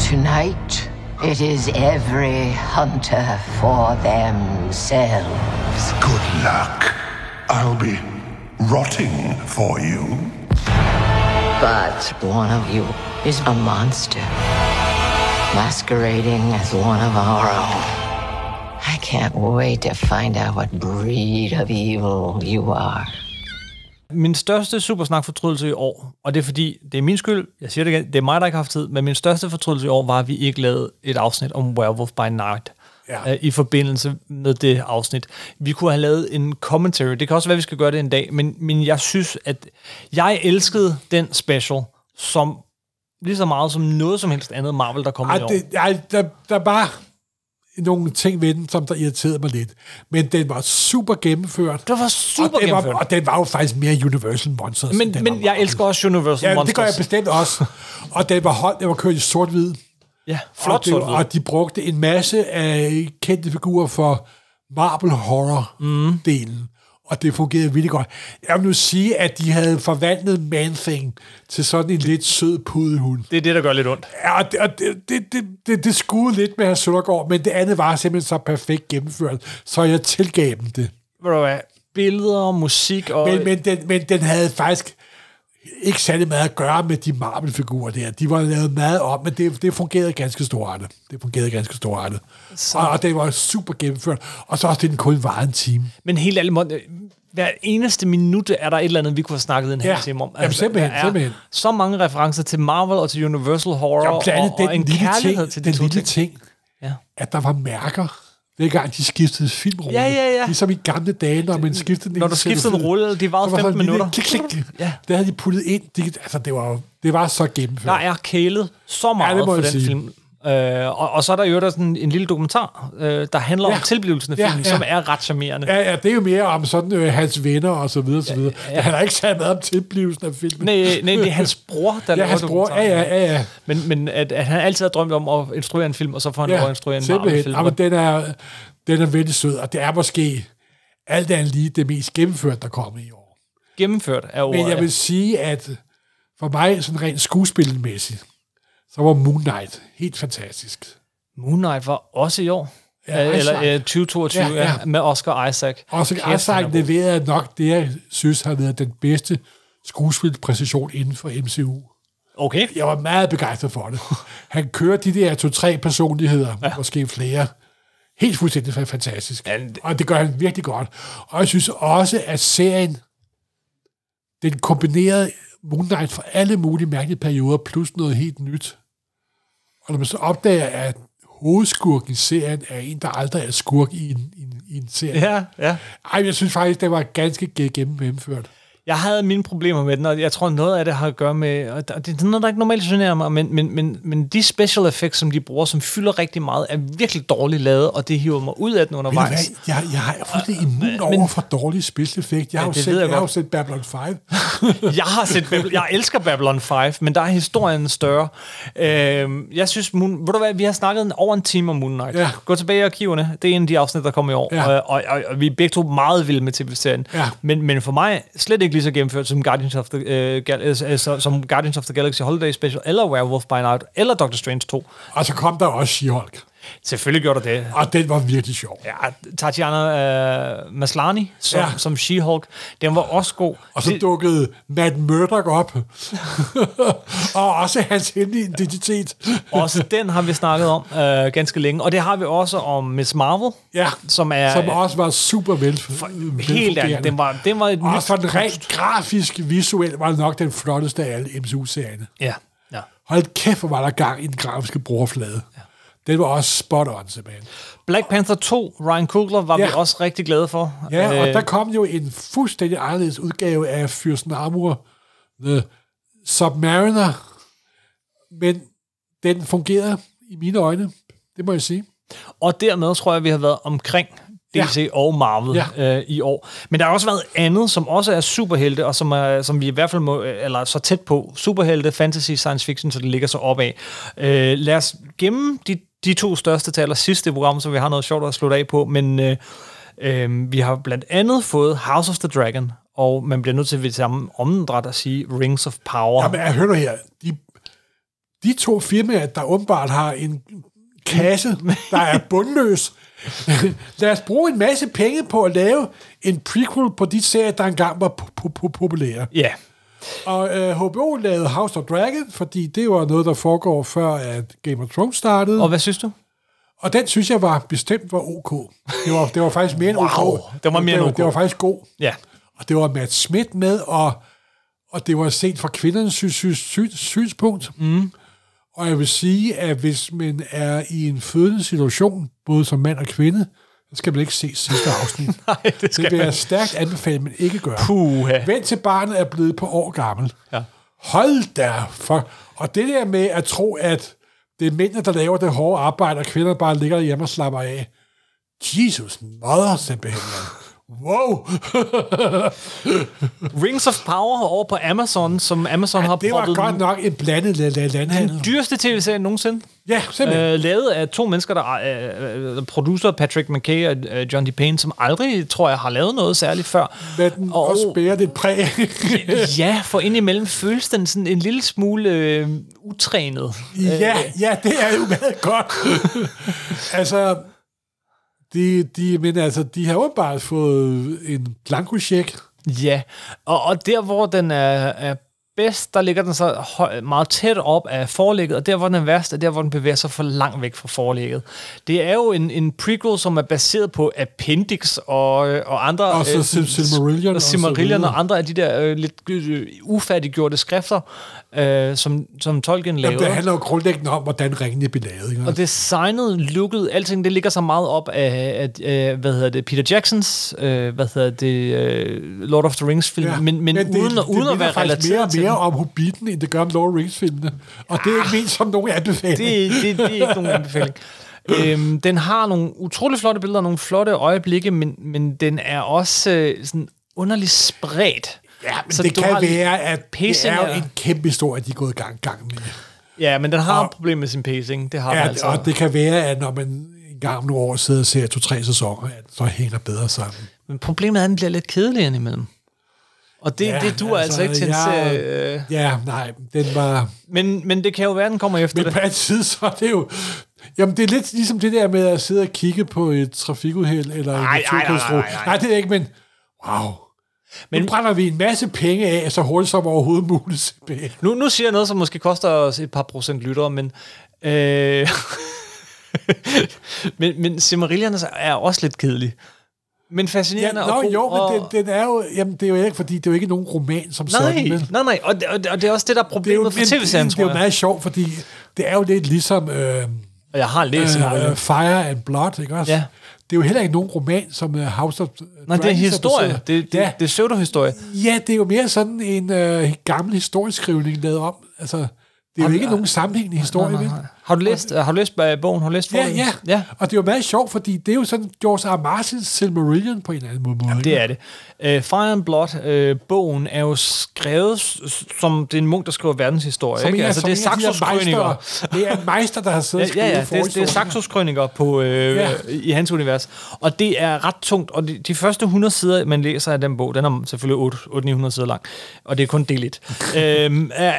Speaker 10: Tonight, it is every hunter for themselves.
Speaker 5: Good luck. I'll be rotting for you.
Speaker 10: But one of you is a monster, masquerading as one of our own. I can't wait to find out what breed of evil you are.
Speaker 1: Min største supersnak fortrydelse i år, og det er fordi, det er min skyld, jeg siger det igen, det er mig, der ikke har haft tid, men min største fortrydelse i år var, at vi ikke lavede et afsnit om Werewolf by Night.
Speaker 2: Ja.
Speaker 1: øh, i forbindelse med det afsnit. Vi kunne have lavet en commentary. Det kan også være, at vi skal gøre det en dag, men, men jeg synes, at jeg elskede den special, som lige så meget som noget som helst andet Marvel, der kom i
Speaker 2: Ej,
Speaker 1: år.
Speaker 2: det, ej, der, der var nogle ting ved den, som der irriterede mig lidt. Men den var super gennemført.
Speaker 1: Det var super
Speaker 2: og den
Speaker 1: gennemført.
Speaker 2: Var, og den var jo faktisk mere Universal Monsters. end den
Speaker 1: men
Speaker 2: var
Speaker 1: men jeg
Speaker 2: Marvel.
Speaker 1: elsker også Universal
Speaker 2: Ja,
Speaker 1: Monsters.
Speaker 2: det gør jeg bestemt også. Og den var, hold, den var kørt i sort-hvid.
Speaker 1: Ja, flot
Speaker 2: og, det,
Speaker 1: sort og,
Speaker 2: og de brugte en masse af kendte figurer for Marvel Horror-delen. Mm. Og det fungerede virkelig godt. Jeg vil nu sige, at de havde forvandlet Man-Thing til sådan en lidt sød pudehund.
Speaker 1: Det er det, der gør lidt ondt.
Speaker 2: Ja, og det, og det, det, det, det, det skuede lidt med herr Søndergaard, men det andet var simpelthen så perfekt gennemført, så jeg tilgav dem det.
Speaker 1: Ved du hvad? Billeder, musik og...
Speaker 2: Men, men, den, men den havde faktisk ikke særlig meget at gøre med de Marvel-figurer der. De var lavet meget om, men det, det fungerede ganske storartet. Det fungerede ganske storartet. Og, og det var super gennemført. Og så også, det den kun var en time.
Speaker 1: Men helt ærligt, Morten, hver eneste minut er der et eller andet, vi kunne have snakket en halv
Speaker 2: Ja.
Speaker 1: time om. Altså,
Speaker 2: Jamen, simpelthen,
Speaker 1: der er
Speaker 2: simpelthen.
Speaker 1: Så mange referencer til Marvel og til Universal Horror,
Speaker 2: Jeg blandede
Speaker 1: og,
Speaker 2: den
Speaker 1: og en
Speaker 2: lille
Speaker 1: kærlighed
Speaker 2: ting,
Speaker 1: til de
Speaker 2: den
Speaker 1: to
Speaker 2: lille
Speaker 1: ting.
Speaker 2: ting,
Speaker 1: Ja.
Speaker 2: at der var mærker, hver gang de skiftede filmrulle.
Speaker 1: Ja, ja, ja.
Speaker 2: Ligesom i gamle dage, når man skiftede den
Speaker 1: Når
Speaker 2: ene
Speaker 1: du
Speaker 2: sætte
Speaker 1: skiftede en
Speaker 2: film.
Speaker 1: rulle, de varede
Speaker 2: Der var sådan
Speaker 1: 15
Speaker 2: en lille
Speaker 1: minutter.
Speaker 2: Klik, klik.
Speaker 1: Ja.
Speaker 2: Ja. Det havde de puttet ind. De, altså, det var, jo- det var så gennemført.
Speaker 1: Der er kælet så meget
Speaker 2: det må
Speaker 1: for den
Speaker 2: jeg sige.
Speaker 1: film. Øh, og, og så er der jo der sådan en, en lille dokumentar, øh, der handler ja.
Speaker 2: Ja.
Speaker 1: om tilblivelsen af
Speaker 2: Ja,
Speaker 1: filmen, ja,
Speaker 2: ja.
Speaker 1: som er ret charmerende. Ja.
Speaker 2: Ja, ja, det er jo mere om sådan øh, hans venner og så videre, så videre. Ja, ja. Han har ikke sagt meget om tilblivelsen af filmen.
Speaker 1: Nej, nej, det er hans bror, der
Speaker 2: ja, hans bror. Ja, ja, ja, ja.
Speaker 1: Men, men at, at han altid har drømt om at instruere en film, og så får han lov at
Speaker 2: ja.
Speaker 1: instruere en
Speaker 2: simpelthen.
Speaker 1: Marvel-film.
Speaker 2: Ja, men den er, den er vældig sød, og det er måske... alt andet lige det mest gennemført, der kom i år.
Speaker 1: Gennemført er ordet.
Speaker 2: Men jeg
Speaker 1: ja.
Speaker 2: vil sige, at for mig, sådan rent skuespilmæssigt, så var Moon Knight helt fantastisk.
Speaker 1: Moon Knight var også i år. Ja, Eller
Speaker 2: Isaac.
Speaker 1: øh, 2022
Speaker 2: Ja,
Speaker 1: ja,
Speaker 2: ja.
Speaker 1: ja. med Oscar Isaac.
Speaker 2: Og så
Speaker 1: Kæft, han er
Speaker 2: Isaac
Speaker 1: god.
Speaker 2: leverede nok det, jeg synes har været den bedste skuespilpræcision inden for MCU.
Speaker 1: Okay.
Speaker 2: Jeg var meget begejstret for det. Han kører de der to-tre personligheder, ja. måske flere. Helt fuldstændig fa- fantastisk. And... Og det gør han virkelig godt. Og jeg synes også, at serien, den kombinerede Moon Knight for alle mulige mærkelige perioder, plus noget helt nyt. Og når man så opdager, at hovedskurken i serien er en, der aldrig er skurk i en, i en, i en serie.
Speaker 1: Ja, ja.
Speaker 2: Ej, jeg synes faktisk, det var ganske ge- gennemført.
Speaker 1: Jeg havde mine problemer med den, og jeg tror, noget af det har at gøre med... Og der- det er noget, der ikke normalt generer mig, men, men, men, men de special effects, som de bruger, som fylder rigtig meget, er virkelig dårligt lavet, og det hiver mig ud af den
Speaker 2: Ved du
Speaker 1: undervejs.
Speaker 2: hvad? Jeg, jeg er fuldstændig immun over for dårlig spilseffekt. Jeg
Speaker 1: Ah,
Speaker 2: har
Speaker 1: Ja,
Speaker 2: jo
Speaker 1: det
Speaker 2: set,
Speaker 1: ved jeg
Speaker 2: jeg har jo
Speaker 1: godt.
Speaker 2: set Babylon 5.
Speaker 1: jeg har set Babylon, jeg elsker Babylon 5, men der er historien større. Øhm, jeg synes, Moon, ved du hvad, vi har snakket en- over en time om Moon Knight.
Speaker 2: Ja.
Speaker 1: Gå tilbage i arkiverne, det er en af de afsnit, der kommer i år,
Speaker 2: Ja.
Speaker 1: og, og, og, og vi er begge to meget vilde med tv-serien.
Speaker 2: Ja.
Speaker 1: Men, men for mig, slet ikke lige så gennemført som Guardians of the, øh, Gal- øh, så- så- som Guardians of the Galaxy Holiday Special, eller Werewolf by Night, eller Doctor Strange 2.
Speaker 2: Og så kom der også She-Hulk.
Speaker 1: Selvfølgelig gjorde der det.
Speaker 2: Og den var virkelig sjov.
Speaker 1: Ja, Tatiana øh, Maslani som,
Speaker 2: Ja.
Speaker 1: ja. som She-Hulk, den var også god.
Speaker 2: Og så
Speaker 1: Det-
Speaker 2: dukkede Matt Murdock op. og også hans hemmelige identitet.
Speaker 1: også den har vi snakket om øh, ganske længe. Og det har vi også om Miss Marvel,
Speaker 2: Ja,
Speaker 1: som er
Speaker 2: som også var super vel, for,
Speaker 1: helt andet. Den var, den var et
Speaker 2: og
Speaker 1: nyt...
Speaker 2: for den rent grafisk visuelt var det nok den flotteste af alle MCU-serierne.
Speaker 1: Ja, ja.
Speaker 2: Hold kæft, hvor var der gang i den grafiske brugerflade. Ja. Den var også spot on, simpelthen.
Speaker 1: Black Panther 2, Ryan Coogler, var
Speaker 2: Ja.
Speaker 1: ja. vi også rigtig glade for.
Speaker 2: Ja, øh. og
Speaker 1: Øh,
Speaker 2: der kom jo en fuldstændig anderledes udgave af Fyrsten Armor, The Submariner, men den fungerede i mine øjne, det må jeg sige.
Speaker 1: Og dermed tror jeg, vi har været omkring DC ja. og Marvel ja. øh, i år. Men der har også været andet, som også er superhelte, og som, er, som vi i hvert fald må, øh, eller er så tæt på. Superhelte, fantasy, science fiction, så det ligger så opad. Øh, lad os gemme de, de to største til allersidste program, så vi har noget sjovt at slutte af på. Men øh, øh, vi har blandt andet fået House of the Dragon, og man bliver nødt til ved samme åndedræt at sige Rings of Power.
Speaker 2: Jamen, jeg hører du her, de, de to firmaer, der åbenbart har en kasse, der er bundløs, lad os bruge en masse penge på at lave en prequel på de serier, der engang var po- po- po- populære.
Speaker 1: Ja,
Speaker 2: Og øh, HBO lavede House of Dragon, fordi det var noget, der foregår før, at Game of Thrones startede.
Speaker 1: og hvad synes du?
Speaker 2: Og den synes jeg var bestemt var ok. Det var, det var faktisk mere end ok.
Speaker 1: Wow, den var mere
Speaker 2: det,
Speaker 1: end
Speaker 2: var-
Speaker 1: ok.
Speaker 2: Det var faktisk god.
Speaker 1: Ja.
Speaker 2: Og det var Matt Smith med, og, og det var set fra kvindernes sy- sy- sy- synspunkt. Mm. Og jeg vil sige, at hvis man er i en fødende situation, både som mand og kvinde, så skal man ikke se sidste afsnit.
Speaker 1: Nej, det
Speaker 2: det
Speaker 1: skal
Speaker 2: vil
Speaker 1: man.
Speaker 2: jeg stærkt anbefale, at man ikke gør.
Speaker 1: Puha.
Speaker 2: Vent til barnet er blevet på år gammel.
Speaker 1: Ja.
Speaker 2: Hold da for... Og det der med at tro, at det er mændene, der laver det hårde arbejde, og kvinder bare ligger hjemme og slapper af. Jesus, mother, simpelthen. mand. Wow!
Speaker 1: Rings of Power over på Amazon, som Amazon ja, har
Speaker 2: det var
Speaker 1: proppet
Speaker 2: godt nok en blandet la- la- landhandel.
Speaker 1: dyreste tv-serie nogensinde.
Speaker 2: Ja, simpelthen.
Speaker 1: Øh, lavet af to mennesker, der er øh, øh, producer Patrick McKay og øh, John D. Payne, som aldrig, tror jeg, har lavet noget særligt før.
Speaker 2: Men den og... også bærer det præg.
Speaker 1: ja, for indimellem føles den sådan en lille smule øh, utrænet.
Speaker 2: ja,
Speaker 1: øh.
Speaker 2: ja, det er jo meget godt. altså, de, de, men altså, de har åbenbart fået en blankocheck.
Speaker 1: Ja, og, og der, hvor den er, er bedst, der ligger den så høj, meget tæt op af forlægget, og der, hvor den er værst, er der, hvor den bevæger sig for langt væk fra forlægget. Det er jo en, en prequel, som er baseret på Appendix og, øh, og andre...
Speaker 2: Og så Sil- Silmarillion og
Speaker 1: og,
Speaker 2: så
Speaker 1: Silmarillion
Speaker 2: videre.
Speaker 1: og andre af de der øh, lidt øh, ufattiggjorte skrifter, øh, som, som Tolkien lavede.
Speaker 2: Jamen, det handler jo grundlæggende om, hvordan ringene blev lavet. Ikke?
Speaker 1: Og designet, looket, alting, det ligger så meget op af, af, af hvad hedder det, Peter Jacksons, øh, hvad hedder det, øh, Lord of the Rings film, ja, men, men, men uden, det, uden at
Speaker 2: minder
Speaker 1: være
Speaker 2: faktisk
Speaker 1: relateret
Speaker 2: mere og
Speaker 1: til den.
Speaker 2: mere
Speaker 1: Ah,
Speaker 2: om Hobbiten, end det gør om Lord of the Rings-filmene. Og det er ikke ment som nogen anbefaling.
Speaker 1: Det, det, det er ikke nogen anbefaling. øhm, den har nogle utrolig flotte billeder, nogle flotte øjeblikke, men, men den er også øh, sådan underligt spredt.
Speaker 2: ja, men
Speaker 1: så
Speaker 2: det
Speaker 1: du
Speaker 2: kan
Speaker 1: har
Speaker 2: være, at det
Speaker 1: pacing
Speaker 2: er jo
Speaker 1: er-
Speaker 2: en kæmpe historie, de er gået i gang, gang med.
Speaker 1: Ja, men den har
Speaker 2: Og-
Speaker 1: et problem med sin pacing, det har ja,
Speaker 2: Ja,
Speaker 1: den altså.
Speaker 2: og det kan være, at når man en gang om nogle år sidder og ser to-tre sæsoner, at så hænger bedre sammen.
Speaker 1: Men problemet er, at den bliver lidt kedelig indimellem. Og det, ja, det duer altså, altså ikke til en
Speaker 2: jeg-
Speaker 1: serie. øh.
Speaker 2: Ja, nej, den var...
Speaker 1: Men, men det kan jo være, den kommer efter
Speaker 2: Men
Speaker 1: det.
Speaker 2: på anden side, så er det jo... Jamen, det er lidt ligesom det der med at sidde og kigge på et trafikuheld eller en
Speaker 1: ej,
Speaker 2: naturkatastrofe.
Speaker 1: nej,
Speaker 2: Nej,
Speaker 1: nej, nej.
Speaker 2: det er det ikke, men wow. Men
Speaker 1: Men-
Speaker 2: nu brænder vi en masse penge af så hurtigt som overhovedet muligt. simpelthen.
Speaker 1: Nu, nu siger jeg noget, som måske koster os et par procent lyttere, men... Øh, men, men Simmerillerne er også lidt kedelig. Men
Speaker 2: Ja,
Speaker 1: fascinerende og
Speaker 2: nå,
Speaker 1: god,
Speaker 2: jo,
Speaker 1: og...
Speaker 2: men den, den er jo... Jamen, det er jo ikke, fordi det er jo ikke nogen roman som sådan.
Speaker 1: Nej,
Speaker 2: vel?
Speaker 1: nej, nej, og det, og det- og det er også det, der er
Speaker 2: det er jo,
Speaker 1: problemet for
Speaker 2: en-
Speaker 1: tv-serien,
Speaker 2: det er
Speaker 1: tror
Speaker 2: jo
Speaker 1: jeg.
Speaker 2: meget sjovt, fordi det er jo lidt ligesom øh,
Speaker 1: Og jeg har læst
Speaker 2: øh, øh,
Speaker 1: Simmerillerne.
Speaker 2: Fire and Blood, ikke også?
Speaker 1: Ja.
Speaker 2: Det er jo heller ikke nogen roman, som øh, House of
Speaker 1: Nej, det er
Speaker 2: Dragons
Speaker 1: historie.
Speaker 2: baseret-
Speaker 1: Det, det,
Speaker 2: ja,
Speaker 1: det, det er pseudohistorie.
Speaker 2: ja, det er jo mere sådan en øh, gammel historieskrivning lavet om. Altså, det er jo ikke nogen sammenhængende historie, nej, nej, nej.
Speaker 1: Har du læst, har du læst øh, bogen? Har du læst
Speaker 2: Ja,
Speaker 1: forlaget?
Speaker 2: ja,
Speaker 1: ja.
Speaker 2: Og det er jo meget sjovt, fordi det er jo sådan George R. R. Martins Silmarillion på en eller anden måde. Jamen,
Speaker 1: Det er det. Øh, Fire and Blood, øh, bogen, er jo skrevet s- s- som det er en munk, der skriver verdenshistorie.
Speaker 2: Som en
Speaker 1: ikke?
Speaker 2: af-
Speaker 1: Altså,
Speaker 2: som
Speaker 1: det er
Speaker 2: en af de her
Speaker 1: Saxos krøniker.
Speaker 2: meister- Det er en meister, der har
Speaker 1: Ja,
Speaker 2: siddet og
Speaker 1: ja, ja.
Speaker 2: skrevet
Speaker 1: Det, er- det er
Speaker 2: forhistorien.
Speaker 1: Saxos krøniker på, øh,
Speaker 2: Ja.
Speaker 1: ja. i hans univers. Og det er ret tungt. Og de, de første 100 sider, man læser af den bog, den er selvfølgelig 8 800-900 sider lang. Og det er kun del 1. øhm, øh,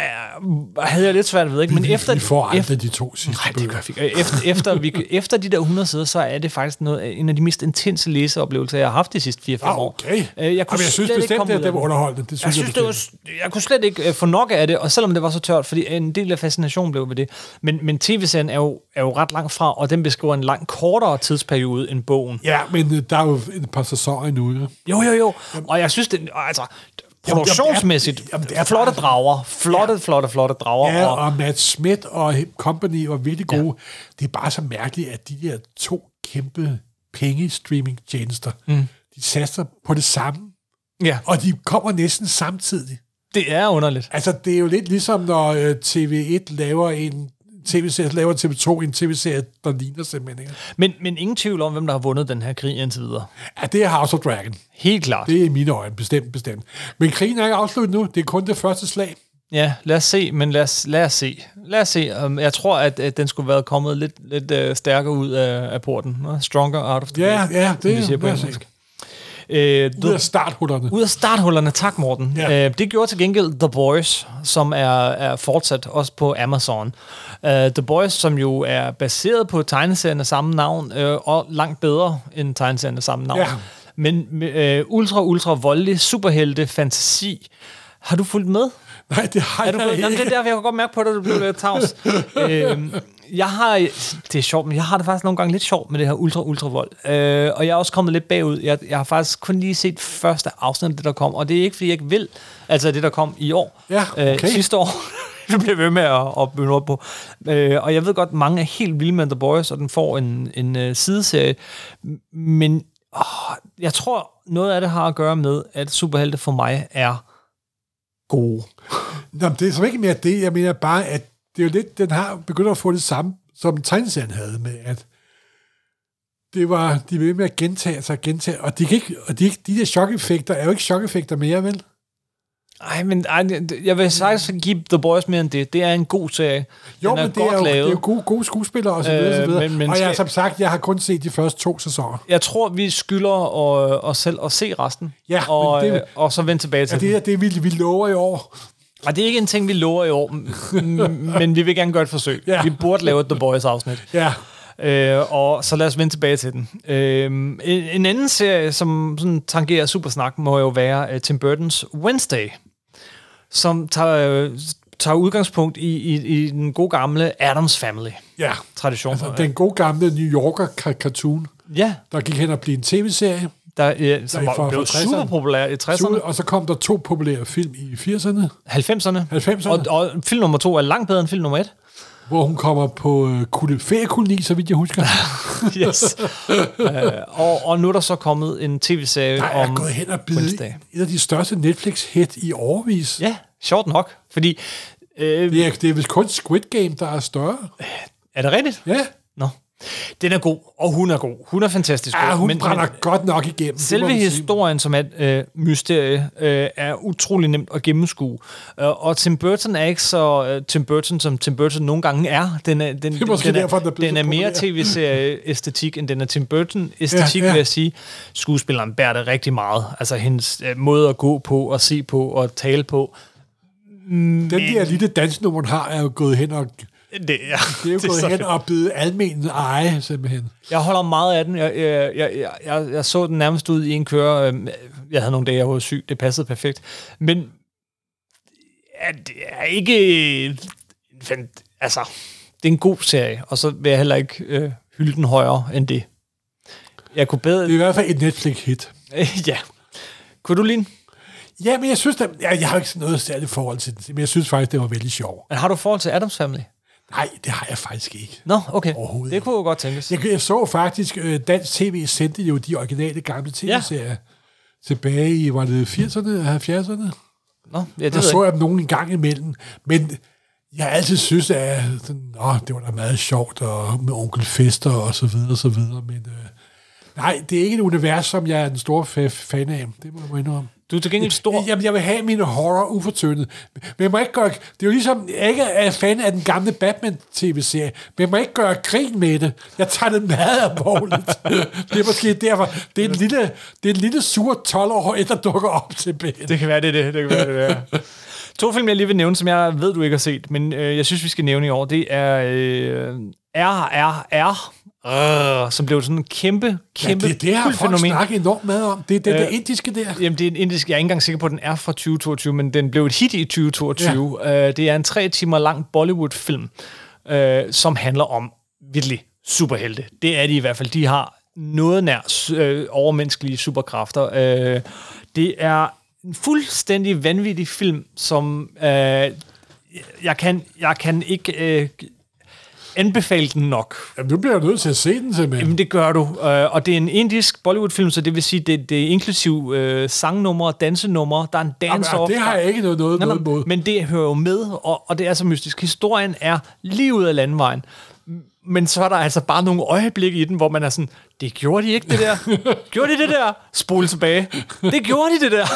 Speaker 1: havde jeg lidt svært ved, ikke? Men efter,
Speaker 2: Vi får
Speaker 1: efter,
Speaker 2: aldrig de to sidste
Speaker 1: Nej, det
Speaker 2: bøger.
Speaker 1: gør vi ikke. Efter, efter, vi, efter de der 100 sider, så er det faktisk noget, af- en af de mest intense læseoplevelser, jeg har haft de sidste 4-5
Speaker 2: Ah,
Speaker 1: år.
Speaker 2: okay.
Speaker 1: Øh, Jeg,
Speaker 2: Jamen, jeg synes
Speaker 1: slet ikke
Speaker 2: bestemt,
Speaker 1: komme
Speaker 2: at
Speaker 1: ud af
Speaker 2: det var underholdende. Det
Speaker 1: Jeg,
Speaker 2: synes jeg,
Speaker 1: synes, det var, jeg kunne slet ikke øh, få nok af det, og selvom det var så tørt, fordi øh, en del af fascinationen blev ved det. Men, men tv-serien er jo, er jo ret langt fra, og den beskriver en langt kortere tidsperiode end bogen.
Speaker 2: Ja, men øh, der er jo et par sæsoner endnu, ikke?
Speaker 1: Jo, jo, jo. Og jeg synes, det, altså, produktionsmæssigt,
Speaker 2: jamen,
Speaker 1: jamen,
Speaker 2: det er- jamen, det
Speaker 1: det
Speaker 2: er
Speaker 1: er flotte drager. Flotte, flotte, flotte drager.
Speaker 2: Ja,
Speaker 1: og,
Speaker 2: og Matt Smith og Company var virkelig gode. Ja. Det er bare så mærkeligt, at de der to kæmpe penge-streaming-tjenester, mm. de satser på det samme,
Speaker 1: ja,
Speaker 2: og de kommer næsten samtidig.
Speaker 1: det er underligt.
Speaker 2: Altså, det er jo lidt ligesom, når øh, TV1 laver en tv-serie, så laver TV2 en tv-serie, der ligner simpelthen. ikke?
Speaker 1: Men, men ingen tvivl om, hvem der har vundet den her krig indtil videre.
Speaker 2: Ja, det er House of Dragon.
Speaker 1: Helt klart.
Speaker 2: Det er i mine øjne, bestemt, bestemt. Men krigen er ikke afsluttet nu, det er kun det første slag.
Speaker 1: Ja, lad os se, men lad os, lad os se. Lad os se. Um, jeg tror, at, at den skulle være kommet lidt, lidt uh, stærkere ud af, af porten. Nå, Stronger out of the
Speaker 2: Ja,
Speaker 1: gate,
Speaker 2: ja,
Speaker 1: som
Speaker 2: det
Speaker 1: de siger på
Speaker 2: lad os se.
Speaker 1: engelsk. Øh,
Speaker 2: Ud af
Speaker 1: du,
Speaker 2: starthullerne.
Speaker 1: ud af starthullerne, tak Morten.
Speaker 2: Ja.
Speaker 1: Ja. Øh, det gjorde til gengæld The Boys, som er, er fortsat også på Amazon. Øh, The Boys, som jo er baseret på tegneserien af samme navn, øh, og langt bedre end tegneserien af samme navn.
Speaker 2: Ja.
Speaker 1: Ja. Men med, øh, ultra, ultra voldelig, superhelte, fantasi. Har du fulgt med?
Speaker 2: Nej, det har
Speaker 1: Er
Speaker 2: jeg
Speaker 1: du på,
Speaker 2: ikke.
Speaker 1: jamen, det er derfor, jeg kan godt mærke på dig, at du blev lidt tavs. øhm, jeg har, det er sjovt, men jeg har det faktisk nogle gange lidt sjovt med det her ultra ultra vold. Øh, og jeg er også kommet lidt bagud. Jeg, jeg har faktisk kun lige set første afsnit af det, der kom, og det er ikke, fordi jeg ikke vil. Altså det, der kom i år.
Speaker 2: Ja, okay.
Speaker 1: øh, sidste år. det blev ved med at, at bygge op på. Øh, og jeg ved godt, mange er helt vilde med The Boys, og den får en, en uh, sideserie. M- Men åh, jeg tror, noget af det har at gøre med, at superhelte for mig er gode.
Speaker 2: Nå, men det er som ikke mere det. Jeg mener bare, at det er jo lidt, den har begyndt at få det samme, som tegneserien havde med, at det var, de blev ved med at gentage sig og gentage, og de, kan ikke, og de, de der chokeffekter er jo ikke chokeffekter mere, vel?
Speaker 1: Ej, men ej, det- jeg vil faktisk give The Boys mere end det. Det er en god serie.
Speaker 2: Jo,
Speaker 1: Den er
Speaker 2: men det
Speaker 1: godt
Speaker 2: er, jo, det er
Speaker 1: lavet.
Speaker 2: jo gode, gode skuespillere og så videre, og så
Speaker 1: Øh,
Speaker 2: videre.
Speaker 1: men- men
Speaker 2: og jeg,
Speaker 1: skal-
Speaker 2: som sagt, jeg har kun set de første to sæsoner.
Speaker 1: Jeg tror, vi skylder øh, os selv at se resten.
Speaker 2: Ja,
Speaker 1: og,
Speaker 2: men det-
Speaker 1: øh, og så vende tilbage
Speaker 2: Ja,
Speaker 1: til
Speaker 2: det
Speaker 1: det.
Speaker 2: er det, vi, vi lover i år.
Speaker 1: Og det er ikke en ting, vi lover i år, m- men vi vil gerne gøre et forsøg.
Speaker 2: Ja.
Speaker 1: Vi burde lave et The Boys-afsnit.
Speaker 2: Ja,
Speaker 1: Øh, og så lad os vende tilbage til den. Øh, en, en anden serie, som sådan tangerer supersnak, må jo være øh, Tim Burton's Wednesday, som tager, øh, tager udgangspunkt i, i, i den gode gamle Adams Family-tradition.
Speaker 2: ja. Altså, den gode gamle New Yorker ka- cartoon,
Speaker 1: Ja,
Speaker 2: der gik hen og blev en tv-serie,
Speaker 1: der, ja, som
Speaker 2: Der
Speaker 1: var,
Speaker 2: fra-
Speaker 1: blev
Speaker 2: fra 60'erne.
Speaker 1: super populær i 60'erne,
Speaker 2: og så kom der to populære film i 80'erne,
Speaker 1: 90'erne.
Speaker 2: 90'erne.
Speaker 1: Og, og film nummer to er langt bedre end film nummer et.
Speaker 2: hvor hun kommer på øh, kul- feriekoloni, så vidt jeg husker.
Speaker 1: Yes. øh, og, og nu er der så kommet en tv-serie
Speaker 2: Der er
Speaker 1: om...
Speaker 2: gået hen og blevet
Speaker 1: Wednesday.
Speaker 2: et af de største Netflix-hit i årvis. Ja.
Speaker 1: Ja, sjovt nok. Fordi, øh,
Speaker 2: Det er, det er vist kun Squid Game, der er større.
Speaker 1: er det rigtigt?
Speaker 2: Ja,
Speaker 1: Nå, Den er god, og hun er god. Hun er fantastisk god.
Speaker 2: Ja, hun brænder godt nok igennem. det må
Speaker 1: Selve
Speaker 2: man sige.
Speaker 1: historien som et øh, mysterie øh, er utrolig nemt at gennemskue. Øh, og Tim Burton er ikke så øh, Tim Burton, som Tim Burton nogle gange er. Den er, den,
Speaker 2: Det er måske
Speaker 1: den er,
Speaker 2: derfor, den er blevet
Speaker 1: den
Speaker 2: så
Speaker 1: er mere
Speaker 2: populær.
Speaker 1: tv-serie-æstetik, end den er Tim Burton-æstetik, ja,
Speaker 2: Ja, ja.
Speaker 1: ja. vil jeg sige. Skuespilleren bærer det rigtig meget. Altså hendes øh, måde at gå på, og se på, og tale på.
Speaker 2: Den der lille dansnummer, hun har, er jo gået hen og, det
Speaker 1: Det, ja, det
Speaker 2: er jo det gået
Speaker 1: så
Speaker 2: er hen
Speaker 1: fedt.
Speaker 2: og blevet almen eje, simpelthen.
Speaker 1: Jeg holder meget af den. Jeg, jeg, jeg, jeg, jeg, jeg så den nærmest ud i en køre. Øhm, Jeg havde nogle dage, jeg var syg. Det passede perfekt. Men ja, det er ikke... en fant- Altså, det er en god serie, og så vil jeg heller ikke øh, hylde den højere end det. Jeg kunne bedre...
Speaker 2: Det er i hvert fald et Netflix-hit.
Speaker 1: ja. Kunne du lide den?
Speaker 2: Ja, men jeg synes, at, jeg, jeg har ikke sådan noget særligt forhold til det, men jeg synes faktisk, det var vældig sjov.
Speaker 1: Men Har du forhold til Adams Family?
Speaker 2: Nej, det har jeg faktisk ikke.
Speaker 1: Nå, okay.
Speaker 2: Overhovedet
Speaker 1: Det kunne jo godt tænkes.
Speaker 2: Jeg, jeg så faktisk, øh, Dansk TV sendte jo de originale gamle tv-serier ja. tilbage i, var det 80'erne og 70'erne?
Speaker 1: Nå, ja, det
Speaker 2: Der
Speaker 1: ved
Speaker 2: så
Speaker 1: jeg.
Speaker 2: jeg dem nogen en gang imellem, men jeg har altid synes, at sådan, Åh, det var da meget sjovt og med onkel Fester og så videre og så videre, men øh, nej, det er ikke et univers, som jeg er den store fa- fan af. Det må jeg må indrømme.
Speaker 1: Du er til gengæld stor.
Speaker 2: Jamen, jeg vil have mine horror ufortyndet. Men jeg må ikke gøre... Det er jo ligesom, jeg ikke er fan af den gamle Batman-tv-serie, men jeg må ikke gøre grin med det. Jeg tager det meget alvorligt. det er måske derfor. Det er en lille, det er en lille sur 12-årig, der dukker op til Ben.
Speaker 1: Det kan være, det er det. det, kan være, det, er det. to film, jeg lige vil nævne, som jeg ved, du ikke har set, men øh, jeg synes, vi skal nævne i år, det er øh, RRR, øh, som blev sådan en kæmpe, kæmpe
Speaker 2: Ja, det, det har folk
Speaker 1: kultfænomen.
Speaker 2: fænomen. snakket enormt meget om. Det er den
Speaker 1: Øh,
Speaker 2: der indiske der.
Speaker 1: Jamen, det er en indisk, jeg er ikke engang sikker på, at den er fra 2022, men den blev et hit i 2022. Ja. Øh, det er en tre timer lang Bollywood-film, øh, som handler om virkelig superhelte. Det er de i hvert fald. De har noget nær su- øh, overmenneskelige superkræfter. Øh, det er en fuldstændig vanvittig film, som øh, jeg, kan, jeg kan ikke øh, anbefale den nok.
Speaker 2: Jamen, nu bliver jeg nødt til at se den simpelthen.
Speaker 1: Jamen, det gør du. Øh, og det er en indisk Bollywood-film, så det vil sige, det, det er inklusiv øh, sangnumre, dansenumre, der er en
Speaker 2: Jamen,
Speaker 1: dance-off.
Speaker 2: det har jeg ikke noget, noget,
Speaker 1: Nej, nej,
Speaker 2: noget imod.
Speaker 1: Men det hører jo med, og, og det er så mystisk. Historien er lige ud af landvejen. Men så er der altså bare nogle øjeblikke i den, hvor man er sådan, det gjorde de ikke, det der. gjorde de det der? Spol tilbage. Det gjorde de det der.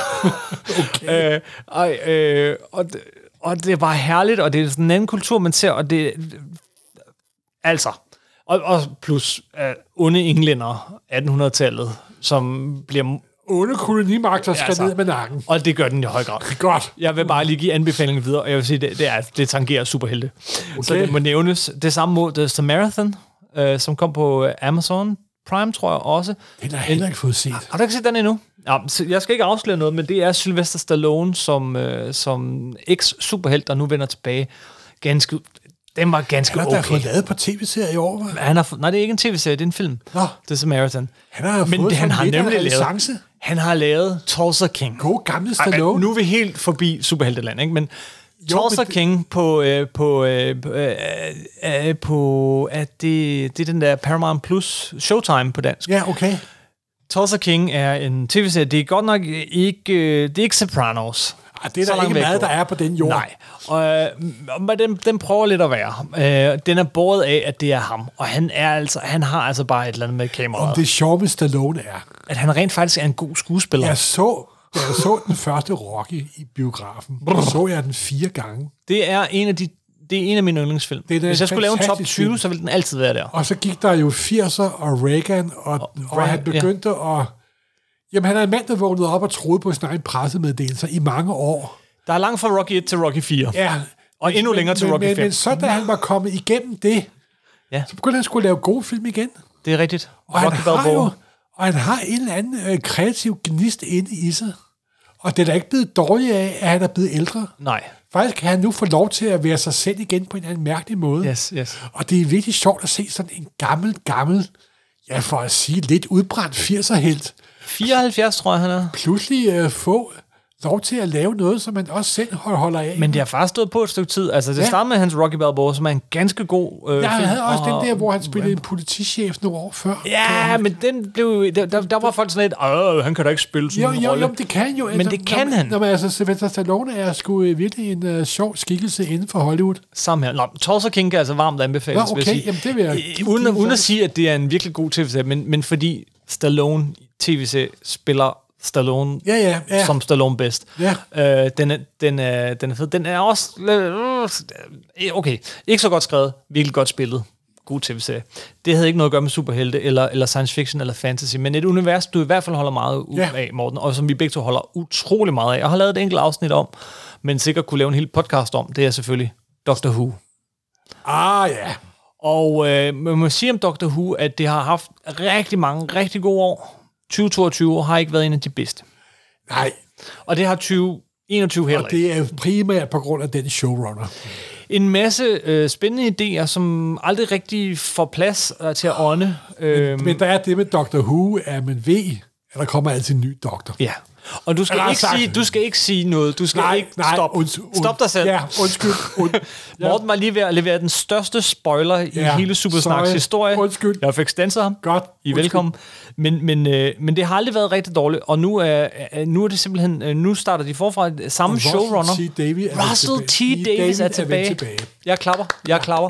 Speaker 1: okay. Øh, og, øh, og, d- og det er bare herligt, og det er sådan en anden kultur, man ser, og det... Altså, og, og plus øh, onde englænder 1800-tallet, som bliver...
Speaker 2: Onde kolonimagter skal
Speaker 1: Altså.
Speaker 2: ned med nakken.
Speaker 1: Og det gør den i høj grad.
Speaker 2: Godt.
Speaker 1: Jeg vil bare lige give anbefalingen videre, og jeg vil sige, det, det, er, det tangerer superhelte. Okay. Så det må nævnes. Det samme mod The Samaritan, øh, som kom på øh, Amazon Prime, tror jeg også.
Speaker 2: Den har jeg heller ikke fået set.
Speaker 1: Har du ikke set den endnu? Ja, så jeg skal ikke afsløre noget, men det er Sylvester Stallone som, øh, som eks-superhelt, der nu vender tilbage. Ganske, den var ganske
Speaker 2: Han har da
Speaker 1: okay.
Speaker 2: fået lavet på tv-serier i år, hva'?
Speaker 1: Han har, fået- nej, det er ikke en tv-serie, det er en film.
Speaker 2: Nå.
Speaker 1: The Samaritan.
Speaker 2: Han har
Speaker 1: men
Speaker 2: fået
Speaker 1: det, han
Speaker 2: sådan
Speaker 1: har
Speaker 2: lidt af en
Speaker 1: nemlig
Speaker 2: renæssance.
Speaker 1: lavet, han har lavet Tulsa King.
Speaker 2: God gamle
Speaker 1: Ej,
Speaker 2: Stallone.
Speaker 1: Nu er vi helt forbi Superhelteland, ikke? Men Tulsa
Speaker 2: men
Speaker 1: men...
Speaker 2: det-
Speaker 1: King på, øh, på, øh, øh, øh, på at det, det er den der Paramount Plus Showtime på dansk.
Speaker 2: Ja, okay.
Speaker 1: Tulsa King er en tv-serie. Det er godt nok ikke, øh, det er ikke Sopranos.
Speaker 2: Ej, det er
Speaker 1: Så
Speaker 2: der
Speaker 1: langt
Speaker 2: ikke
Speaker 1: væk
Speaker 2: meget,
Speaker 1: går.
Speaker 2: der er på den jord.
Speaker 1: Nej, og, øh, men den, den prøver lidt at være. Øh, den er båret af, at det er ham, og han, er altså, han har altså bare et eller andet med
Speaker 2: Om
Speaker 1: kameraet. Det...
Speaker 2: det sjove med Stallone er,
Speaker 1: At han rent faktisk er en god skuespiller.
Speaker 2: jeg så, da jeg så den første Rocky i biografen, så jeg den fire gange.
Speaker 1: Det er en af de det er en af mine yndlingsfilm.
Speaker 2: Det er da
Speaker 1: Hvis
Speaker 2: en
Speaker 1: jeg skulle lave en top 20,
Speaker 2: fantastisk film.
Speaker 1: så ville den altid være der.
Speaker 2: Og så gik der jo 80'er og Reagan, og, og, og han
Speaker 1: Reagan, ja.
Speaker 2: begyndte at... Jamen, han er en mand, der vågnede op og troede på sin egen pressemeddelelser i mange år.
Speaker 1: Der er langt fra Rocky 1 til Rocky 4.
Speaker 2: Ja.
Speaker 1: Og endnu længere til
Speaker 2: men,
Speaker 1: Rocky
Speaker 2: men,
Speaker 1: 5.
Speaker 2: Men så, da han var kommet igennem det,
Speaker 1: Ja.
Speaker 2: ja. så begyndte han skulle lave gode film igen.
Speaker 1: Det er rigtigt.
Speaker 2: Og han,
Speaker 1: Rocky
Speaker 2: har
Speaker 1: Balboa.
Speaker 2: jo, og han har en eller anden øh, kreativ gnist inde i sig. Og det er da ikke blevet dårligt af, at han er blevet ældre.
Speaker 1: Nej.
Speaker 2: Faktisk kan han nu få lov til at være sig selv igen på en eller anden mærkelig måde.
Speaker 1: Yes, yes.
Speaker 2: Og det er virkelig sjovt at se sådan en gammel, gammel, ja for at sige lidt udbrændt 80'er-helt,
Speaker 1: 74, tror jeg, han er.
Speaker 2: pludselig øh, få lov til at lave noget, som man også selv hol- holder af.
Speaker 1: Men det har faktisk stået på et stykke tid. Altså, det
Speaker 2: Ja.
Speaker 1: ja. startede med hans Rocky Balboa, som er en ganske god øh,
Speaker 2: jeg
Speaker 1: film,
Speaker 2: havde også
Speaker 1: og-
Speaker 2: den der, hvor han spillede en politichef nogle år før.
Speaker 1: Ja, men den blev, der, der, der var folk sådan lidt, Åh, han kan da ikke spille sådan
Speaker 2: Jo,
Speaker 1: en
Speaker 2: jo,
Speaker 1: rolle.
Speaker 2: jo, men det kan jo.
Speaker 1: Men det kan
Speaker 2: når,
Speaker 1: han.
Speaker 2: Når man, altså, Sylvester Stallone er sgu øh, virkelig en øh, sjov skikkelse inden for Hollywood.
Speaker 1: Samme her. Nå, Tulsa King kan altså varmt anbefales,
Speaker 2: Nå,
Speaker 1: vil
Speaker 2: okay,
Speaker 1: jeg sige.
Speaker 2: jamen, det vil jeg
Speaker 1: Øh,
Speaker 2: give-
Speaker 1: Uden,
Speaker 2: give
Speaker 1: uden at
Speaker 2: så.
Speaker 1: sige, at det er en virkelig god tv-serie, men, men fordi Stallone tv-serie spiller Stallone
Speaker 2: Ja, ja, ja.
Speaker 1: som Stallone bedst.
Speaker 2: Ja.
Speaker 1: Øh, den, er, den, er, den er fed. Den er også... øh, Okay, ikke så godt skrevet, virkelig godt spillet. God tv-serie. Det havde ikke noget at gøre med superhelte, eller, eller science fiction, eller fantasy, men et univers, du i hvert fald holder meget ud
Speaker 2: Ja.
Speaker 1: ja. af, Morten, og som vi begge to holder utrolig meget af. Jeg har lavet et enkelt afsnit om, men sikkert kunne lave en hel podcast om, det er selvfølgelig Doctor Who.
Speaker 2: Ah, ja.
Speaker 1: Og øh, man må sige om Doctor Who, at det har haft rigtig mange rigtig gode år. 2022 har ikke været en af de bedste.
Speaker 2: Nej,
Speaker 1: Og det har 2021 heller
Speaker 2: og det er jo primært på grund af den showrunner.
Speaker 1: En masse øh, spændende idéer, som aldrig rigtig får plads øh, til at ånde. Øhm,
Speaker 2: Men der er det med Doctor Who, at man ved, at der kommer altid en ny doktor.
Speaker 1: ja. Og du skal,
Speaker 2: Eller
Speaker 1: ikke
Speaker 2: sagt-
Speaker 1: sige, du skal ikke sige noget. Du skal ikke stoppe.
Speaker 2: unds- und-
Speaker 1: Stop dig selv.
Speaker 2: Ja, undskyld. Und, ja,
Speaker 1: Morten var lige ved at levere den største spoiler i
Speaker 2: Ja,
Speaker 1: hele Supersnacks
Speaker 2: sorry.
Speaker 1: historie.
Speaker 2: Undskyld.
Speaker 1: Jeg fik stanset ham.
Speaker 2: Godt.
Speaker 1: I er
Speaker 2: Undskyld.
Speaker 1: velkommen. Men, men, øh, men det har aldrig været rigtig dårligt, og nu er, er- nu er det simpelthen, øh, nu starter de forfra. Samme
Speaker 2: Russell
Speaker 1: showrunner.
Speaker 2: T. Davies er vendt
Speaker 1: Russell T.
Speaker 2: tilbage.
Speaker 1: Davies er
Speaker 2: vendt
Speaker 1: tilbage.
Speaker 2: tilbage.
Speaker 1: Jeg klapper, jeg klapper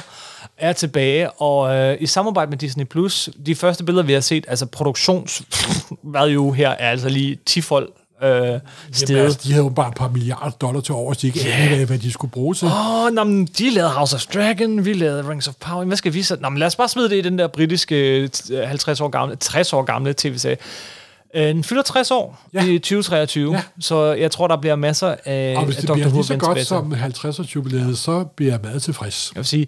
Speaker 1: er tilbage, og øh, i samarbejde med Disney+, Plus, de første billeder, vi har set, altså produktions value her, er altså lige tifold øh,
Speaker 2: Jamen, altså,
Speaker 1: stedet.
Speaker 2: de havde jo bare et par milliarder dollar til over, så de ikke yeah. anede, hvad de skulle bruge til.
Speaker 1: Åh, oh, men de lavede House of Dragon, vi lavede Rings of Power. Hvad skal vi så? Nå, men lad os bare smide det i den der britiske øh, t- 50 år gamle, 60 år gamle tv-serie. Øh, Den fylder 60 år
Speaker 2: Ja.
Speaker 1: ja. i 2023,
Speaker 2: Ja.
Speaker 1: ja. så jeg tror, der bliver masser af,
Speaker 2: Og hvis
Speaker 1: af
Speaker 2: det bliver lige så
Speaker 1: vendt
Speaker 2: godt
Speaker 1: tilbage til.
Speaker 2: som 50'ers jubilæet, så bliver jeg meget tilfreds.
Speaker 1: Jeg vil sige,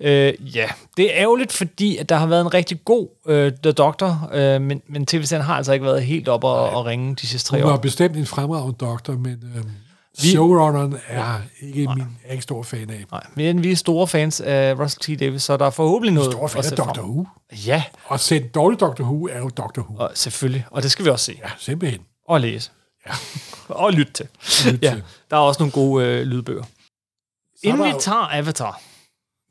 Speaker 1: øh, ja, det er ærgerligt, fordi at der har været en rigtig god øh, The Doctor, øh, men, men tv-serien har altså ikke været helt op og, og ringe de sidste tre
Speaker 2: Hun var
Speaker 1: år.
Speaker 2: bestemt en fremragende doktor, men øhm, showrunneren er ikke min, jeg er ikke stor fan af.
Speaker 1: Nej, men vi er store fans af Russell T. Davis, så der er forhåbentlig noget
Speaker 2: Stor fan
Speaker 1: at
Speaker 2: af
Speaker 1: se
Speaker 2: Doctor
Speaker 1: frem.
Speaker 2: Who.
Speaker 1: Ja,
Speaker 2: Og selv dårlig Doctor Who er jo Doctor Who.
Speaker 1: og selvfølgelig, og det skal vi også se.
Speaker 2: Ja, simpelthen.
Speaker 1: Og læse.
Speaker 2: Ja.
Speaker 1: og lytte til.
Speaker 2: lytte
Speaker 1: ja,
Speaker 2: til.
Speaker 1: der er også nogle gode øh, lydbøger. Inden
Speaker 2: var
Speaker 1: vi
Speaker 2: jo-
Speaker 1: tager Avatar.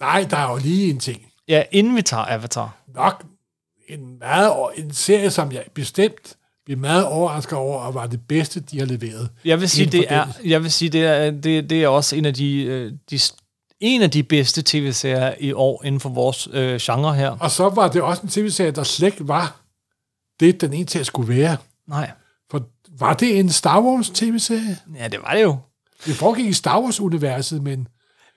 Speaker 2: Nej, der er jo lige en ting.
Speaker 1: Ja, inden vi tager Avatar.
Speaker 2: Nok en, meget, over- en serie, som jeg bestemt bliver meget overrasket over, og var det bedste, de har leveret.
Speaker 1: Jeg vil sige,
Speaker 2: inden
Speaker 1: det
Speaker 2: for
Speaker 1: er,
Speaker 2: den.
Speaker 1: jeg vil sige, det er, det, det er også en af de, øh, de s- en af de bedste tv-serier i år inden for vores øh, genre her.
Speaker 2: Og så var det også en tv-serie, der slet ikke var det, den egentlig skulle være.
Speaker 1: Nej.
Speaker 2: For var det en Star Wars tv-serie?
Speaker 1: Ja, det var det jo.
Speaker 2: Det foregik i Star Wars-universet, men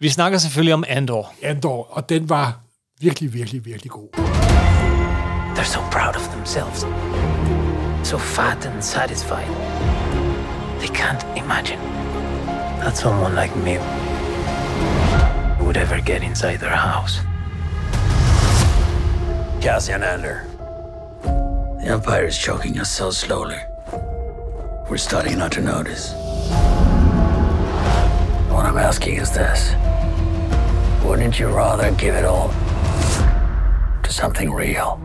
Speaker 1: Vi snakker selvfølgelig om Andor.
Speaker 2: Andor, og den var virkelig, virkelig, virkelig god.
Speaker 10: They're so proud of themselves, so fat and satisfied. They can't imagine that someone like me would ever get inside their house.
Speaker 11: Cassian Andor. The Empire is choking us so slowly. We're starting not to notice. What I'm asking is this Wouldn't you rather give it all to something real?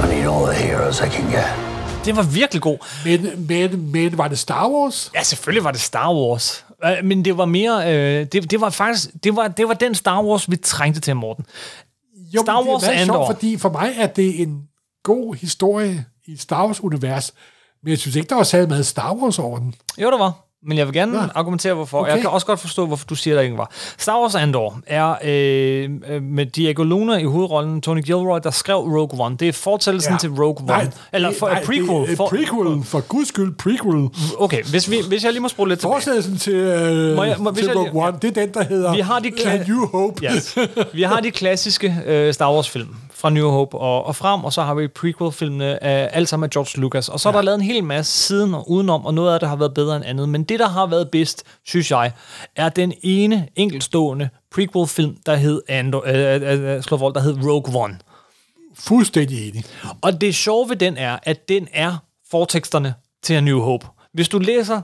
Speaker 11: I need all the heroes I can get.
Speaker 1: Det var virkelig god.
Speaker 2: Men, men, men var det Star Wars?
Speaker 1: Ja, selvfølgelig var det Star Wars. Øh, Men det var mere, øh, det, det var faktisk, det var, det var den Star Wars, vi trængte til, Morten.
Speaker 2: Jo,
Speaker 1: Star
Speaker 2: men
Speaker 1: Wars
Speaker 2: det er meget
Speaker 1: Andor.
Speaker 2: sjovt, fordi for mig er det en god historie i Star Wars-univers, men jeg synes ikke, der var særlig meget Star Wars over den.
Speaker 1: Jo, der var. Men jeg vil gerne ja. argumentere, hvorfor. Okay.
Speaker 2: Okay.
Speaker 1: Jeg kan også godt forstå, hvorfor du siger, der ikke var. Star Wars Andor er øh, øh, med Diego Luna i hovedrollen, Tony Gilroy, der skrev Rogue One. Det er fortællelsen ja. til Rogue One.
Speaker 2: Nej,
Speaker 1: Eller
Speaker 2: det-
Speaker 1: for,
Speaker 2: nej,
Speaker 1: nej, prequel.
Speaker 2: Det,
Speaker 1: for,
Speaker 2: for, prequel, for guds skyld, prequel.
Speaker 1: Okay, hvis, vi, hvis jeg lige må spole lidt tilbage.
Speaker 2: Fortsættelsen til, øh,
Speaker 1: Må jeg- må- hvis
Speaker 2: til
Speaker 1: jeg
Speaker 2: Rogue
Speaker 1: lige-
Speaker 2: One, det er den, der hedder
Speaker 1: Vi har de kla-
Speaker 2: A New Hope.
Speaker 1: Yes. Vi har de klassiske øh, Star Wars-film fra New Hope og, og frem, og så har vi prequel-filmene, øh, alt sammen af George Lucas. Og så ja. er der lavet en hel masse siden og udenom, og noget af det har været bedre end andet. Men det, der har været bedst, synes jeg, er den ene enkeltstående prequel-film, der hed, Andor, øh, øh, øh, slår vold, der hed Rogue One.
Speaker 2: Fuldstændig enig.
Speaker 1: Og det sjove ved den er, at den er forteksterne til A New Hope. Hvis du læser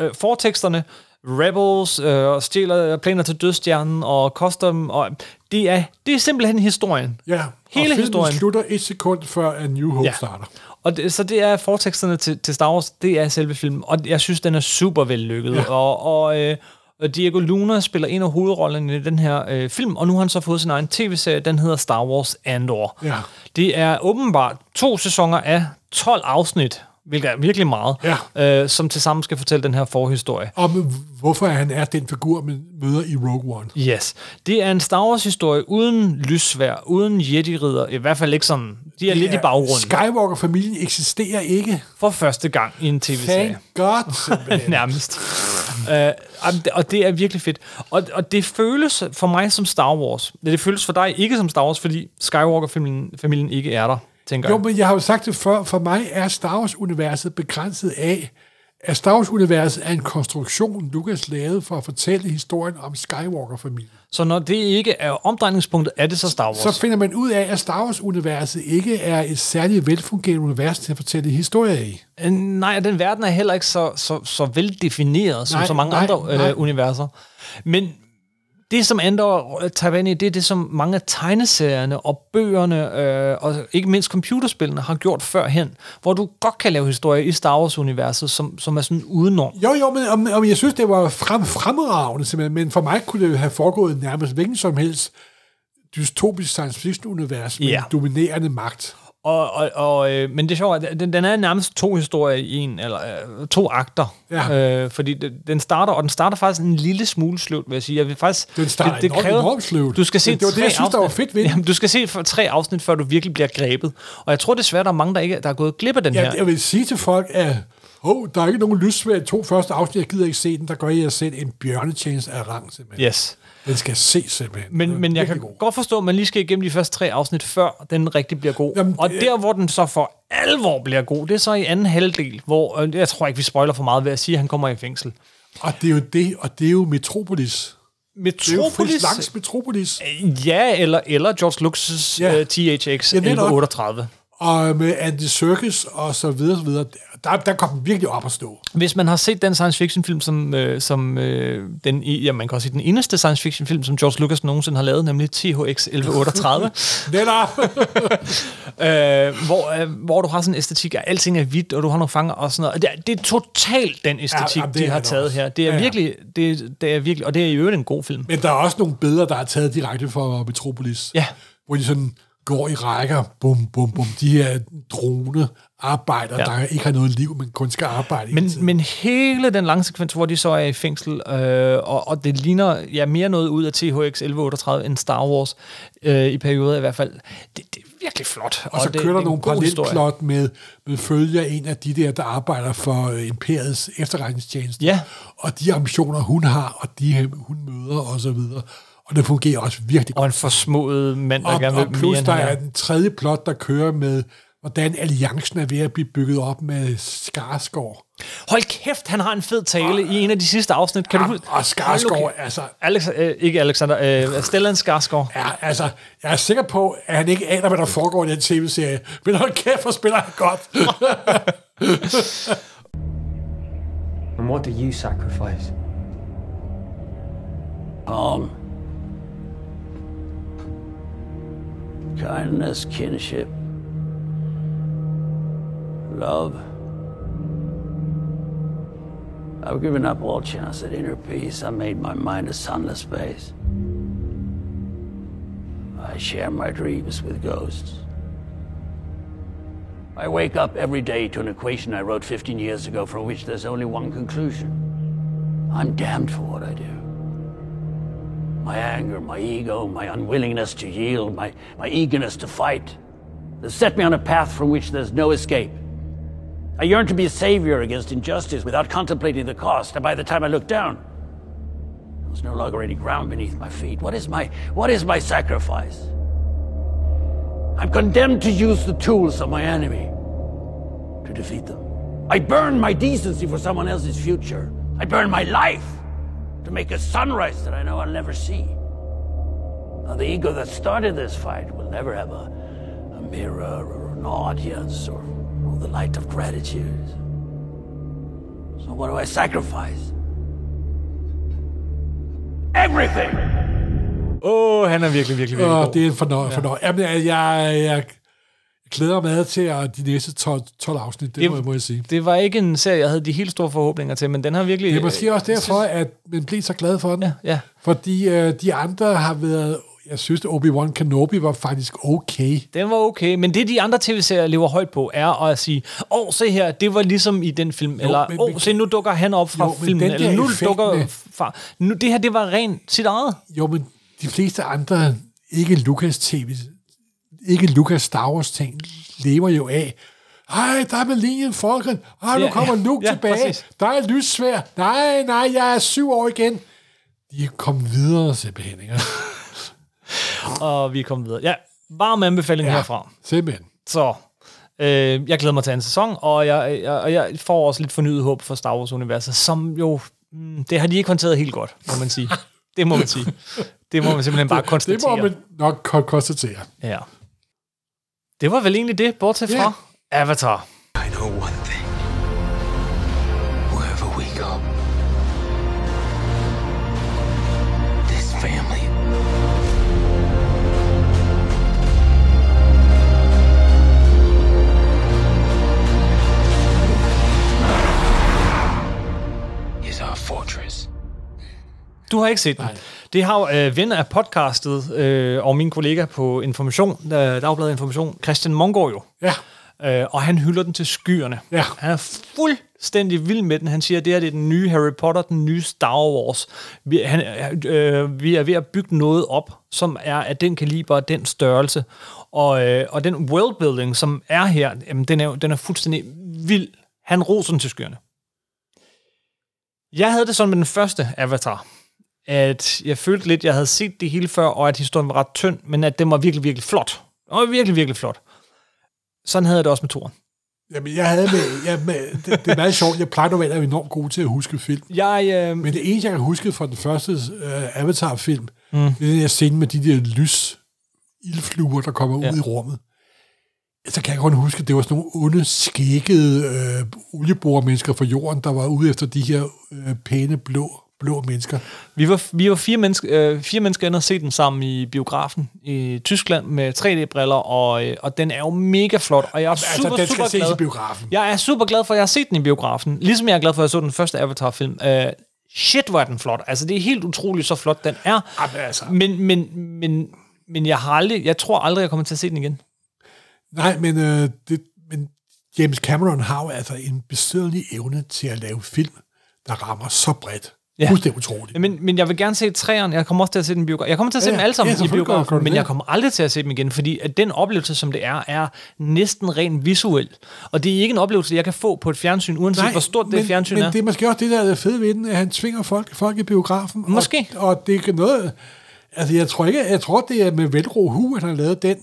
Speaker 1: øh, forteksterne, rebels øh, og stjæler planer til dødstjernen og custom. Og det, er, det er simpelthen historien.
Speaker 2: Ja,
Speaker 1: Hele
Speaker 2: og filmen
Speaker 1: historien.
Speaker 2: slutter et sekund før, at New Hope ja. starter.
Speaker 1: Og det, så det er forteksterne til, til Star Wars, det er selve filmen, og jeg synes, den er super vellykket. Ja. Og, og, øh, og Diego Luna spiller en af hovedrollerne i den her øh, film, og nu har han så fået sin egen tv-serie, den hedder Star Wars Andor.
Speaker 2: Ja.
Speaker 1: Det er åbenbart to sæsoner af 12 afsnit, hvilket er virkelig meget, ja. øh, som tilsammen skal fortælle den her forhistorie.
Speaker 2: Om hvorfor han er den figur, man møder i Rogue One.
Speaker 1: Yes. Det er en Star Wars-historie uden lyssvær, uden jedi-ridder, i hvert fald ikke sådan. De er
Speaker 2: Det
Speaker 1: lidt i
Speaker 2: er-
Speaker 1: baggrunden.
Speaker 2: Skywalker-familien eksisterer ikke.
Speaker 1: For første gang i en tv-serie.
Speaker 2: Thank God. simpelthen.
Speaker 1: nærmest. Øh, jamen, det- og det er virkelig fedt. Og, og det føles for mig som Star Wars. Det føles for dig ikke som Star Wars, fordi Skywalker-familien familien ikke er der, tænker
Speaker 2: jo,
Speaker 1: jeg.
Speaker 2: men jeg har jo sagt det før, for mig er Star Wars-universet begrænset af, at Star Wars-universet er en konstruktion, Lucas lavede for at fortælle historien om Skywalker-familien.
Speaker 1: Så når det ikke er omdrejningspunktet, er det så Star Wars.
Speaker 2: Så finder man ud af, at Star Wars-universet ikke er et særligt velfungerende univers til at fortælle historier i.
Speaker 1: Øh, Nej, og den verden er heller ikke så, så, så veldefineret som
Speaker 2: Nej,
Speaker 1: så mange
Speaker 2: nej,
Speaker 1: andre
Speaker 2: nej.
Speaker 1: øh, universer. Men det, som Andor øh, tager vand i, det er det, som mange af tegneserierne og bøgerne, øh, og ikke mindst computerspillene, har gjort førhen, hvor du godt kan lave historier i Star Wars-universet, som, som er sådan udenom.
Speaker 2: Jo, jo, men om, om jeg synes, det var frem, fremragende simpelthen, men for mig kunne det jo have foregået nærmest hvilken som helst dystopisk science fiction-univers med
Speaker 1: Ja.
Speaker 2: ja. dominerende magt.
Speaker 1: Og, og, og, øh, men det er sjovt, at den, den er nærmest to historier i en, eller øh, to akter.
Speaker 2: Ja.
Speaker 1: Øh, fordi den, den starter, og den starter faktisk en lille smule sløvt, vil jeg sige. Jeg vil faktisk,
Speaker 2: Den starter enormt- enormt sløvt.
Speaker 1: Du skal se
Speaker 2: Men det var det,
Speaker 1: tre
Speaker 2: jeg synes, der var
Speaker 1: afsnit.
Speaker 2: fedt ved den.
Speaker 1: Jamen, du skal se for tre afsnit, før du virkelig bliver grebet. Og jeg tror desværre, der er mange, der, ikke, der er gået glip af den
Speaker 2: Jeg,
Speaker 1: her.
Speaker 2: jeg vil sige til folk, at oh, der er ikke nogen lyst ved at to første afsnit, jeg gider ikke se den, der gør jeg selv en bjørnetjeneste af rang simpelthen.
Speaker 1: Yes.
Speaker 2: Den skal se simpelthen.
Speaker 1: Men, men jeg kan god. godt forstå, at man lige skal igennem de første tre afsnit, før den rigtig bliver god. Jamen,
Speaker 2: øh-
Speaker 1: og der, hvor den så for alvor bliver god, det er så i anden halvdel, hvor øh, jeg tror ikke, vi spoiler for meget ved at sige, at han kommer i fængsel.
Speaker 2: Og det er jo det, og det er jo Metropolis. Det er jo
Speaker 1: Metropolis...
Speaker 2: Fritz Langs Metropolis.
Speaker 1: Ja, eller, eller George Lucas
Speaker 2: Ja.
Speaker 1: ja. uh, THX
Speaker 2: Ja, netop.
Speaker 1: 1138.
Speaker 2: Og med Andy Serkis og så videre, så videre. Der, der kom den virkelig op at stå.
Speaker 1: Hvis man har set den science fiction film, som, øh, som øh, den, i- ja, man kan også sige, den eneste science fiction film, som George Lucas nogensinde har lavet, nemlig THX 1138,
Speaker 2: Netop!
Speaker 1: øh, hvor, øh, hvor du har sådan en æstetik, at alting er hvidt, og du har nogle fanger og sådan noget. Det er, det er totalt den æstetik, ja,
Speaker 2: jamen, det
Speaker 1: de
Speaker 2: er
Speaker 1: har
Speaker 2: det
Speaker 1: taget
Speaker 2: også.
Speaker 1: her. Det er,
Speaker 2: Ja, ja.
Speaker 1: virkelig, det, det er virkelig, og det er i øvrigt en god film.
Speaker 2: Men der er også nogle billeder, der er taget direkte fra Metropolis.
Speaker 1: Ja.
Speaker 2: Hvor de sådan går i rækker, bum, bum, bum. De her dronearbejdere,
Speaker 1: Ja.
Speaker 2: ja. der ikke har noget liv, men kun skal arbejde.
Speaker 1: Men,
Speaker 2: hele tiden.
Speaker 1: men hele den lange sekvens, hvor de så er i fængsel, øh, og, og det ligner ja, mere noget ud af THX 1138 end Star Wars, øh, i perioder i hvert fald. Det, det er virkelig flot.
Speaker 2: og så
Speaker 1: det, det
Speaker 2: kører
Speaker 1: er
Speaker 2: der
Speaker 1: en
Speaker 2: nogle
Speaker 1: god historie.
Speaker 2: parallelplot med, med følger en af de der, der arbejder for øh, imperiets efterretningstjeneste.
Speaker 1: Ja.
Speaker 2: Og de ambitioner, hun har, og de øh, hun møder, og så videre. Og det fungerer også virkelig
Speaker 1: Og en forsmået mand, der
Speaker 2: Og,
Speaker 1: gerne
Speaker 2: og
Speaker 1: vil mere
Speaker 2: plus
Speaker 1: end
Speaker 2: der
Speaker 1: han
Speaker 2: er
Speaker 1: er.
Speaker 2: den tredje plot, der kører med, hvordan alliancen er ved at blive bygget op med Skarsgård.
Speaker 1: Hold kæft, han har en fed tale i en af de sidste afsnit. Kan du huske?
Speaker 2: Og Skarsgård,
Speaker 1: Hold nu kæ-
Speaker 2: altså,
Speaker 1: Alex, øh, ikke Alexander, øh, Stellan Skarsgård.
Speaker 2: er, altså, jeg er sikker på, at han ikke aner, hvad der foregår i den tv-serie. Men hold kæft, hvor spiller han godt.
Speaker 12: And what do you sacrifice?
Speaker 11: Home. Kindness, kinship, love. I've given up all chance at inner peace. I made my mind a sunless space. I share my dreams with ghosts. I wake up every day to an equation I wrote 15 years ago from which there's only one conclusion. I'm damned for what I do. My anger, my ego, my unwillingness to yield, my, my eagerness to fight. They set me on a path from which there's no escape. I yearn to be a savior against injustice without contemplating the cost, and by the time I look down, there's no longer any ground beneath my feet. What is my what is my sacrifice? I'm condemned to use the tools of my enemy to defeat them. I burn my decency for someone else's future. I burn my life to make a sunrise that I know I'll never see. Now, the ego that started this fight will never have a, a mirror or an audience or, or the light of gratitude. So, what do I sacrifice? everything.
Speaker 1: Åh, oh, han er virkelig, virkelig, virkelig
Speaker 2: Åh,
Speaker 1: god.
Speaker 2: det er en fornøjelse. Ja. Fornøj. Jamen, jeg, jeg, jeg glæder mig til at de næste 12, 12 afsnit, det, det, må, jeg- må jeg sige.
Speaker 1: Det var ikke en serie, jeg havde de helt store forhåbninger til, men den har virkelig...
Speaker 2: Det er måske også derfor, at man blev så glad for den. øh, Ja,
Speaker 1: ja.
Speaker 2: Fordi øh, de andre har været... Jeg synes, at Obi-Wan Kenobi var faktisk okay.
Speaker 1: Den var okay, men det de andre tv-serier lever højt på, er at sige, åh, oh, se her, det var ligesom i den film, jo, eller
Speaker 2: men-
Speaker 1: åh, oh, se, nu dukker han op fra
Speaker 2: Jo, men
Speaker 1: filmen,
Speaker 2: den der
Speaker 1: eller nu
Speaker 2: effekt
Speaker 1: dukker...
Speaker 2: med-
Speaker 1: Far, nu, det her, det var rent sit eget.
Speaker 2: Jo, men de fleste andre, ikke Lucas TV, ikke Lucas Star Wars ting, lever jo af, ej, der er Malinian Falcon, ej, nu
Speaker 1: Ja,
Speaker 2: kommer
Speaker 1: ja.
Speaker 2: Luke
Speaker 1: Ja,
Speaker 2: tilbage,
Speaker 1: præcis.
Speaker 2: der er lyssvær, nej, nej, jeg er syv år igen. De er kommet videre, simpelthen, ikke?
Speaker 1: Og vi er kommet videre. Ja, varm anbefaling ja. herfra.
Speaker 2: Simpelthen.
Speaker 1: Så øh, jeg glæder mig til en sæson, og jeg, jeg, og jeg får også lidt fornyet håb for Star Wars-universet, som jo... mm, Det har de ikke håndteret helt godt, må man sige. Det må man sige. Det må man simpelthen bare
Speaker 2: Det
Speaker 1: konstatere.
Speaker 2: må man nok kon- konstatere.
Speaker 1: Ja. Det var vel egentlig det, bortset fra Avatar.
Speaker 3: I know one thing. Wherever we go, this family
Speaker 10: is our fortress.
Speaker 1: Du har ikke set den. Det har jo, øh, ven af podcastet øh, og min kollega på Information, øh, Dagbladet Information, Christian Mongård jo.
Speaker 2: Ja.
Speaker 1: Øh, og han hylder den til skyerne.
Speaker 2: Ja.
Speaker 1: Han er fuldstændig vild med den. Han siger, at det her det er den nye Harry Potter, den nye Star Wars. Vi, han, øh, vi er ved at bygge noget op, som er af den kaliber og den størrelse. Og, øh, og den worldbuilding, som er her, jamen, den, er, jo- den er fuldstændig vild. Han roser den til skyerne. Jeg havde det sådan med den første Avatar, at jeg følte lidt, jeg havde set det hele før, og at historien var ret tynd, men at den var virkelig, virkelig flot. Den var virkelig, virkelig flot. Sådan havde jeg det også med toren.
Speaker 2: Jamen, jeg havde med, jeg med det, det er meget sjovt, jeg plejer normalt at være enormt god til at huske film.
Speaker 1: Jeg, øh,
Speaker 2: Men det eneste, jeg kan huske fra den første øh, Avatar-film, mm. det er den her scene med de der lys ildfluer, der kommer ja. ud i rummet. Så kan jeg godt huske, at det var sådan nogle onde, skækkede øh, olieborermennesker fra jorden, der var ude efter de her øh, pæne, blå, blå mennesker.
Speaker 1: Vi var, vi var fire, mennesker, øh, fire mennesker inde og se den sammen i biografen i Tyskland med 3D-briller, og, øh, og den er jo mega flot, og jeg er
Speaker 2: Altså,
Speaker 1: super,
Speaker 2: den skal
Speaker 1: super
Speaker 2: ses
Speaker 1: glad.
Speaker 2: i biografen.
Speaker 1: Jeg er super glad for, at jeg har set den i biografen, ligesom jeg er glad for, at jeg så den første Avatar-film. Øh, shit, hvor er den flot. Altså, det er helt utroligt, så flot den er.
Speaker 2: Jamen, altså.
Speaker 1: Men, men, men, men jeg, har aldrig, jeg tror aldrig, jeg kommer til at se den igen.
Speaker 2: Nej, men, øh, det, men James Cameron har jo altså en besødelig evne til at lave film, der rammer så bredt. Ja.
Speaker 1: Ja.
Speaker 2: Husk, det er utroligt.
Speaker 1: Men, men jeg vil gerne se træerne. Jeg kommer også til at se den i biografen. Jeg kommer til at se
Speaker 2: Ja,
Speaker 1: ja, dem alle sammen
Speaker 2: ja,
Speaker 1: i
Speaker 2: selvfølgelig gør- gør du
Speaker 1: biografen, men
Speaker 2: det.
Speaker 1: jeg kommer aldrig til at se dem igen, fordi at den oplevelse, som det er, er næsten ren visuel. Og det er ikke en oplevelse, jeg kan få på et fjernsyn, uanset Nej, Altså, hvor stort det
Speaker 2: men,
Speaker 1: fjernsyn
Speaker 2: men
Speaker 1: er.
Speaker 2: det er måske også det, der er det fede ved den, at han tvinger folk, folk i biografen.
Speaker 1: Måske.
Speaker 2: Og, og det er noget... Altså, jeg tror, ikke, jeg tror, det er med velro hu, at han har lavet den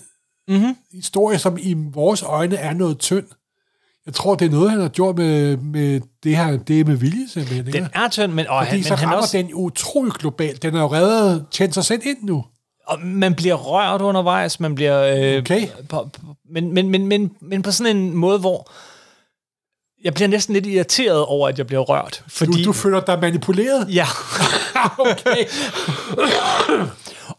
Speaker 1: mm-hmm.
Speaker 2: historie, som i vores øjne er noget tynd. Jeg tror, det er noget, han har gjort med, med det her, det er med vilje, simpelthen. ikke?
Speaker 1: Den er tynd, men, og,
Speaker 2: Fordi
Speaker 1: han,
Speaker 2: så
Speaker 1: men han
Speaker 2: rammer
Speaker 1: også,
Speaker 2: den utrolig globalt. Den er jo reddet, tjent sig selv ind nu.
Speaker 1: og man bliver rørt undervejs, man bliver... Øh,
Speaker 2: Okay.
Speaker 1: på, på, men, men, men, men, men på sådan en måde, hvor jeg bliver næsten lidt irriteret over, at jeg bliver rørt. Fordi,
Speaker 2: Du, du føler dig manipuleret?
Speaker 1: Ja. okay.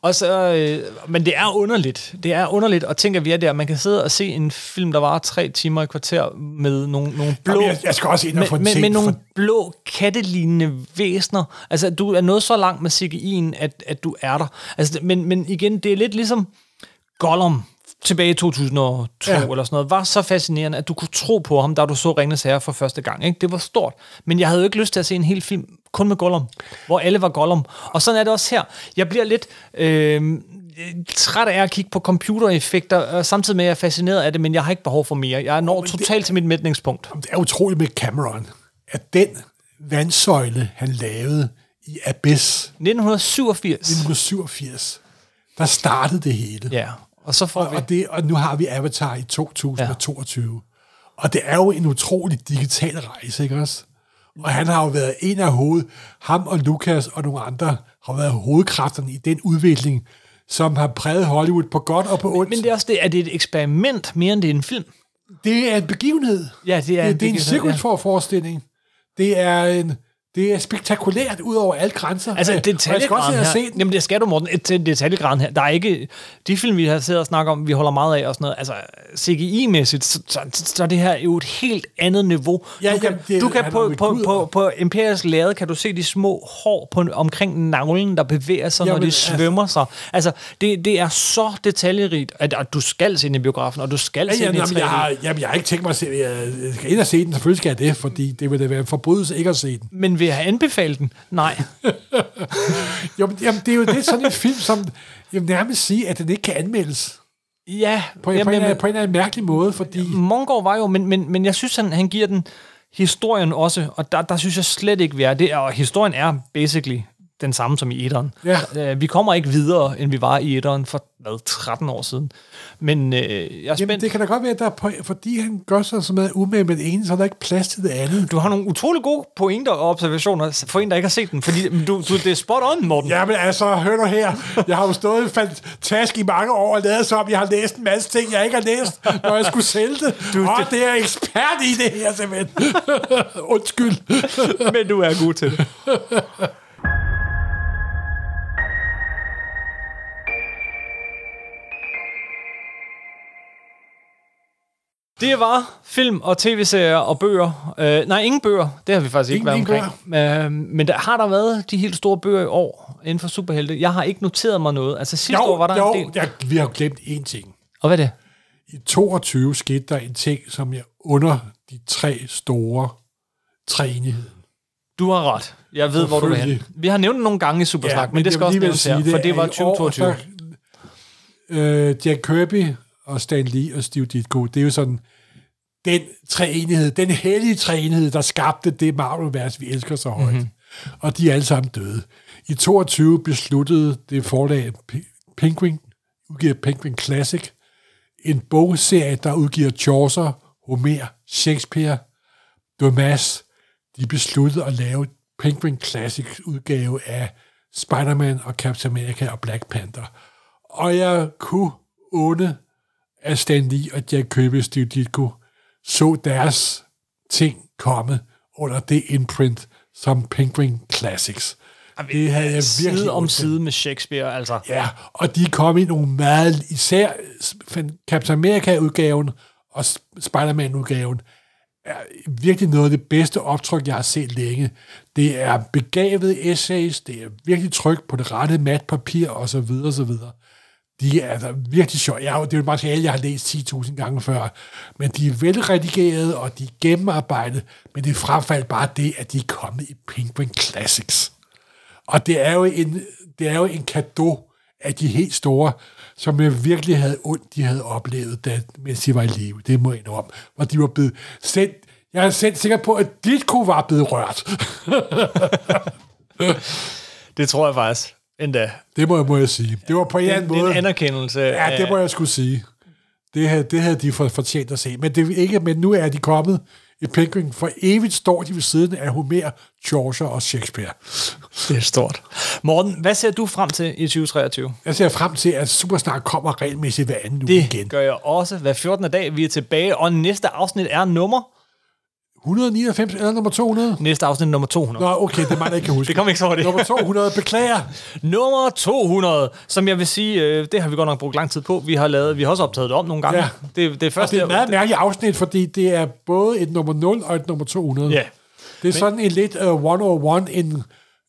Speaker 1: og så, øh, men det er underligt. Det er underligt, og tænker vi er der. Man kan sidde og se en film, der var tre timer i kvarter med nogle, nogle blå...
Speaker 2: Jamen, jeg- jeg skal også ind og
Speaker 1: med,
Speaker 2: få den
Speaker 1: med,
Speaker 2: set,
Speaker 1: med nogle
Speaker 2: for-
Speaker 1: blå kattelignende væsner. Altså, du er nået så langt med CGI'en, at, at du er der. Altså, det- men, men igen, det er lidt ligesom Gollum tilbage i 2002
Speaker 2: Ja.
Speaker 1: ja. eller sådan noget, var så fascinerende, at du kunne tro på ham, da du så Ringnes Herre for første gang. Ikke? Det var stort. Men jeg havde jo ikke lyst til at se en hel film kun med Gollum, hvor alle var Gollum. Og sådan er det også her. Jeg bliver lidt øh, træt af at kigge på computereffekter, og samtidig med, at jeg er fascineret af det, men jeg har ikke behov for mere. Jeg når totalt til mit mætningspunkt.
Speaker 2: det er utroligt med Cameron, at den vandsøjle, han lavede i Abyss
Speaker 1: 1987.
Speaker 2: 1987, der startede det hele.
Speaker 1: Ja, og så får
Speaker 2: og,
Speaker 1: vi...
Speaker 2: og, det, og nu har vi Avatar i 2022. Ja. Og det er jo en utrolig digital rejse, ikke også? Og han har jo været en af hoved, ham og Lukas og nogle andre har været hovedkræfterne i den udvikling, som har præget Hollywood på godt og på ondt.
Speaker 1: Men det er også det, at det er et eksperiment mere end det er en film.
Speaker 2: Det er en begivenhed.
Speaker 1: Ja, det er,
Speaker 2: det, det er en
Speaker 1: begivenhed, ja.
Speaker 2: cirkusforestilling. Det er en Det er spektakulært ud over alle grænser.
Speaker 1: Altså,
Speaker 2: det
Speaker 1: detaljegraden her.
Speaker 2: set
Speaker 1: Jamen, det skal du, Morten. Et, til detaljegraden her. Der er ikke... De film, vi har siddet og snakket om, vi holder meget af og sådan noget. Altså, CGI-mæssigt, så, så, så er det her jo et helt andet niveau.
Speaker 2: Ja,
Speaker 1: du kan,
Speaker 2: jamen, det
Speaker 1: du kan
Speaker 2: er
Speaker 1: på,
Speaker 2: noget
Speaker 1: på,
Speaker 2: gudder.
Speaker 1: på, på Imperiets lade, kan du se de små hår på, omkring navlen, der bevæger sig, når
Speaker 2: Jamen,
Speaker 1: de
Speaker 2: altså-
Speaker 1: svømmer sig. Altså, det, det er så detaljerigt, at, at du skal se den i biografen, og du skal se
Speaker 2: Ja,
Speaker 1: den i
Speaker 2: jamen, jamen,
Speaker 1: 3D.
Speaker 2: jeg, har, jamen, jeg har ikke tænkt mig at se det. Jeg skal ind og se den, selvfølgelig skal jeg det, fordi det vil da være en forbrydelse ikke at se den.
Speaker 1: Men vil jeg anbefale den? Nej.
Speaker 2: jo, men, jamen, det er jo det er sådan en film, som jeg nærmest sige, at den ikke kan anmeldes.
Speaker 1: Ja, øh,
Speaker 2: På, jamen, på, en, eller anden- på en eller anden mærkelig måde, fordi...
Speaker 1: Mongård var jo, men, men, men jeg synes, han, han giver den historien også, og der, der synes jeg slet ikke, vi er det. er- Og historien er basically den samme som i etteren.
Speaker 2: Ja.
Speaker 1: Øh, Vi kommer ikke videre, end vi var i etteren for, hvad, 13 år siden. Men øh, jeg er spændt.
Speaker 2: Jamen, det kan da godt være, at der er på, fordi han gør sig så meget umage med det ene, så er der ikke plads til det andet.
Speaker 1: Du har nogle utrolig gode pointer og observationer for en, der ikke har set den, fordi du, du, det er spot on, Morten.
Speaker 2: Jamen altså, hør nu her. Jeg har jo stået fantastisk i mange år og lavet som, om jeg har læst en masse ting, jeg ikke har læst, når jeg skulle sælge det. Du, Åh, det... det er jeg ekspert i det her, simpelthen. Undskyld.
Speaker 1: Men du er god til det. Det var film og tv-serier og bøger. Øh, nej, ingen bøger. Det har vi faktisk ikke
Speaker 2: Ingen-
Speaker 1: været omkring. Øh, men der, har der været de helt store bøger i år inden for superhelte? Jeg har ikke noteret mig noget. Altså sidste år var der
Speaker 2: jo,
Speaker 1: en del.
Speaker 2: Jeg, vi har jo glemt én ting.
Speaker 1: Og hvad er det?
Speaker 2: I 22 skete der en ting, som jeg under de tre store træenighed.
Speaker 1: Du har ret. Jeg ved, hvor du er hen.
Speaker 2: Selvfølgelig.
Speaker 1: Vi har nævnt det nogle gange i Supersnak, men, men det skal også nævnes her, for det var 2022.
Speaker 2: øh, Jack Kirby og Stan Lee og Steve Ditko, det er jo sådan den træenighed, den hellige træenighed, der skabte det Marvel-vers, vi elsker så højt.
Speaker 1: Mhm.
Speaker 2: Mm-hmm. Og de er alle sammen døde. I 22 besluttede det forlag P- Penguin, udgiver Penguin Classic, en bogserie, der udgiver Chaucer, Homer, Shakespeare, Dumas, de besluttede at lave Penguin Classics udgave af Spider-Man og Captain America og Black Panther. Og jeg kunne onde, at Stan Lee og Jack Kirby og Steve Ditko så deres ting komme under det imprint som Penguin Classics. Det havde jeg virkelig
Speaker 1: Side om
Speaker 2: ondt af.
Speaker 1: side med Shakespeare, altså.
Speaker 2: Ja, og de kom i nogle meget, især Captain America-udgaven og Sp- Spider-Man-udgaven, er virkelig noget af det bedste optryk, jeg har set længe. Det er begavede essays, det er virkelig tryk på det rette matpapir, og så videre, og så videre. De er altså virkelig sjove. Jeg, har jo- det er jo et materiale, jeg har læst 10.000 gange før, men de er velredigerede, og de er gennemarbejdet, men det er fremfaldt bare det, at de er kommet i Penguin Classics. Og det er jo en, det er jo en gave af de helt store, som jeg virkelig havde ondt, de havde oplevet, da, mens de var i live. Det må jeg indrømme. Og de var blevet sendt, jeg er selv sikker på, at Ditko var blevet rørt.
Speaker 1: Det tror jeg faktisk. Endda.
Speaker 2: Det må jeg, må jeg sige. Det var på en eller anden
Speaker 1: Det er
Speaker 2: måde.
Speaker 1: en anerkendelse.
Speaker 2: Ja, det må jeg skulle sige. Det havde, det havde de for- fortjent at se. Men, det, er ikke, men nu er de kommet i Penguin. For evigt står de ved siden af Homer, Chaucer og Shakespeare.
Speaker 1: Det er stort. Morten, hvad ser du frem til i 2023?
Speaker 2: Jeg ser frem til, at Superstar kommer regelmæssigt hver anden uge
Speaker 1: Det
Speaker 2: igen.
Speaker 1: gør jeg også. Hver 14. dag, vi er tilbage, og næste afsnit er nummer...
Speaker 2: 199 eller nummer 200?
Speaker 1: Næste afsnit er nummer 200.
Speaker 2: Nå, okay, det er mig, der ikke kan huske.
Speaker 1: Det kom ikke så hurtigt.
Speaker 2: Nummer 200, beklager.
Speaker 1: Nummer 200, som jeg vil sige, øh, det har vi godt nok brugt lang tid på. Vi har, lavet, vi har også optaget det om nogle gange.
Speaker 2: Ja.
Speaker 1: Det, det er
Speaker 2: Og
Speaker 1: første,
Speaker 2: det er et meget mærkeligt afsnit, fordi det er både et nummer 0 og et nummer 200.
Speaker 1: Ja.
Speaker 2: Det er sådan en lidt uh, 101, en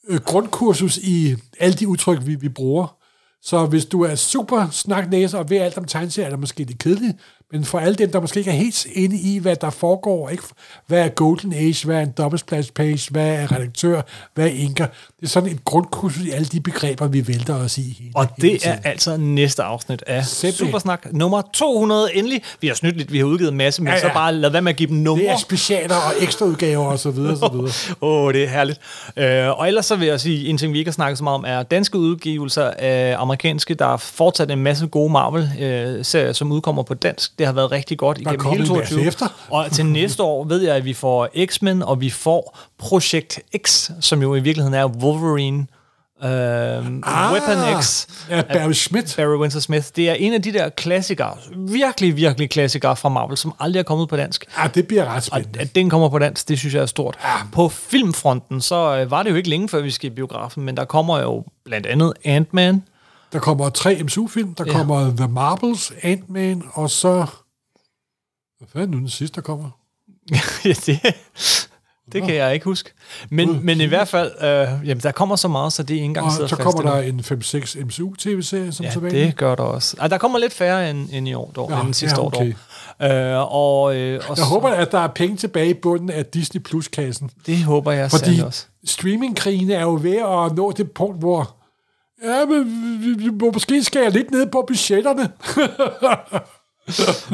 Speaker 2: uh, grundkursus i alle de udtryk, vi, vi bruger. Så hvis du er super snaknæser og ved alt om tegneserier, er det måske lidt kedeligt, men for alle dem, der måske ikke er helt inde i, hvad der foregår, og ikke, hvad er Golden Age, hvad er en dobbeltsplads page, hvad er redaktør, hvad er inker, det er sådan et grundkursus i alle de begreber, vi vælter os i. hele-
Speaker 1: Og
Speaker 2: hele
Speaker 1: det
Speaker 2: tiden.
Speaker 1: er altså næste afsnit af
Speaker 2: Simpelthen.
Speaker 1: Supersnak nummer 200 endelig. Vi har snydt lidt, vi har udgivet en masse, men
Speaker 2: Ja,
Speaker 1: ja, ja.
Speaker 2: ja.
Speaker 1: så bare lad være med at give dem numre.
Speaker 2: Det er specialer og ekstraudgaver osv. Så videre, og så videre.
Speaker 1: Åh, oh, det er herligt. Uh, og ellers så vil jeg sige, en ting, vi ikke har snakket så meget om, er danske udgivelser af amerikanske. Der er fortsat en masse gode Marvel-serier, som udkommer på dansk. Det har været rigtig godt igennem
Speaker 2: kommet
Speaker 1: hele
Speaker 2: en masse
Speaker 1: 22.
Speaker 2: efter.
Speaker 1: og til næste år ved jeg, at vi får X-Men, og vi får Projekt X, som jo i virkeligheden er Wolverine Øhm,
Speaker 2: Ah,
Speaker 1: Weapon X.
Speaker 2: ja, Barry Smith.
Speaker 1: Barry Windsor Smith. Det er en af de der klassikere, virkelig, virkelig klassikere fra Marvel, som aldrig er kommet på dansk.
Speaker 2: Ja, Ah, det bliver ret
Speaker 1: spændende. Og at den kommer på dansk, det synes jeg er stort. Ja. På filmfronten, så øh, var det jo ikke længe før, vi skal i biografen, men der kommer jo blandt andet Ant-Man.
Speaker 2: Der kommer tre MCU-film. Der
Speaker 1: Ja.
Speaker 2: ja. kommer The Marbles, Ant-Man, og så... Hvad fanden er nu den sidste, der kommer?
Speaker 1: ja, det, det kan jeg ikke huske. Men, men i hvert fald, øh, jamen, der kommer så meget, så det ikke engang sidder
Speaker 2: Og så
Speaker 1: fast
Speaker 2: kommer
Speaker 1: endnu.
Speaker 2: der en 5-6 MCU-tv-serie, som
Speaker 1: Ja,
Speaker 2: så
Speaker 1: det gør der også. Ah, der kommer lidt færre end, end i år, dog,
Speaker 2: Ja,
Speaker 1: ja, end sidste
Speaker 2: ja,
Speaker 1: ja, okay.
Speaker 2: okay.
Speaker 1: år. Dog. Øh, og, øh, og
Speaker 2: Jeg håber, at der er penge tilbage i bunden af Disney Plus-kassen.
Speaker 1: Det håber jeg
Speaker 2: Fordi
Speaker 1: sandelig også.
Speaker 2: streamingkrigen er jo ved at nå det punkt, hvor... Ja, men vi- vi- vi- måske skal jeg lidt ned på budgetterne.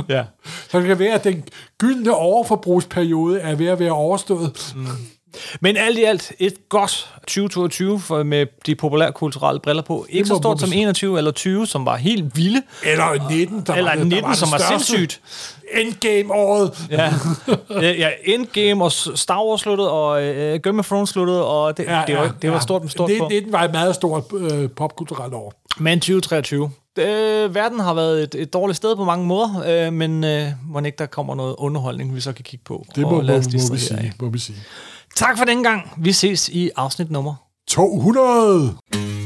Speaker 1: ja.
Speaker 2: Så det kan være, at den gyldne overforbrugsperiode er ved at være overstået. Mm.
Speaker 1: Men alt i alt et godt 2022 for, med de populærkulturelle briller på. Ikke så
Speaker 2: må
Speaker 1: stort
Speaker 2: man
Speaker 1: som
Speaker 2: sige.
Speaker 1: 21 eller 20, som var helt vilde.
Speaker 2: Eller 19, der
Speaker 1: Eller
Speaker 2: var, det-
Speaker 1: 19,
Speaker 2: der var
Speaker 1: som var
Speaker 2: det største
Speaker 1: sindssygt.
Speaker 2: Endgame-året.
Speaker 1: Ja. Øh, ja, Endgame og Star Wars sluttede, og øh, Game of Thrones sluttede, og det, ja, det, var, det var stort, stort
Speaker 2: det,
Speaker 1: på.
Speaker 2: det var et meget stort øh, popkulturelt år.
Speaker 1: Men 2023. Øh, verden har været et, et dårligt sted på mange måder, øh, men øh, må ikke der kommer noget underholdning, vi så kan kigge på.
Speaker 2: Det må,
Speaker 1: og
Speaker 2: må,
Speaker 1: lade os
Speaker 2: må, vi
Speaker 1: distrahere af.
Speaker 2: sige, må vi sige.
Speaker 1: Tak for den gang. Vi ses i afsnit nummer
Speaker 2: 200!